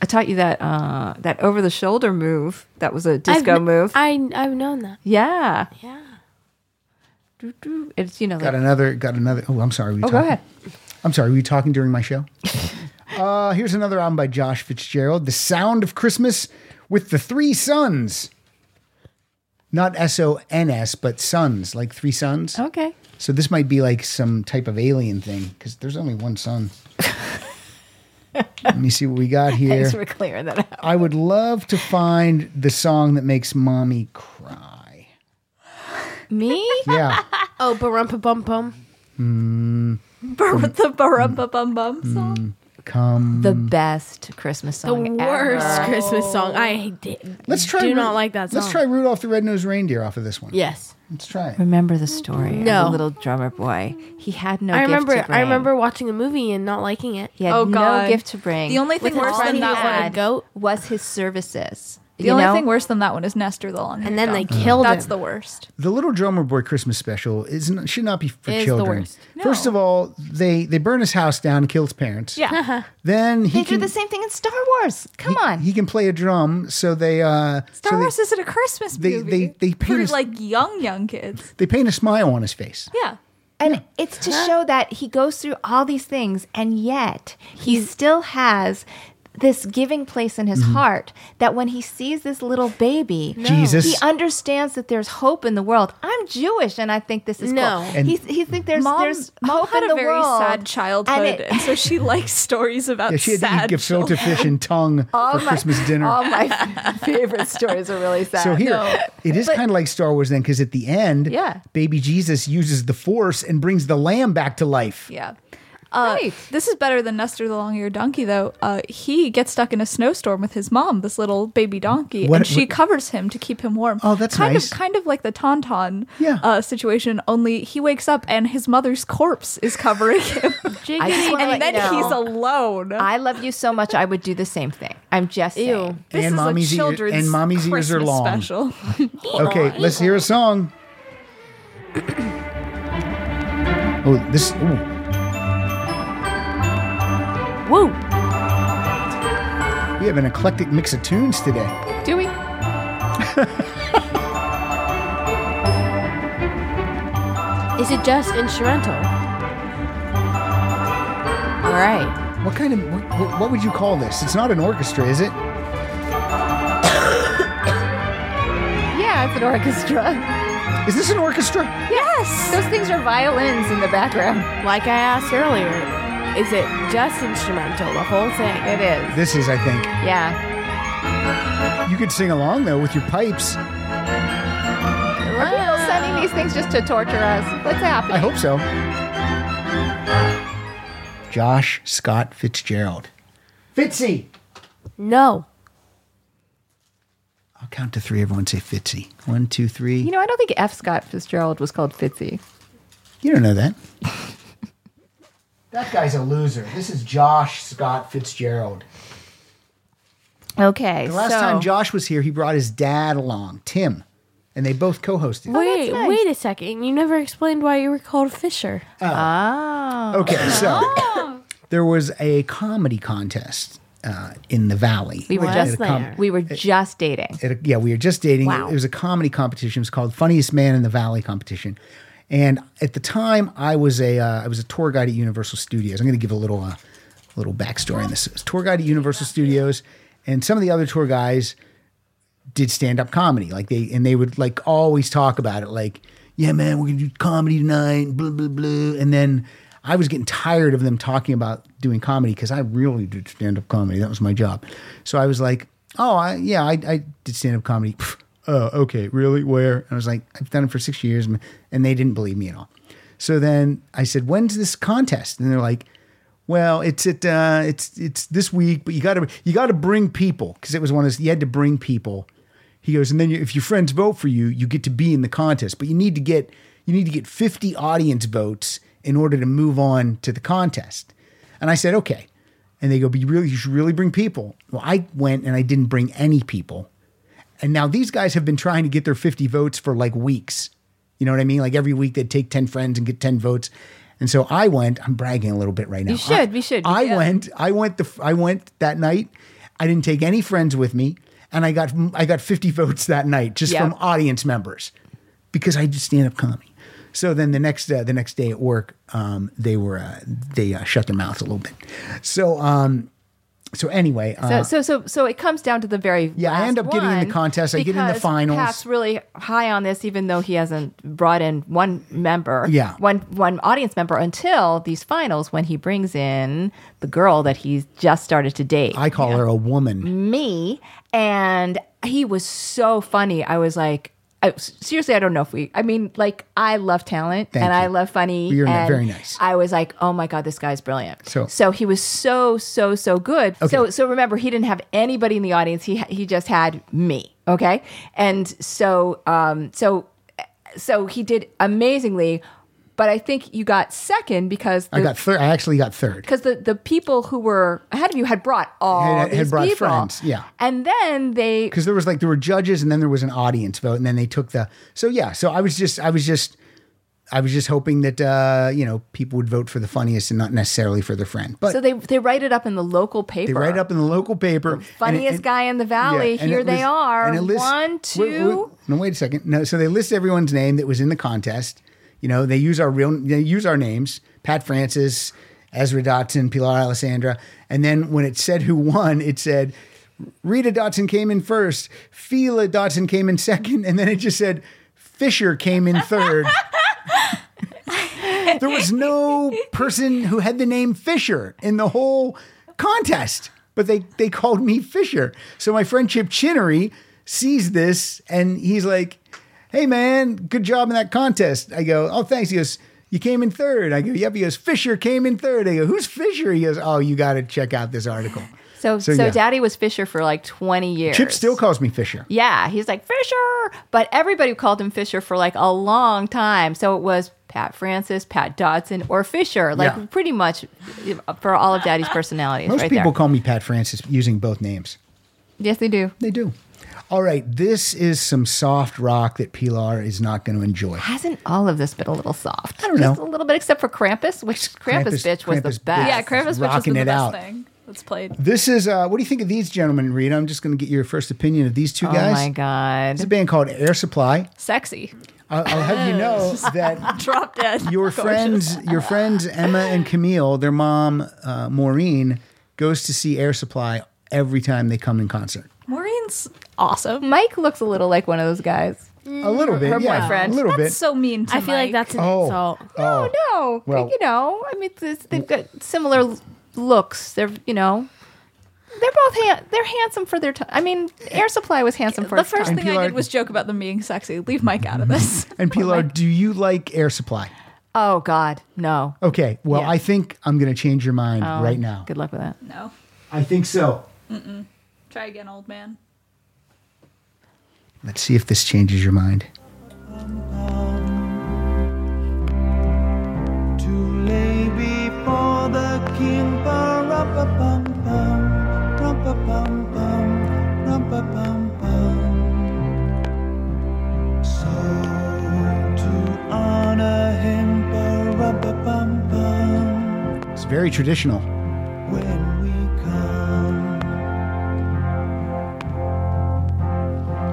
Speaker 3: I taught you that uh, that over the shoulder move. That was a disco
Speaker 4: I've,
Speaker 3: move.
Speaker 4: I, I've known that.
Speaker 3: yeah.
Speaker 4: Yeah.
Speaker 3: Doo, doo. It's you know.
Speaker 2: Got
Speaker 3: like-
Speaker 2: another. Got another. Oh, I'm sorry. Were you
Speaker 3: oh, go
Speaker 2: talking?
Speaker 3: ahead.
Speaker 2: I'm sorry. Were you talking during my show? uh, here's another album by Josh Fitzgerald, "The Sound of Christmas" with the Three Sons. Not S O N S, but sons, like three sons.
Speaker 4: Oh.
Speaker 3: Okay.
Speaker 2: So this might be like some type of alien thing because there's only one son. Let me see what we got here.
Speaker 3: Thanks for clearing that out.
Speaker 2: I would love to find the song that makes mommy cry.
Speaker 3: Me?
Speaker 2: Yeah.
Speaker 4: Oh, barumpa bum bum.
Speaker 5: Bur- the barumba bum bum song.
Speaker 2: Come.
Speaker 3: The best Christmas
Speaker 4: The
Speaker 3: song.
Speaker 4: worst
Speaker 3: ever.
Speaker 4: Christmas song. I did.
Speaker 2: Let's try.
Speaker 4: Do
Speaker 2: Ru-
Speaker 4: not like that song.
Speaker 2: Let's try Rudolph the Red-Nosed Reindeer off of this one.
Speaker 4: Yes.
Speaker 2: Let's try it.
Speaker 3: Remember the story of
Speaker 4: No.
Speaker 3: the little drummer boy. He had no.
Speaker 4: I
Speaker 3: gift
Speaker 4: remember.
Speaker 3: To bring.
Speaker 4: I remember watching a movie and not liking it.
Speaker 3: He had
Speaker 5: Oh,
Speaker 3: no
Speaker 5: God.
Speaker 3: gift to bring.
Speaker 5: The only thing
Speaker 3: With
Speaker 5: worse
Speaker 3: all
Speaker 5: than
Speaker 3: he
Speaker 5: that one-
Speaker 3: had
Speaker 4: goat.
Speaker 3: was his services.
Speaker 5: The
Speaker 3: you
Speaker 5: only
Speaker 3: know?
Speaker 5: thing worse than that one is Nestor the Long.
Speaker 4: And then they
Speaker 5: Haired Dog.
Speaker 4: killed
Speaker 5: That's
Speaker 4: him.
Speaker 5: the worst.
Speaker 2: The Little Drummer Boy Christmas Special is n- should not be for
Speaker 4: Is the
Speaker 2: children.
Speaker 4: worst.
Speaker 2: First
Speaker 5: No.
Speaker 2: of all, they they burn his house down, kill his parents.
Speaker 5: Yeah.
Speaker 2: Then he
Speaker 3: They
Speaker 2: can
Speaker 3: do the same thing in Star Wars. Come
Speaker 2: he-
Speaker 3: on.
Speaker 2: He can play a drum, so they uh
Speaker 5: Star
Speaker 2: so they,
Speaker 5: Wars isn't a Christmas
Speaker 2: they-
Speaker 5: movie.
Speaker 2: they- they paint
Speaker 5: for
Speaker 2: us-
Speaker 5: like young young kids.
Speaker 2: they paint a smile on his face.
Speaker 5: Yeah.
Speaker 3: and it's to show that he goes through all these things and yet he still has this giving place in his
Speaker 2: Mhm.
Speaker 3: heart that when he sees this little baby,
Speaker 2: No. Jesus.
Speaker 3: he understands that there's hope in the world. I'm Jewish, and I think this is
Speaker 5: No.
Speaker 3: cool.
Speaker 2: And-
Speaker 3: he, he think there's
Speaker 5: Mom-
Speaker 3: there's
Speaker 5: Mom
Speaker 3: hope
Speaker 5: had
Speaker 3: in
Speaker 5: a
Speaker 3: the
Speaker 5: very
Speaker 3: world.
Speaker 5: sad
Speaker 3: And
Speaker 5: childhood, and,
Speaker 3: it-
Speaker 5: so she likes stories about
Speaker 2: Yeah, she had
Speaker 5: sad
Speaker 2: to eat gefilte
Speaker 5: children.
Speaker 2: fish and tongue
Speaker 3: All
Speaker 2: for
Speaker 3: my-
Speaker 2: Christmas dinner.
Speaker 3: All my favorite stories are really sad.
Speaker 2: so here, it is
Speaker 3: But-
Speaker 2: kind of like Star Wars then, because at the end,
Speaker 3: Yeah.
Speaker 2: baby Jesus uses the Force and brings the lamb back to life.
Speaker 5: Yeah. Uh, This is better than Nestor the long-eared donkey, though. Uh, he gets stuck in a snowstorm with his mom, this little baby donkey,
Speaker 2: What-
Speaker 5: and she
Speaker 2: what-
Speaker 5: covers him to keep him warm.
Speaker 2: Oh, that's
Speaker 5: kind
Speaker 2: nice.
Speaker 5: of kind of like the Tauntaun uh, situation. Only he wakes up and his mother's corpse is covering him,
Speaker 3: I just wanna
Speaker 5: and
Speaker 3: let
Speaker 5: then
Speaker 3: you know,
Speaker 5: he's alone.
Speaker 3: I love you so much. I would do the same thing. I'm just saying.
Speaker 5: This
Speaker 2: And
Speaker 5: is
Speaker 2: mommy's
Speaker 5: a
Speaker 2: ear-
Speaker 5: children's
Speaker 2: and mommy's ears are
Speaker 5: Christmas
Speaker 2: long.
Speaker 5: Special.
Speaker 2: Okay, let's hear a song. Oh, this. ooh,
Speaker 4: Woo!
Speaker 2: we have an eclectic mix of tunes today.
Speaker 3: Do we?
Speaker 4: Is it just instrumental?
Speaker 3: All right.
Speaker 2: What kind of what, what- what would you call this? It's not an orchestra, is it?
Speaker 3: Yeah, it's an orchestra.
Speaker 2: Is this an orchestra?
Speaker 3: Yes. Those things are violins in the background.
Speaker 4: Like I asked earlier, is it just instrumental, the whole thing?
Speaker 3: It is.
Speaker 2: This is, I think.
Speaker 3: Yeah.
Speaker 2: You could sing along though with your pipes.
Speaker 3: Are people sending these things just to torture us? What's happening?
Speaker 2: I hope so. Josh Scott Fitzgerald. Fitzy.
Speaker 4: No.
Speaker 2: I'll count to three. Everyone say Fitzy. One, two, three.
Speaker 3: You know, I don't think F. Scott Fitzgerald was called Fitzy.
Speaker 2: You don't know that. that guy's a loser. This is Josh Scott Fitzgerald.
Speaker 3: Okay.
Speaker 2: The last
Speaker 3: so-
Speaker 2: time Josh was here, he brought his dad along, Tim, and they both co-hosted.
Speaker 4: Wait,
Speaker 3: Oh, nice.
Speaker 4: wait a second. You never explained why you were called Fisher.
Speaker 3: Oh.
Speaker 2: Okay, so there was a comedy contest uh, in the Valley.
Speaker 3: We were
Speaker 2: At
Speaker 3: just
Speaker 2: a com-
Speaker 3: we were just dating.
Speaker 2: at a- yeah, we were just dating.
Speaker 3: Wow.
Speaker 2: It was a comedy competition. It was called Funniest Man in the Valley competition. And at the time, I was a uh, I was a tour guide at Universal Studios. I'm going to give a little uh, little backstory on this. I was tour guide at Universal Studios, and some of the other tour guys did stand up comedy. Like they and they would like always talk about it. Like, yeah, man, we're gonna do comedy tonight. Blah blah blah. And then I was getting tired of them talking about doing comedy because I really did stand up comedy. That was my job. So I was like, oh, I, yeah, I, I did stand up comedy. Pff, Oh, okay, really? Where? And I was like, I've done it for six years, and they didn't believe me at all. So then I said, when's this contest? And they're like, well, it's at uh, it's it's this week, but you got to you got to bring people because it was one of those, you had to bring people. He goes, and then you, if your friends vote for you, you get to be in the contest, but you need to get you need to get fifty audience votes in order to move on to the contest. And I said, okay. And they go, but you really you should really bring people. Well, I went and I didn't bring any people. And now these guys have been trying to get their 50 votes for like weeks. You know what I mean? Like every week they'd take 10 friends and get 10 votes. And so I went, I'm bragging a little bit right now.
Speaker 3: You should,
Speaker 2: I,
Speaker 3: you should,
Speaker 2: I
Speaker 3: yeah.
Speaker 2: went, I went the I went that night. I didn't take any friends with me and I got I got 50 votes that night just
Speaker 3: Yep.
Speaker 2: from audience members because I did stand up comedy. So then the next uh, the next day at work, um, they were uh, they uh, shut their mouths a little bit. So um so anyway,
Speaker 3: So,
Speaker 2: uh,
Speaker 3: so so so it comes down to the very
Speaker 2: Yeah, I end
Speaker 3: last
Speaker 2: up getting in the
Speaker 3: one
Speaker 2: contest. I get in the
Speaker 3: because
Speaker 2: finals.
Speaker 3: Pat's really high on this, even though he hasn't brought in one member,
Speaker 2: Yeah.
Speaker 3: one one audience member until these finals when he brings in the girl that he's just started to date,
Speaker 2: I call her a woman.
Speaker 3: me, and he was so funny. I was like. I, seriously, I don't know if we. I mean, like, I love talent
Speaker 2: Thank
Speaker 3: and
Speaker 2: you.
Speaker 3: I love funny.
Speaker 2: You're
Speaker 3: and
Speaker 2: very nice.
Speaker 3: I was like, oh my god, this guy's brilliant.
Speaker 2: So-
Speaker 3: he was so so so good. So so remember, he didn't have anybody in the audience. He he just had me. Okay, and so um so so he did amazingly, but I think you got second because the,
Speaker 2: I got third. I actually got third.
Speaker 3: because the, the people who were ahead of you had brought all
Speaker 2: Had- had
Speaker 3: these
Speaker 2: brought
Speaker 3: people.
Speaker 2: friends, yeah.
Speaker 3: and then they
Speaker 2: Because there was like there were judges and then there was an audience vote and then they took the so yeah so I was just I was just I was just hoping that uh, you know people would vote for the funniest and not necessarily for their friend. But
Speaker 3: so they they write it up in the local paper.
Speaker 2: they write up in the local paper. and it-
Speaker 3: funniest
Speaker 2: and-
Speaker 3: guy in the valley.
Speaker 2: Yeah, and
Speaker 3: Here
Speaker 2: it
Speaker 3: they
Speaker 2: lists-
Speaker 3: are.
Speaker 2: and it lists-
Speaker 3: One, two.
Speaker 2: Wait, wait, no, wait a second. No, so they list everyone's name that was in the contest. You know, they use our real, they use our names: Pat Francis, Ezra Dotson, Pilar Alessandra. And then when it said who won, it said Rita Dotson came in first, Fila Dotson came in second, and then it just said Fisher came in third. there was no person who had the name Fisher in the whole contest, but they, they called me Fisher. So my friend Chip Chinnery sees this and he's like, Hey man, good job in that contest. I go, Oh, thanks. He goes, You came in third. I go, Yep. He goes, Fisher came in third. I go, Who's Fisher? He goes, Oh, you got to check out this article.
Speaker 3: So,
Speaker 2: So,
Speaker 3: so,
Speaker 2: yeah.
Speaker 3: Daddy was Fisher for like 20 years.
Speaker 2: Chip still calls me Fisher.
Speaker 3: Yeah, he's like Fisher, but everybody called him Fisher for like a long time. So it was Pat Francis, Pat Dodson, or Fisher, like
Speaker 2: Yeah.
Speaker 3: pretty much uh, for all of Daddy's personalities.
Speaker 2: Most
Speaker 3: right
Speaker 2: people
Speaker 3: there.
Speaker 2: call me Pat Francis using both names.
Speaker 3: yes, they do.
Speaker 2: They do. All right, this is some soft rock that Pilar is not going to enjoy.
Speaker 3: Hasn't all of this been a little soft? I
Speaker 2: don't
Speaker 3: Just
Speaker 2: know.
Speaker 3: a little bit, except for Krampus, which Krampus,
Speaker 2: Krampus-
Speaker 3: bitch was
Speaker 2: Krampus
Speaker 3: the best.
Speaker 5: Yeah, Krampus Bitch is the
Speaker 2: Rocking it
Speaker 5: best
Speaker 2: out.
Speaker 5: thing that's played.
Speaker 2: This is uh, what do you think of these gentlemen, Rita? I'm just going to get your first opinion of these two
Speaker 3: Oh
Speaker 2: guys.
Speaker 3: my god!
Speaker 2: It's a band called Air Supply.
Speaker 5: Sexy.
Speaker 2: I'll, I'll have you know that
Speaker 5: Drop dead.
Speaker 2: your
Speaker 5: Gorgeous.
Speaker 2: friends, your friends Emma and Camille, their mom uh, Maureen goes to see Air Supply every time they come in concert.
Speaker 5: Maureen's awesome.
Speaker 3: Mike looks a little like one of those guys.
Speaker 2: A little bit,
Speaker 3: Mm, her
Speaker 2: yeah,
Speaker 3: boyfriend.
Speaker 2: a little
Speaker 5: That's
Speaker 2: bit.
Speaker 5: so mean to
Speaker 4: I feel like
Speaker 5: Mike.
Speaker 4: that's an
Speaker 2: Oh,
Speaker 4: insult.
Speaker 2: oh,
Speaker 3: No,
Speaker 2: Well-
Speaker 3: you know, I mean, it's, they've got similar l- looks. They're, you know, they're both han- they're handsome for their time. I mean, Air Supply was handsome for
Speaker 5: The
Speaker 3: its
Speaker 5: first
Speaker 3: time.
Speaker 5: thing I did was joke about them being sexy. Leave Mike out of this.
Speaker 2: And Pilar, do you like Air Supply?
Speaker 3: Oh God, no.
Speaker 2: Okay, well,
Speaker 3: Yeah.
Speaker 2: I think I'm going to change your mind
Speaker 3: Oh,
Speaker 2: right now.
Speaker 3: Good luck with that.
Speaker 5: No.
Speaker 2: I think so.
Speaker 5: Try again, old man.
Speaker 2: Let's see if this changes your mind.
Speaker 6: lay before the king. Ba-rum-pa-pum-pum, rum-pa-pum-pum, rum-pa-pum-pum. So to honor him, ba-rum-pa-pum-pum,
Speaker 2: It's very traditional.
Speaker 6: when we come.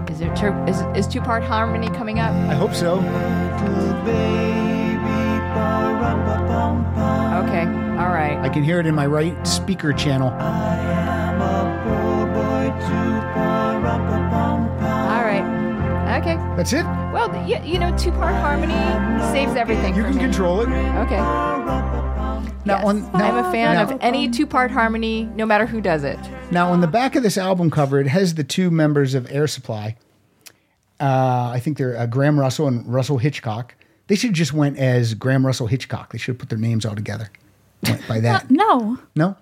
Speaker 3: Is there tur- is, is two part harmony coming up?
Speaker 2: I hope so.
Speaker 6: Little baby, ba-rum-pa-pum-pum,
Speaker 3: Okay, all right.
Speaker 2: I can hear it in my right speaker channel.
Speaker 6: I am a poor boy too, ba-rum-pa-pum-pum.
Speaker 3: All right. Okay.
Speaker 2: That's it.
Speaker 3: Well, you, you know, two part harmony saves everything.
Speaker 2: You
Speaker 3: for
Speaker 2: can
Speaker 3: me.
Speaker 2: control it.
Speaker 3: Okay.
Speaker 2: Now
Speaker 3: Yes.
Speaker 2: on now,
Speaker 3: I'm a fan
Speaker 2: now,
Speaker 3: of any two part harmony, no matter who does it.
Speaker 2: Now on the back of this album cover, it has the two members of Air Supply. Uh, I think they're uh, Graham Russell and Russell Hitchcock. They should have just went as Graham Russell Hitchcock. They should have put their names all together. Went by that.
Speaker 5: No.
Speaker 2: No.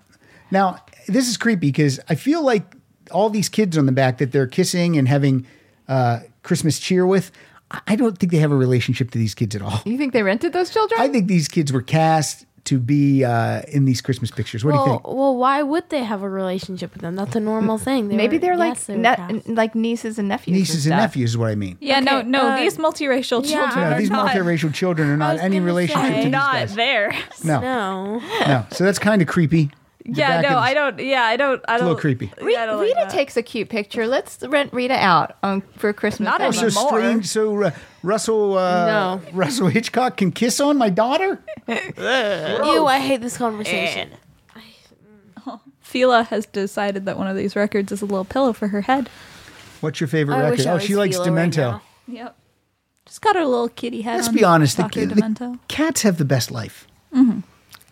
Speaker 2: Now, this is creepy because I feel like all these kids on the back that they're kissing and having uh, Christmas cheer with, I- I don't think they have a relationship to these kids at all.
Speaker 3: You think they rented those children?
Speaker 2: I think these kids were cast to be uh, in these Christmas pictures. What do you
Speaker 4: Well,
Speaker 2: think?
Speaker 4: well, why would they have a relationship with them? That's a normal thing. They
Speaker 3: Maybe
Speaker 4: were-
Speaker 3: they're like
Speaker 4: yes, they were
Speaker 3: ne-
Speaker 4: cast.
Speaker 3: like nieces and nephews.
Speaker 2: Nieces and
Speaker 3: stuff.
Speaker 2: nephews is what I mean.
Speaker 5: Yeah, no,
Speaker 4: Okay,
Speaker 5: no.
Speaker 4: uh,
Speaker 5: these multiracial
Speaker 4: yeah,
Speaker 5: children
Speaker 4: I-
Speaker 2: No,
Speaker 5: are
Speaker 2: these
Speaker 5: not,
Speaker 2: multiracial children are not
Speaker 4: was
Speaker 2: any
Speaker 4: gonna
Speaker 2: relationship to
Speaker 4: say.
Speaker 2: these
Speaker 5: not
Speaker 2: guys.
Speaker 5: there.
Speaker 2: No, no,
Speaker 4: No.
Speaker 2: So that's kind of creepy. The
Speaker 5: Yeah,
Speaker 2: back
Speaker 5: no,
Speaker 2: of-
Speaker 5: I don't. Yeah, I don't. I
Speaker 2: a
Speaker 5: don't.
Speaker 2: little creepy.
Speaker 5: yeah, I
Speaker 3: Re-
Speaker 5: don't like
Speaker 3: Rita
Speaker 5: that.
Speaker 3: takes a cute picture. Let's rent Rita out on for Christmas.
Speaker 5: Not
Speaker 3: that
Speaker 2: Oh,
Speaker 5: as
Speaker 3: month.
Speaker 2: so
Speaker 5: anymore.
Speaker 2: strange. So uh, Russell, uh,
Speaker 4: No.
Speaker 2: Russell Hitchcock can kiss on my daughter.
Speaker 3: Oh.
Speaker 4: Ew, I hate this
Speaker 3: Eh.
Speaker 4: conversation.
Speaker 5: Fila has decided that one of these records is a little pillow for her head.
Speaker 2: What's your favorite
Speaker 4: I
Speaker 2: record?
Speaker 4: wish I
Speaker 2: oh,
Speaker 4: was
Speaker 2: she likes
Speaker 4: Fila right
Speaker 2: Demento.
Speaker 4: now.
Speaker 5: Yep. Just got her little kitty head.
Speaker 2: Let's
Speaker 5: on
Speaker 2: be honest, the,
Speaker 5: Dr.
Speaker 2: the
Speaker 5: Demento.
Speaker 2: cats have the best life.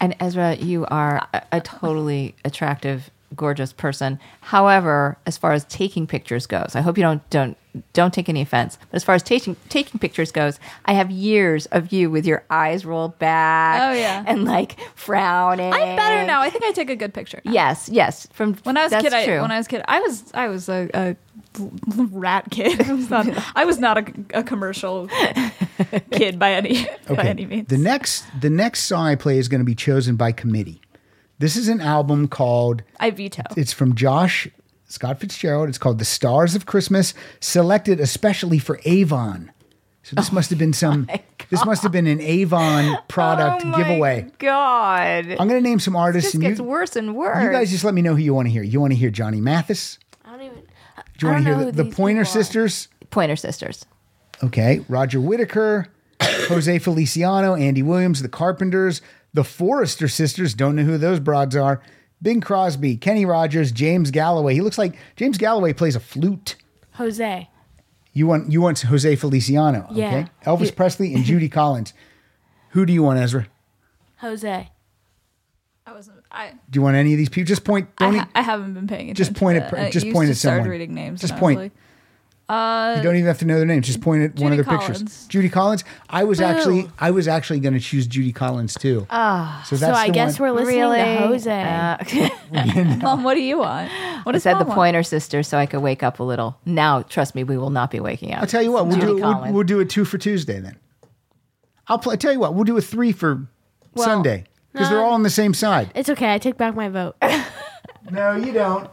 Speaker 3: And Ezra, you are a, a totally attractive, gorgeous person. However, as far as taking pictures goes, I hope you don't don't don't take any offense. But as far as taking taking pictures goes, I have years of you with your eyes rolled back.
Speaker 5: Oh, yeah.
Speaker 3: and like frowning.
Speaker 5: I'm better now. I think I take a good picture. now.
Speaker 3: Yes, yes. From
Speaker 5: When I was a
Speaker 3: that's
Speaker 5: kid, I,
Speaker 3: true.
Speaker 5: when I was a kid, I was I was a, a rat kid. I was not I was not a, a commercial kid by any by any means.
Speaker 2: The next the next song I play is going to be chosen by committee. This is an album called
Speaker 5: I veto.
Speaker 2: it's from Josh Scott Fitzgerald. It's called The Stars of Christmas, selected especially for Avon. So this must have been some this must have been an Avon product
Speaker 3: Oh Oh my
Speaker 2: giveaway.
Speaker 3: God,
Speaker 2: I'm going to name some artists
Speaker 3: this
Speaker 2: and
Speaker 3: gets
Speaker 2: you,
Speaker 3: worse and worse.
Speaker 2: you guys just let me know who you want to hear. You want to hear Johnny Mathis?
Speaker 4: I don't even.
Speaker 2: Do you
Speaker 4: I
Speaker 2: want
Speaker 4: don't
Speaker 2: to
Speaker 4: know
Speaker 2: hear
Speaker 4: who
Speaker 2: the, the
Speaker 4: these
Speaker 2: Pointer
Speaker 4: people are.
Speaker 2: Sisters?
Speaker 3: Pointer Sisters.
Speaker 2: Okay, Roger Whittaker, Jose Feliciano, Andy Williams, The Carpenters, The Forrester Sisters. Don't know who those broads are. Bing Crosby, Kenny Rogers, James Galloway. He looks like James Galloway plays a flute.
Speaker 4: Jose.
Speaker 2: You want you want Jose Feliciano, okay?
Speaker 4: Yeah.
Speaker 2: Elvis
Speaker 4: Yeah.
Speaker 2: Presley and Judy Collins. Who do you want, Ezra?
Speaker 4: Jose.
Speaker 5: I wasn't. I
Speaker 2: Do you want any of these people? Just point.
Speaker 5: I,
Speaker 2: Don't e-,
Speaker 5: ha- I haven't been paying
Speaker 2: just
Speaker 5: attention.
Speaker 2: point
Speaker 5: to
Speaker 2: at-
Speaker 5: that. I
Speaker 2: just
Speaker 5: used
Speaker 2: point
Speaker 5: to
Speaker 2: at
Speaker 5: start
Speaker 2: someone.
Speaker 5: reading names.
Speaker 2: Just
Speaker 5: and I was
Speaker 2: point.
Speaker 5: like,
Speaker 2: you
Speaker 5: uh,
Speaker 2: don't even have to know their names. Just point at one of
Speaker 5: Judy
Speaker 2: their pictures.
Speaker 5: Collins.
Speaker 2: Judy Collins. I was
Speaker 4: Boo.
Speaker 2: actually I was actually going to choose Judy Collins too.
Speaker 4: Ah,
Speaker 2: So
Speaker 4: so,
Speaker 2: that's
Speaker 4: I
Speaker 2: the
Speaker 4: guess
Speaker 2: one-
Speaker 4: we're listening
Speaker 3: Really?
Speaker 4: to Jose.
Speaker 5: Mom, what do you want? What
Speaker 3: I
Speaker 5: is
Speaker 3: said the
Speaker 5: Mom want?
Speaker 3: Pointer Sisters so I could wake up a little. Now, trust me, we will not be waking up.
Speaker 2: I'll tell you what. We'll
Speaker 3: Judy
Speaker 2: do we'll,
Speaker 3: Collins.
Speaker 2: we'll do a two for Tuesday then. I'll play, tell you what. We'll do a three for
Speaker 4: Well,
Speaker 2: Sunday because they're
Speaker 4: no.
Speaker 2: all on the same side.
Speaker 4: It's okay. I take back my vote.
Speaker 2: No, you don't.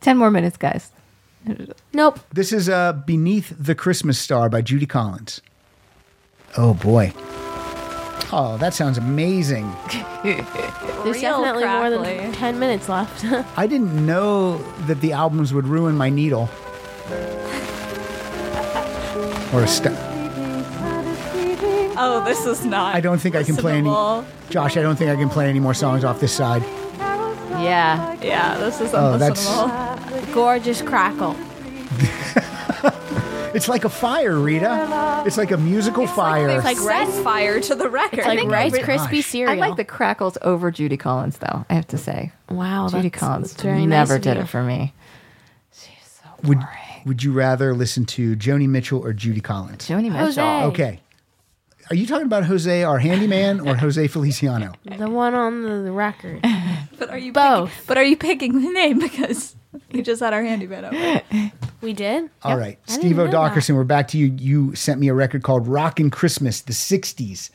Speaker 3: Ten more minutes, guys.
Speaker 4: Nope.
Speaker 2: This is uh, "Beneath the Christmas Star" by Judy Collins. Oh boy. Oh, that sounds amazing.
Speaker 4: There's
Speaker 5: Real
Speaker 4: definitely more than
Speaker 5: crackly.
Speaker 4: 10 minutes left.
Speaker 2: I didn't know that the albums would ruin my needle. Or a st-
Speaker 5: Oh, this is not.
Speaker 2: I don't think I can play any.
Speaker 5: listenable.
Speaker 2: Josh, I don't think I can play any more songs off this side.
Speaker 3: Yeah.
Speaker 5: Yeah, this is
Speaker 2: Oh, that's-
Speaker 5: unlistenable.
Speaker 4: Gorgeous crackle.
Speaker 2: It's like a fire, Rita. It's like a musical fire.
Speaker 5: It's like rice fire to the record.
Speaker 4: It's like Rice
Speaker 3: every-
Speaker 4: Krispie cereal.
Speaker 3: I like the crackles over Judy Collins, though. I have to say,
Speaker 4: Wow,
Speaker 3: Judy
Speaker 4: that's-
Speaker 3: Collins
Speaker 4: that's very nice
Speaker 3: never
Speaker 4: of
Speaker 3: did
Speaker 4: you.
Speaker 3: it for me.
Speaker 2: would, would you rather listen to Joni Mitchell or Judy Collins?
Speaker 3: Joni Mitchell.
Speaker 4: Jose.
Speaker 2: Okay. Are you talking about Jose, our handyman, or Jose Feliciano?
Speaker 4: The one on the, the record.
Speaker 5: But are you
Speaker 4: Both.
Speaker 5: Picking, but are you picking the name because you just had our handyman over?
Speaker 4: We did?
Speaker 2: All right, Steve O'Dockerson, we're back to you. You sent me a record called Rockin' Christmas, the 60s.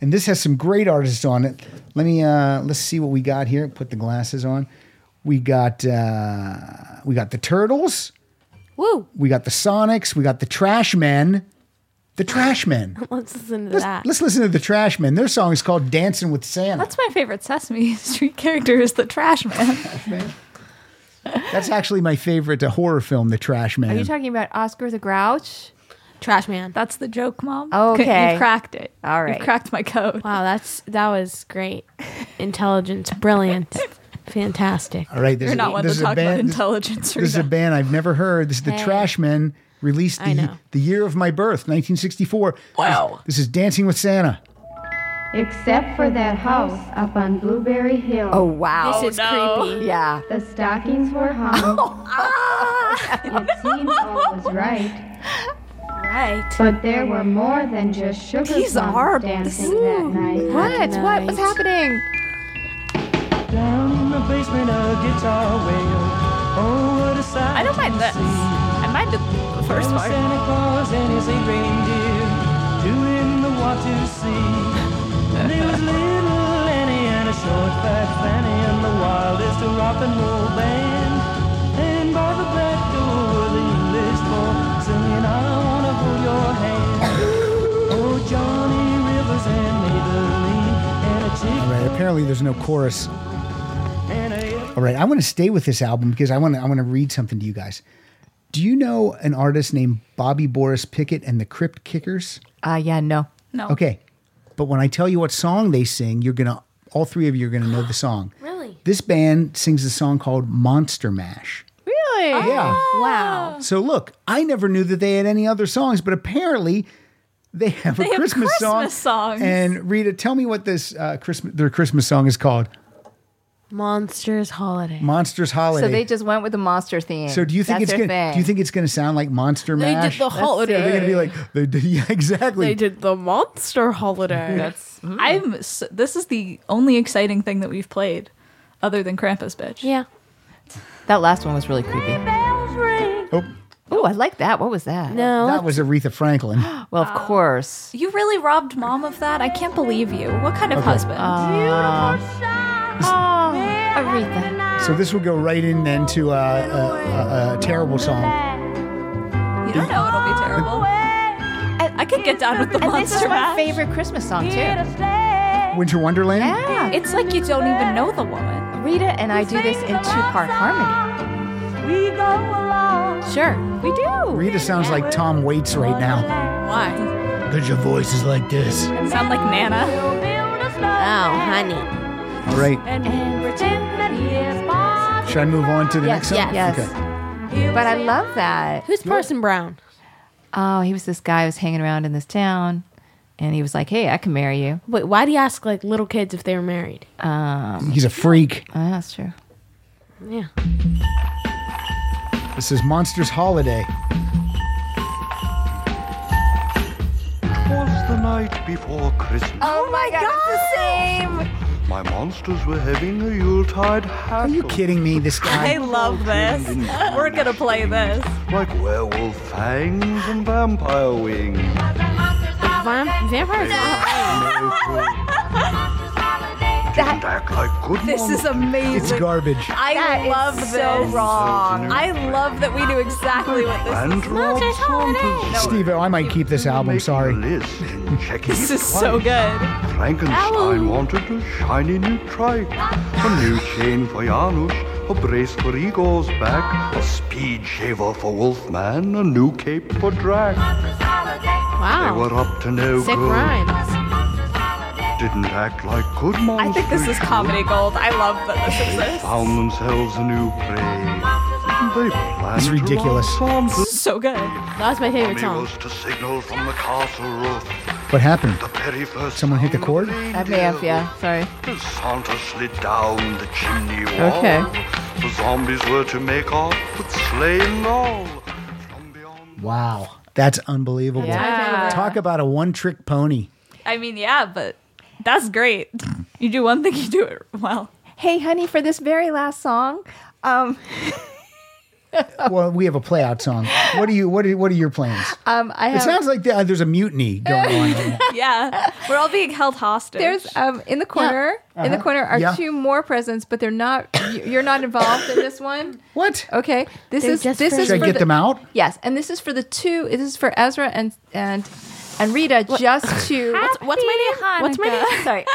Speaker 2: And this has some great artists on it. Let me uh let's see what we got here. Put the glasses on. We got uh we got the Turtles,
Speaker 4: Woo.
Speaker 2: we got the Sonics, we got the Trash Men. The Trash Men.
Speaker 4: Let's listen to
Speaker 2: Let's,
Speaker 4: that.
Speaker 2: let's listen to the Trash Men. Their song is called Dancing with Santa.
Speaker 5: That's my favorite Sesame Street character is the trash man.
Speaker 2: That's actually my favorite uh, horror film, The Trash
Speaker 3: Are
Speaker 2: Men.
Speaker 3: you talking about Oscar the Grouch?
Speaker 4: Trash man.
Speaker 5: That's the joke, Mom.
Speaker 3: Oh, Okay.
Speaker 5: Okay, You've cracked it.
Speaker 3: All
Speaker 5: You've
Speaker 3: right.
Speaker 5: cracked my code.
Speaker 4: Wow, that's that was great. Intelligence, brilliant, fantastic.
Speaker 2: All right, this
Speaker 5: You're
Speaker 2: is,
Speaker 5: not one
Speaker 2: this
Speaker 5: to
Speaker 2: is a
Speaker 5: talk about
Speaker 2: band- this-
Speaker 5: intelligence or
Speaker 2: This is a band I've never heard. This is the
Speaker 4: Hey.
Speaker 2: Trash Men, released the,
Speaker 4: I know.
Speaker 2: the year of my birth, 1964.
Speaker 5: Wow.
Speaker 2: This, this is Dancing with Santa.
Speaker 13: Except for that house up on Blueberry Hill.
Speaker 3: Oh wow.
Speaker 4: This is creepy.
Speaker 3: yeah.
Speaker 13: The stockings were hung. it seemed all was right,
Speaker 4: Right.
Speaker 13: but there were more than just sugar
Speaker 5: These
Speaker 13: plums
Speaker 5: are-
Speaker 13: dancing that night.
Speaker 3: What? What?
Speaker 4: Nice.
Speaker 3: What's happening?
Speaker 6: Down in the basement, a guitar wail. Oh, what a sight
Speaker 5: I don't mind
Speaker 6: to
Speaker 5: this.
Speaker 6: see.
Speaker 5: I mind the first
Speaker 6: Little
Speaker 5: part.
Speaker 6: Santa Claus and his eight reindeer doing the what to see. And there was little Annie and a short fat Fanny and the wildest rock and roll band. And by the back door was the English boy singing, I wanna hold your hand. oh, Johnny Rivers and Maybelline and a chick
Speaker 2: All right, apparently there's no chorus.
Speaker 6: and a
Speaker 2: All right, I want to stay with this album because I want to I want to read something to you guys. Do you know an artist named Bobby Boris Pickett and the Crypt Kickers?
Speaker 3: Uh yeah, no.
Speaker 4: Oh.
Speaker 5: No.
Speaker 2: Okay. But when I tell you what song they sing, you're going to all three of you are going to know the song.
Speaker 4: Really?
Speaker 2: This band sings a song called Monster Mash.
Speaker 3: Really?
Speaker 2: Yeah.
Speaker 3: Wow.
Speaker 2: So look, I never knew that they had any other songs, but apparently they have a
Speaker 5: have
Speaker 2: Christmas, song.
Speaker 5: Christmas songs.
Speaker 2: And Rita, tell me what this uh, Christmas their Christmas song is called.
Speaker 4: Monsters Holiday.
Speaker 2: Monsters Holiday.
Speaker 3: So they just went with the monster theme.
Speaker 2: So do you think
Speaker 3: That's
Speaker 2: it's
Speaker 3: their
Speaker 2: gonna
Speaker 3: thing.
Speaker 2: do you think it's gonna sound like Monster
Speaker 4: They
Speaker 2: Mash?
Speaker 4: did the
Speaker 2: Are they
Speaker 4: holiday.
Speaker 2: gonna be like they did, yeah, exactly.
Speaker 4: They did the monster holiday. That's
Speaker 3: Mm.
Speaker 5: I'm. s this is the only exciting thing that we've played, other than Krampus, bitch.
Speaker 4: yeah.
Speaker 3: that last one was really creepy?
Speaker 2: Oh,
Speaker 3: Oh, I like that. What was that?
Speaker 4: No.
Speaker 2: that was Aretha Franklin.
Speaker 3: Well, of course.
Speaker 5: You really robbed mom of that? I can't believe you. What kind of husband?
Speaker 3: um, Aretha.
Speaker 2: So this will go right in then to uh, a, a, a terrible song.
Speaker 5: you don't know it'll be terrible. I could get down with the
Speaker 3: And this is
Speaker 5: monster
Speaker 3: my
Speaker 5: mash.
Speaker 3: favorite Christmas song too.
Speaker 2: Winter Wonderland.
Speaker 3: Yeah.
Speaker 5: It's like you don't even know the woman.
Speaker 3: Rita and I do this in two part harmony.
Speaker 9: We go along
Speaker 4: Sure.
Speaker 5: We do.
Speaker 2: Rita sounds like Tom Waits right now.
Speaker 4: Why?
Speaker 2: Because your voice is like this.
Speaker 5: Sound like Nana.
Speaker 4: Oh, honey.
Speaker 2: All right. Should I move on to the next song?
Speaker 3: Yes.
Speaker 2: Okay.
Speaker 3: But I love that.
Speaker 4: Who's Parson Brown?
Speaker 3: Oh, he was this guy who was hanging around in this town, and he was like, "Hey, I can marry you."
Speaker 4: Wait, why do you ask like little kids if they were married?
Speaker 3: Um,
Speaker 2: He's a freak.
Speaker 3: oh, that's true.
Speaker 4: Yeah.
Speaker 2: This is Monsters Holiday.
Speaker 14: Was the night before Christmas.
Speaker 3: Oh my god, it's the same.
Speaker 14: My monsters were having a Yuletide hassle. Are you
Speaker 2: kidding me? This
Speaker 5: I love this. We're gonna play this.
Speaker 14: Like werewolf fangs and vampire wings.
Speaker 4: Vam- vampires.
Speaker 14: No clue. Didn't act like good
Speaker 5: This is
Speaker 14: monsters.
Speaker 5: amazing.
Speaker 2: It's garbage.
Speaker 5: I
Speaker 3: That is
Speaker 5: love
Speaker 3: so
Speaker 5: this.
Speaker 14: wrong.
Speaker 5: I love that we knew exactly what this
Speaker 14: And
Speaker 5: is.
Speaker 14: Rob Saunders.
Speaker 2: Steve, I might keep this album. Sorry.
Speaker 14: This
Speaker 5: is so good.
Speaker 14: Frankenstein wanted a shiny new trike, a new chain for Janusz, a brace for Igor's back, a speed shaver for Wolfman, a new cape for Drac. They
Speaker 4: Wow.
Speaker 14: were up to no
Speaker 4: Sick
Speaker 14: good.
Speaker 4: rhymes.
Speaker 14: Didn't act like good monsters.
Speaker 5: I think this is comedy gold. I love that this
Speaker 14: They
Speaker 5: exists.
Speaker 14: found themselves a new prey. They planned
Speaker 2: It's
Speaker 14: to
Speaker 2: ridiculous.
Speaker 14: rob
Speaker 5: This
Speaker 14: Saunders.
Speaker 5: is so good.
Speaker 4: That was my favorite
Speaker 14: Tommy
Speaker 4: song.
Speaker 14: was to signal from the castle roof.
Speaker 2: What happened?
Speaker 14: The very first
Speaker 2: Someone hit the cord?
Speaker 3: I may have, yeah. Sorry.
Speaker 14: As Santa slid down the chimney wall.
Speaker 3: Okay.
Speaker 14: The zombies were to make off, but slain all.
Speaker 2: Wow. That's unbelievable.
Speaker 5: Yeah.
Speaker 2: Talk about a one trick pony.
Speaker 5: I mean, yeah, but that's great. You do one thing, you do it well.
Speaker 3: Hey, honey, for this very last song, um,
Speaker 2: Well, we have a play out song. What do you what are what are your plans?
Speaker 3: um, I
Speaker 2: It
Speaker 3: have.
Speaker 2: sounds like th- there's a mutiny going on. right now.
Speaker 5: Yeah, we're all being held hostage.
Speaker 3: there's um in the corner. In the
Speaker 2: Uh-huh.
Speaker 3: corner are
Speaker 2: Yeah.
Speaker 3: two more presents, but they're not. you- You're not involved in this one.
Speaker 2: What?
Speaker 3: Okay. This
Speaker 4: They're
Speaker 3: is
Speaker 4: just
Speaker 3: this is
Speaker 2: Should I
Speaker 3: for
Speaker 2: get
Speaker 3: the-
Speaker 2: them out?
Speaker 3: Yes, and this is for the two. This is for Ezra and and and Rita, just to
Speaker 4: What's, what's my name? What's my name?
Speaker 3: sorry,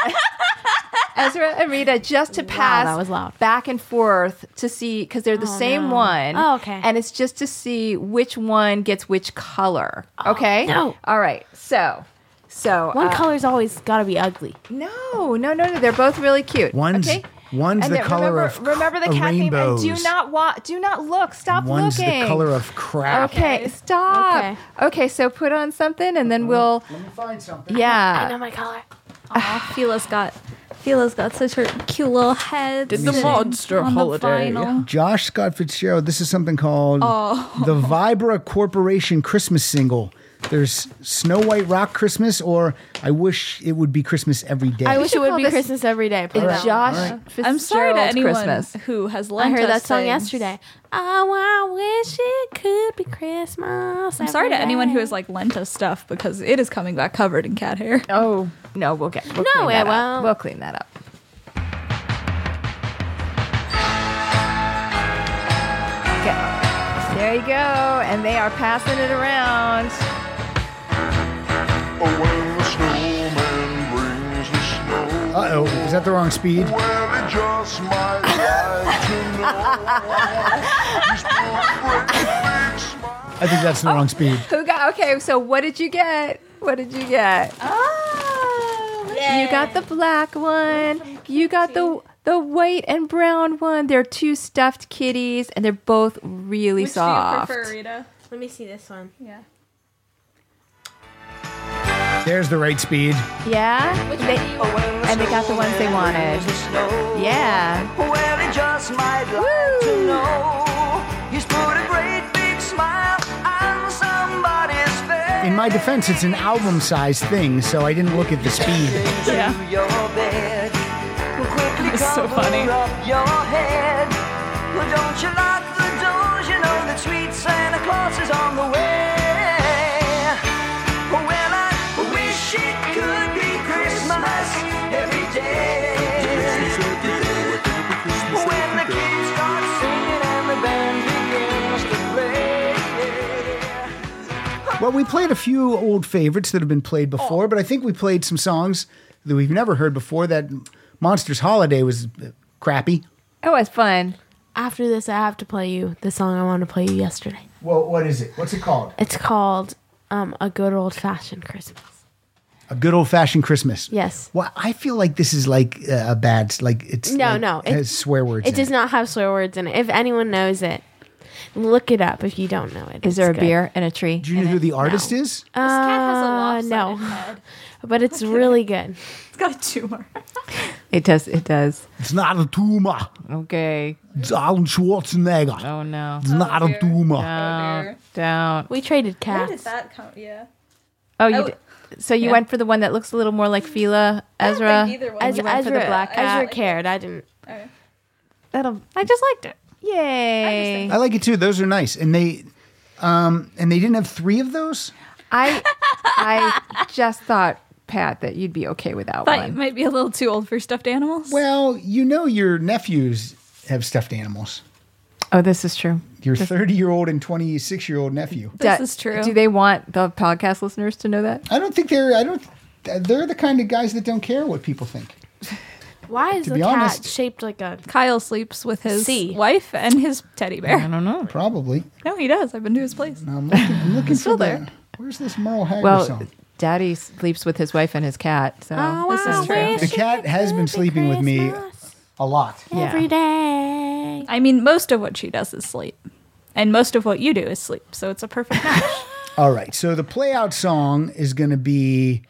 Speaker 3: Ezra and Rita, just to pass
Speaker 4: that was loud.
Speaker 3: back and forth to see because they're the same
Speaker 4: no.
Speaker 3: one.
Speaker 4: Oh, okay.
Speaker 3: and it's just to see which one gets which color. Okay,
Speaker 4: Oh, no.
Speaker 3: all right, so. So
Speaker 4: One
Speaker 3: uh,
Speaker 4: color's always got to be ugly.
Speaker 3: No, no, no, no. They're both really cute.
Speaker 2: One's
Speaker 3: okay?
Speaker 2: one's
Speaker 3: And
Speaker 2: the
Speaker 3: then
Speaker 2: color
Speaker 3: remember,
Speaker 2: of
Speaker 3: remember the
Speaker 2: of
Speaker 3: cat name and
Speaker 2: rainbows.
Speaker 3: do not wa- do not look. Stop
Speaker 2: one's
Speaker 3: looking.
Speaker 2: the color of crap.
Speaker 3: Okay, stop.
Speaker 4: Okay.
Speaker 3: Okay. so put on something and then we'll
Speaker 2: Let me find something.
Speaker 4: I know
Speaker 3: yeah.
Speaker 4: my color.
Speaker 5: Aw, oh, Fila's got Fila's got such her cute little head.
Speaker 10: Did the monster
Speaker 5: on the
Speaker 10: holiday.
Speaker 5: vinyl.
Speaker 2: Josh Scott Fitzgerald, this is something called
Speaker 5: Oh.
Speaker 2: the Vibra Corporation Christmas single. There's Snow White Rock Christmas, or I wish it would be Christmas every day.
Speaker 4: I wish it
Speaker 3: should
Speaker 4: would
Speaker 3: call
Speaker 4: be
Speaker 3: this-
Speaker 4: Christmas every day. Play
Speaker 3: It's
Speaker 4: that one.
Speaker 3: Josh Fitzgerald
Speaker 5: I'm sorry to anyone
Speaker 3: Christmas.
Speaker 5: who has
Speaker 4: I
Speaker 5: lent
Speaker 4: heard
Speaker 5: us
Speaker 4: that song
Speaker 5: things.
Speaker 4: yesterday. Oh, I wish it could be Christmas.
Speaker 5: I'm sorry to
Speaker 4: every
Speaker 5: anyone who
Speaker 4: day.
Speaker 5: has like lent us stuff because it is coming back covered in cat hair.
Speaker 3: Oh no, we'll get
Speaker 4: No,
Speaker 3: we'll clean
Speaker 4: it
Speaker 3: that up.
Speaker 4: won't.
Speaker 3: We'll clean that up. Okay. There you go, and they are passing it around.
Speaker 14: Oh, when the snowman brings the snow.
Speaker 2: Uh oh, is that the wrong speed?
Speaker 14: Well, it just might like to know. He's a big smile.
Speaker 2: I think that's the wrong speed.
Speaker 3: Who got? Okay, so what did you get? What did you get?
Speaker 5: Oh,
Speaker 3: You got the black one. You got the the white and brown one. They're two stuffed kitties, and they're both really soft.
Speaker 5: Rita?
Speaker 4: Let me see this one.
Speaker 5: Yeah.
Speaker 2: There's the right speed.
Speaker 3: Yeah, They- and they got the ones they wanted. Yeah,
Speaker 6: Well, it just might like to know. He's put a great big smile on somebody's face.
Speaker 2: In my defense, it's an album sized thing, so I didn't look at the speed.
Speaker 5: Yeah.
Speaker 6: To your bed. Quickly
Speaker 5: It's so
Speaker 6: cover
Speaker 5: funny.
Speaker 6: up your head. Well, don't you lock the doors? You know that sweet Santa Claus is on the way. Well, I wish it could be Christmas every day. When the kids start singing and the band begins to play.
Speaker 2: Well, we played a few old favorites that have been played before, but I think we played some songs that we've never heard before. That Monsters Holiday was uh, crappy.
Speaker 3: it was fun.
Speaker 4: After this, I have to play you the song I wanted to play you yesterday.
Speaker 2: Well, what is it? What's it called?
Speaker 4: It's called um, a good old fashioned Christmas.
Speaker 2: A good old fashioned Christmas.
Speaker 4: Yes.
Speaker 2: Well, I feel like this is like uh, a bad, like it's
Speaker 4: No,
Speaker 2: like,
Speaker 4: no,
Speaker 2: it has swear words.
Speaker 4: It
Speaker 2: in
Speaker 4: does not have swear words in it. If anyone knows it, look it up. If you don't know it,
Speaker 3: Is there a beer and a tree?
Speaker 2: Do you know who the artist is?
Speaker 4: Uh, no, but it's really good.
Speaker 5: It's got a tumor.
Speaker 3: It does. It does.
Speaker 2: It's not a tumor.
Speaker 3: Okay.
Speaker 2: It's Alan Schwarzenegger.
Speaker 3: Oh no.
Speaker 5: Mm.
Speaker 2: It's not a tumor.
Speaker 3: Don't. Don't.
Speaker 4: We traded
Speaker 5: Where
Speaker 4: cats.
Speaker 5: did that come? Yeah.
Speaker 3: Oh, you.
Speaker 5: I-
Speaker 3: d so you
Speaker 5: yeah.
Speaker 3: went for the one that looks a little more like Fila Ezra.
Speaker 5: either one
Speaker 3: Ez-
Speaker 5: you
Speaker 3: Ezra,
Speaker 5: went for the black cat.
Speaker 4: Ezra cared. I didn't.
Speaker 3: That'll.
Speaker 5: I just liked it.
Speaker 3: Yay!
Speaker 2: I like it too. Those are nice, and they, um, and they didn't have three of those.
Speaker 3: I I just thought Pat that you'd be okay with that
Speaker 5: Thought
Speaker 3: one.
Speaker 5: you might be a little too old for stuffed animals.
Speaker 2: Well, you know your nephews have stuffed animals.
Speaker 3: Oh, this is true.
Speaker 2: Your thirty-year-old and twenty-six-year-old nephew.
Speaker 3: Do- Do they want the podcast listeners to know that?
Speaker 2: I don't think they're. I don't. They're the kind of guys that don't care what people think.
Speaker 4: Why is
Speaker 2: To
Speaker 4: the
Speaker 2: be
Speaker 4: cat
Speaker 2: honest-
Speaker 4: shaped like a?
Speaker 5: Kyle sleeps with his
Speaker 4: See.
Speaker 5: wife and his teddy bear.
Speaker 3: I don't know.
Speaker 2: Probably.
Speaker 5: No, he does. I've been to his place.
Speaker 2: I'm looking, I'm looking
Speaker 5: still
Speaker 2: for the-
Speaker 5: there.
Speaker 2: Where's this Merle Haggard
Speaker 3: Well,
Speaker 2: song?
Speaker 3: Daddy sleeps with his wife and his cat. So
Speaker 4: Oh,
Speaker 3: this
Speaker 4: I
Speaker 3: is true.
Speaker 4: wish
Speaker 2: The cat has been sleeping with me a lot.
Speaker 4: Every day.
Speaker 5: I mean, most of what she does is sleep, and most of what you do is sleep. So it's a perfect match.
Speaker 2: All right. So the play out song is going to be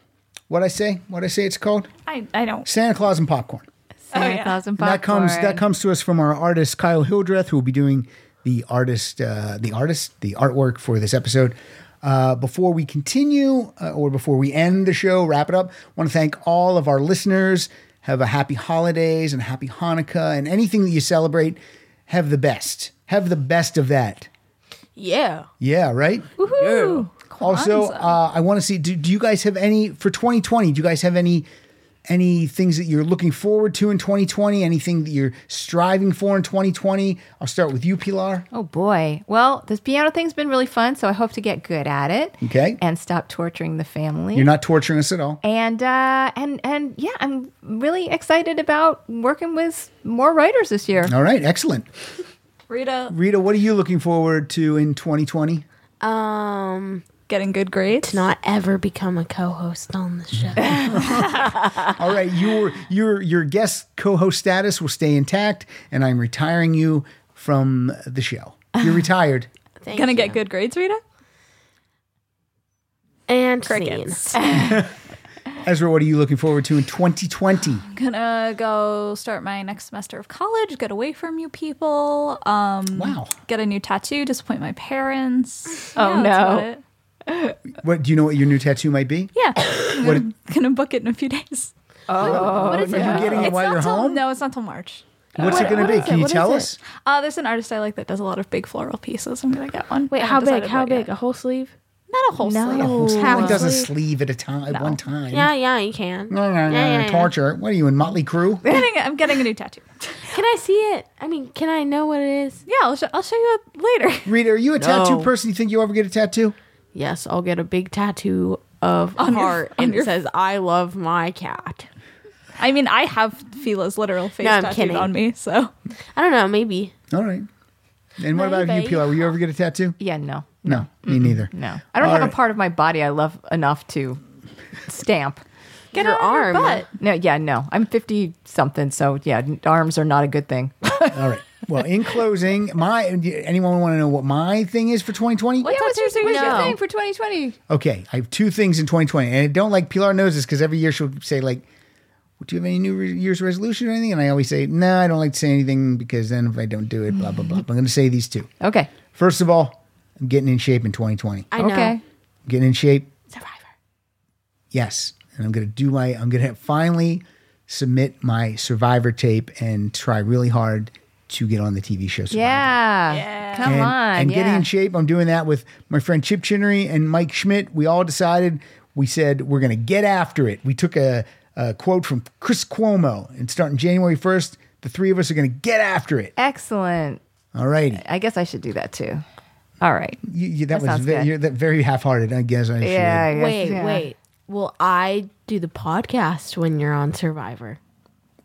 Speaker 2: what I say. What I say it's called
Speaker 5: I, I don't.
Speaker 2: Santa Claus and popcorn.
Speaker 5: Oh,
Speaker 3: Santa Claus and
Speaker 2: And That comes that
Speaker 3: popcorn.
Speaker 2: comes to us from our artist Kyle Hildreth, who will be doing the artist uh, the artist the artwork for this episode. Uh, before we continue, uh, or before we end the show, wrap it up. Want to thank all of our listeners. Have a happy holidays and happy Hanukkah and anything that you celebrate. Have the best. Have the best of that.
Speaker 4: Yeah.
Speaker 2: Yeah, right?
Speaker 5: Woohoo!
Speaker 2: Also, uh, I want to see do, do you guys have any for 2020? Do you guys have any any things that you're looking forward to in 2020? Anything that you're striving for in 2020? I'll start with you, Pilar.
Speaker 3: Oh boy. Well, this piano thing's been really fun, so I hope to get good at it
Speaker 2: Okay.
Speaker 3: and stop torturing the family.
Speaker 2: You're not torturing us at all.
Speaker 3: and uh, and and yeah, I'm really excited about working with more writers this year.
Speaker 2: All right, excellent.
Speaker 5: Rita
Speaker 2: Rita, what are you looking forward to in 2020?
Speaker 4: Um,
Speaker 5: getting good grades.
Speaker 4: to not ever become a co-host on the show.
Speaker 2: All right, your your your guest co-host status will stay intact, and I'm retiring you from the show. You're retired.
Speaker 4: Thank
Speaker 5: Gonna
Speaker 4: you.
Speaker 5: get good grades, Rita.
Speaker 4: and
Speaker 5: Crickets.
Speaker 4: scene.
Speaker 2: Ezra, what are you looking forward to in 2020?
Speaker 5: I'm gonna go start my next semester of college. Get away from you people. Um,
Speaker 2: Wow.
Speaker 5: Get a new tattoo. Disappoint my parents. Yeah,
Speaker 3: Oh,
Speaker 5: that's
Speaker 3: no.
Speaker 5: about it.
Speaker 2: What do you know what your new tattoo might be?
Speaker 5: Yeah.
Speaker 2: What
Speaker 5: gonna book it in a few days.
Speaker 3: Oh,
Speaker 5: what is
Speaker 2: Are
Speaker 5: it?
Speaker 2: you getting it
Speaker 5: It's
Speaker 2: while
Speaker 5: not
Speaker 2: you're
Speaker 5: till-
Speaker 2: home?
Speaker 5: No, it's not till March.
Speaker 2: What's
Speaker 4: What-
Speaker 2: it going
Speaker 4: what
Speaker 2: to be?
Speaker 4: is
Speaker 2: Can
Speaker 4: it?
Speaker 2: you
Speaker 4: What
Speaker 2: tell
Speaker 4: is
Speaker 2: us?
Speaker 5: Uh, there's an artist I like that does a lot of big floral pieces. I'm gonna get one.
Speaker 4: Wait,
Speaker 5: I
Speaker 4: how
Speaker 5: haven't
Speaker 4: big?
Speaker 5: decided
Speaker 4: How
Speaker 5: what yet.
Speaker 4: big? A whole sleeve?
Speaker 5: Not a whole sleeve.
Speaker 4: No.
Speaker 2: Someone does a
Speaker 4: Sleeve.
Speaker 2: sleeve at a time, at one time.
Speaker 4: Yeah, yeah, you can.
Speaker 2: No, no, no,
Speaker 4: Yeah, yeah,
Speaker 2: no,
Speaker 4: yeah.
Speaker 2: Torture. What are you in Motley Crue?
Speaker 5: I'm getting, I'm getting a new tattoo.
Speaker 4: Can I see it? I mean, can I know what it is?
Speaker 5: Yeah, I'll, sh- I'll show you it later.
Speaker 2: Rita, are you a tattoo
Speaker 4: No.
Speaker 2: person? You think you will ever get a tattoo?
Speaker 4: Yes, I'll get a big tattoo of
Speaker 5: On your-
Speaker 4: heart
Speaker 5: on
Speaker 4: and
Speaker 5: your-
Speaker 4: it says "I love my cat."
Speaker 5: I mean, I have Fila's literal face
Speaker 4: No, I'm
Speaker 5: tattooed
Speaker 4: kidding.
Speaker 5: on me, so
Speaker 4: I don't know, maybe.
Speaker 2: All right. And what about you,
Speaker 4: Maybe.
Speaker 2: Pilar? Will you ever get a tattoo?
Speaker 3: yeah, no,
Speaker 2: No, me neither.
Speaker 3: no. I don't
Speaker 2: All
Speaker 3: have
Speaker 2: right.
Speaker 3: a part of my body I love enough to stamp.
Speaker 4: Get your arm.
Speaker 3: But no, yeah, no. I'm 50 something, so yeah, n- arms are not a good thing.
Speaker 2: All right. Well, in closing, my anyone want to know what my thing is for 2020?
Speaker 3: yeah, what's your,
Speaker 4: tattoos do you
Speaker 3: what's your
Speaker 4: know?
Speaker 3: thing for 2020?
Speaker 2: Okay, I have two things in 2020, and I don't like Pilar knows this because every year she'll say like, "Do you have any New Re- Year's resolution or anything?" And I always say, "No, I don't like to say anything because then if I don't do it, blah blah blah." But I'm going to say these two.
Speaker 3: Okay.
Speaker 2: First of all, I'm getting in shape in 2020.
Speaker 4: I know.
Speaker 3: Okay.
Speaker 2: Getting in shape,
Speaker 4: Survivor.
Speaker 2: yes. And I'm going to do my. I'm going to finally submit my Survivor tape and try really hard to get on the TV show. Survivor.
Speaker 3: Yeah. Come
Speaker 2: and,
Speaker 3: on.
Speaker 2: and getting
Speaker 3: yeah.
Speaker 2: in shape. I'm doing that with my friend Chip Chinnery and Mike Schmidt. We all decided we said we're going to get after it. We took a, a quote from Chris Cuomo, and starting January 1st, the three of us are going to get after it.
Speaker 3: Excellent.
Speaker 2: All righty,
Speaker 3: I guess I should do that too. All right.
Speaker 2: you, you, that,
Speaker 3: That
Speaker 2: was
Speaker 3: sounds
Speaker 2: ve-
Speaker 3: good.
Speaker 2: you're that very half-hearted. I guess I
Speaker 3: Yeah. I guess,
Speaker 4: Wait,
Speaker 3: yeah.
Speaker 4: wait. Will I do the podcast when you're on Survivor?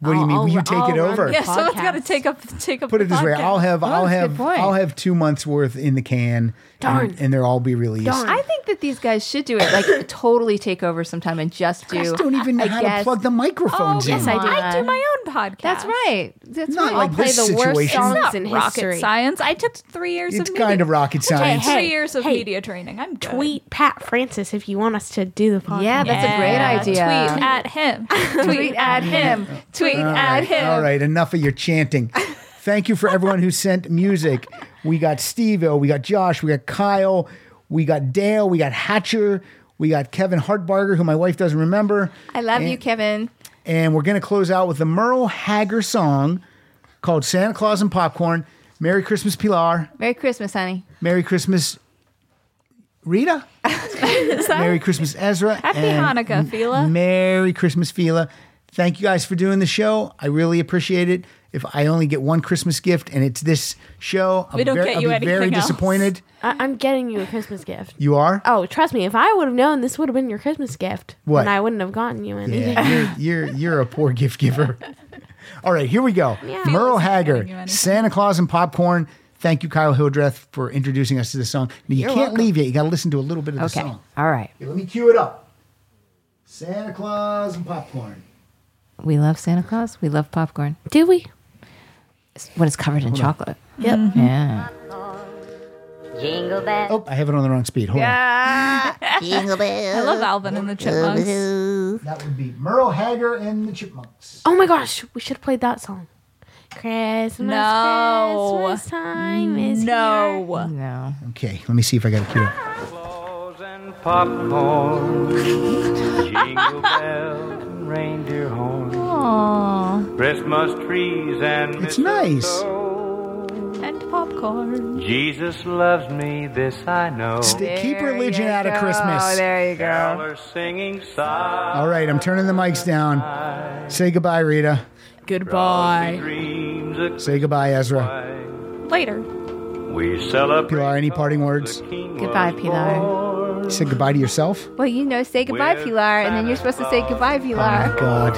Speaker 2: should. What do you mean? Will you take it over?
Speaker 5: Yeah, someone's got to take up take up.
Speaker 2: Put
Speaker 5: the
Speaker 2: it this way:
Speaker 5: podcast.
Speaker 2: I'll have I'll have I'll have two months worth in the can,
Speaker 3: Darn.
Speaker 2: and, and they'll all be released.
Speaker 3: I think that these guys should do it. Like totally take over sometime and just do.
Speaker 2: guys don't even know
Speaker 3: I Oh,
Speaker 2: how to plug the microphones
Speaker 3: yes,
Speaker 2: in.
Speaker 3: I do.
Speaker 5: I do my own podcast.
Speaker 3: That's right. That's
Speaker 2: Not
Speaker 3: right.
Speaker 2: like this situation.
Speaker 5: It's
Speaker 2: songs
Speaker 5: not
Speaker 2: in
Speaker 5: rocket
Speaker 2: history.
Speaker 5: science. I took three years
Speaker 2: It's
Speaker 5: of media.
Speaker 2: kind of rocket science.
Speaker 5: Three years of media training. I'm good.
Speaker 4: Tweet Pat Francis if you want us to do the podcast.
Speaker 3: Yeah, that's a great idea.
Speaker 5: Tweet at him. Tweet at him. Tweet
Speaker 2: all
Speaker 5: at
Speaker 2: right,
Speaker 5: him.
Speaker 2: all right, enough of your chanting. Thank you for everyone who sent music. We got Steve O, we got Josh, we got Kyle, we got Dale, we got Hatcher, we got Kevin Hartbarger, who my wife doesn't remember.
Speaker 3: I love you,
Speaker 2: And-
Speaker 3: Kevin.
Speaker 2: And we're going to close out with the Merle Haggard song called Santa Claus and Popcorn. Merry Christmas, Pilar.
Speaker 3: Merry Christmas, honey.
Speaker 2: Merry Christmas, Rita. Merry Christmas, Ezra.
Speaker 5: Happy Hanukkah,
Speaker 2: m-
Speaker 5: Fila.
Speaker 2: Merry Christmas, Fila. Thank you guys for doing the show. I really appreciate it. If I only get one Christmas gift and it's this show, I'll
Speaker 4: We don't
Speaker 2: be ver-
Speaker 4: get
Speaker 2: I'll
Speaker 4: you
Speaker 2: be
Speaker 4: anything
Speaker 2: very
Speaker 4: else.
Speaker 2: disappointed.
Speaker 4: I- I'm getting you a Christmas gift.
Speaker 2: You are?
Speaker 4: Oh, trust me, if I would have known, this would have been your Christmas gift.
Speaker 2: What?
Speaker 4: And I wouldn't have gotten you anything.
Speaker 2: Yeah, you're, you're you're a poor gift giver. All right, here we go. Merle Haggard, Santa Claus and popcorn. Thank you, Kyle Hildreth, for introducing us to this song. Now, you
Speaker 6: You're
Speaker 2: can't
Speaker 6: welcome.
Speaker 2: leave yet. You got to listen to a little bit of the
Speaker 6: Okay,
Speaker 2: song.
Speaker 3: All right.
Speaker 2: Here, let me cue it up. Santa Claus and popcorn.
Speaker 3: We love Santa Claus. We love popcorn.
Speaker 4: Do we?
Speaker 3: It's When it's covered in
Speaker 2: Hold on.
Speaker 3: chocolate.
Speaker 4: Yep.
Speaker 3: Yeah.
Speaker 9: Jingle bells.
Speaker 2: Oh, I have it on the wrong speed. Hold on.
Speaker 9: Jingle bells.
Speaker 5: I love Alvin and the Chipmunks.
Speaker 2: That would be Merle Haggard and the Chipmunks.
Speaker 4: Oh my gosh, we should have played that song. Christmas,
Speaker 5: No.
Speaker 4: Christmas time is
Speaker 5: No.
Speaker 3: No.
Speaker 2: Okay, let me see if I got it queued up.
Speaker 8: Popcorn, jingle bells, and reindeer horns. Christmas trees and
Speaker 2: It's nice.
Speaker 5: And popcorn.
Speaker 8: Jesus loves me, this I know.
Speaker 2: Stay- keep There religion you out of go, Christmas.
Speaker 3: Oh, there
Speaker 2: you go.
Speaker 8: Caroler singing songs.
Speaker 2: All right, I'm turning the mics down. Say goodbye, Rita. Uh,
Speaker 8: Dreams
Speaker 2: Say goodbye, Ezra.
Speaker 5: Later.
Speaker 8: we celebrate.
Speaker 2: Pilar, any parting words?
Speaker 3: Goodbye, Pilar.
Speaker 2: Say goodbye to yourself.
Speaker 3: Well, you know, say goodbye,
Speaker 8: With
Speaker 3: Pilar, and then you're supposed to say goodbye, Pilar.
Speaker 2: Oh, God.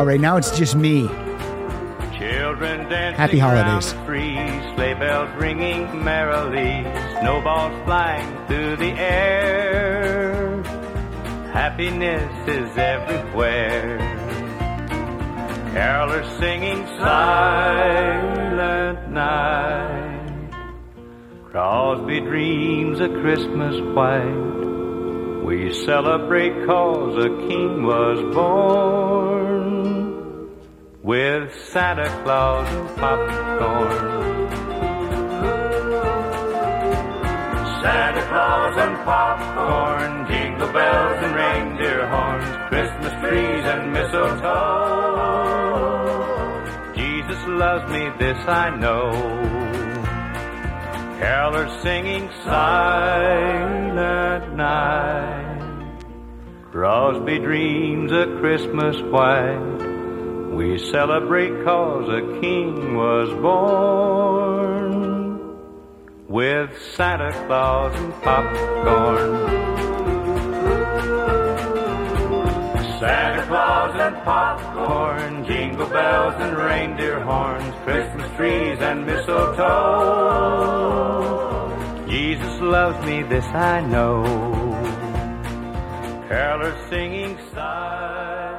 Speaker 2: All right, now it's just me.
Speaker 8: Children dancing
Speaker 2: Happy holidays.
Speaker 8: around the trees, sleigh bells ringing merrily, snowballs flying through the air. Happiness is everywhere. Carolers singing silent night. Crosby dreams of Christmas white. We celebrate cause a king was born with Santa Claus and popcorn. Santa Claus and popcorn, jingle bells and reindeer horns, Christmas trees and mistletoe. Jesus loves me, this I know. Carolers singing silent night. Crosby dreams of Christmas white. We celebrate cause a king was born with Santa Claus and popcorn. Santa Claus and popcorn, jingle bells and reindeer horns, Christmas trees and mistletoe. Jesus loves me, this I know. Carolers singing sigh.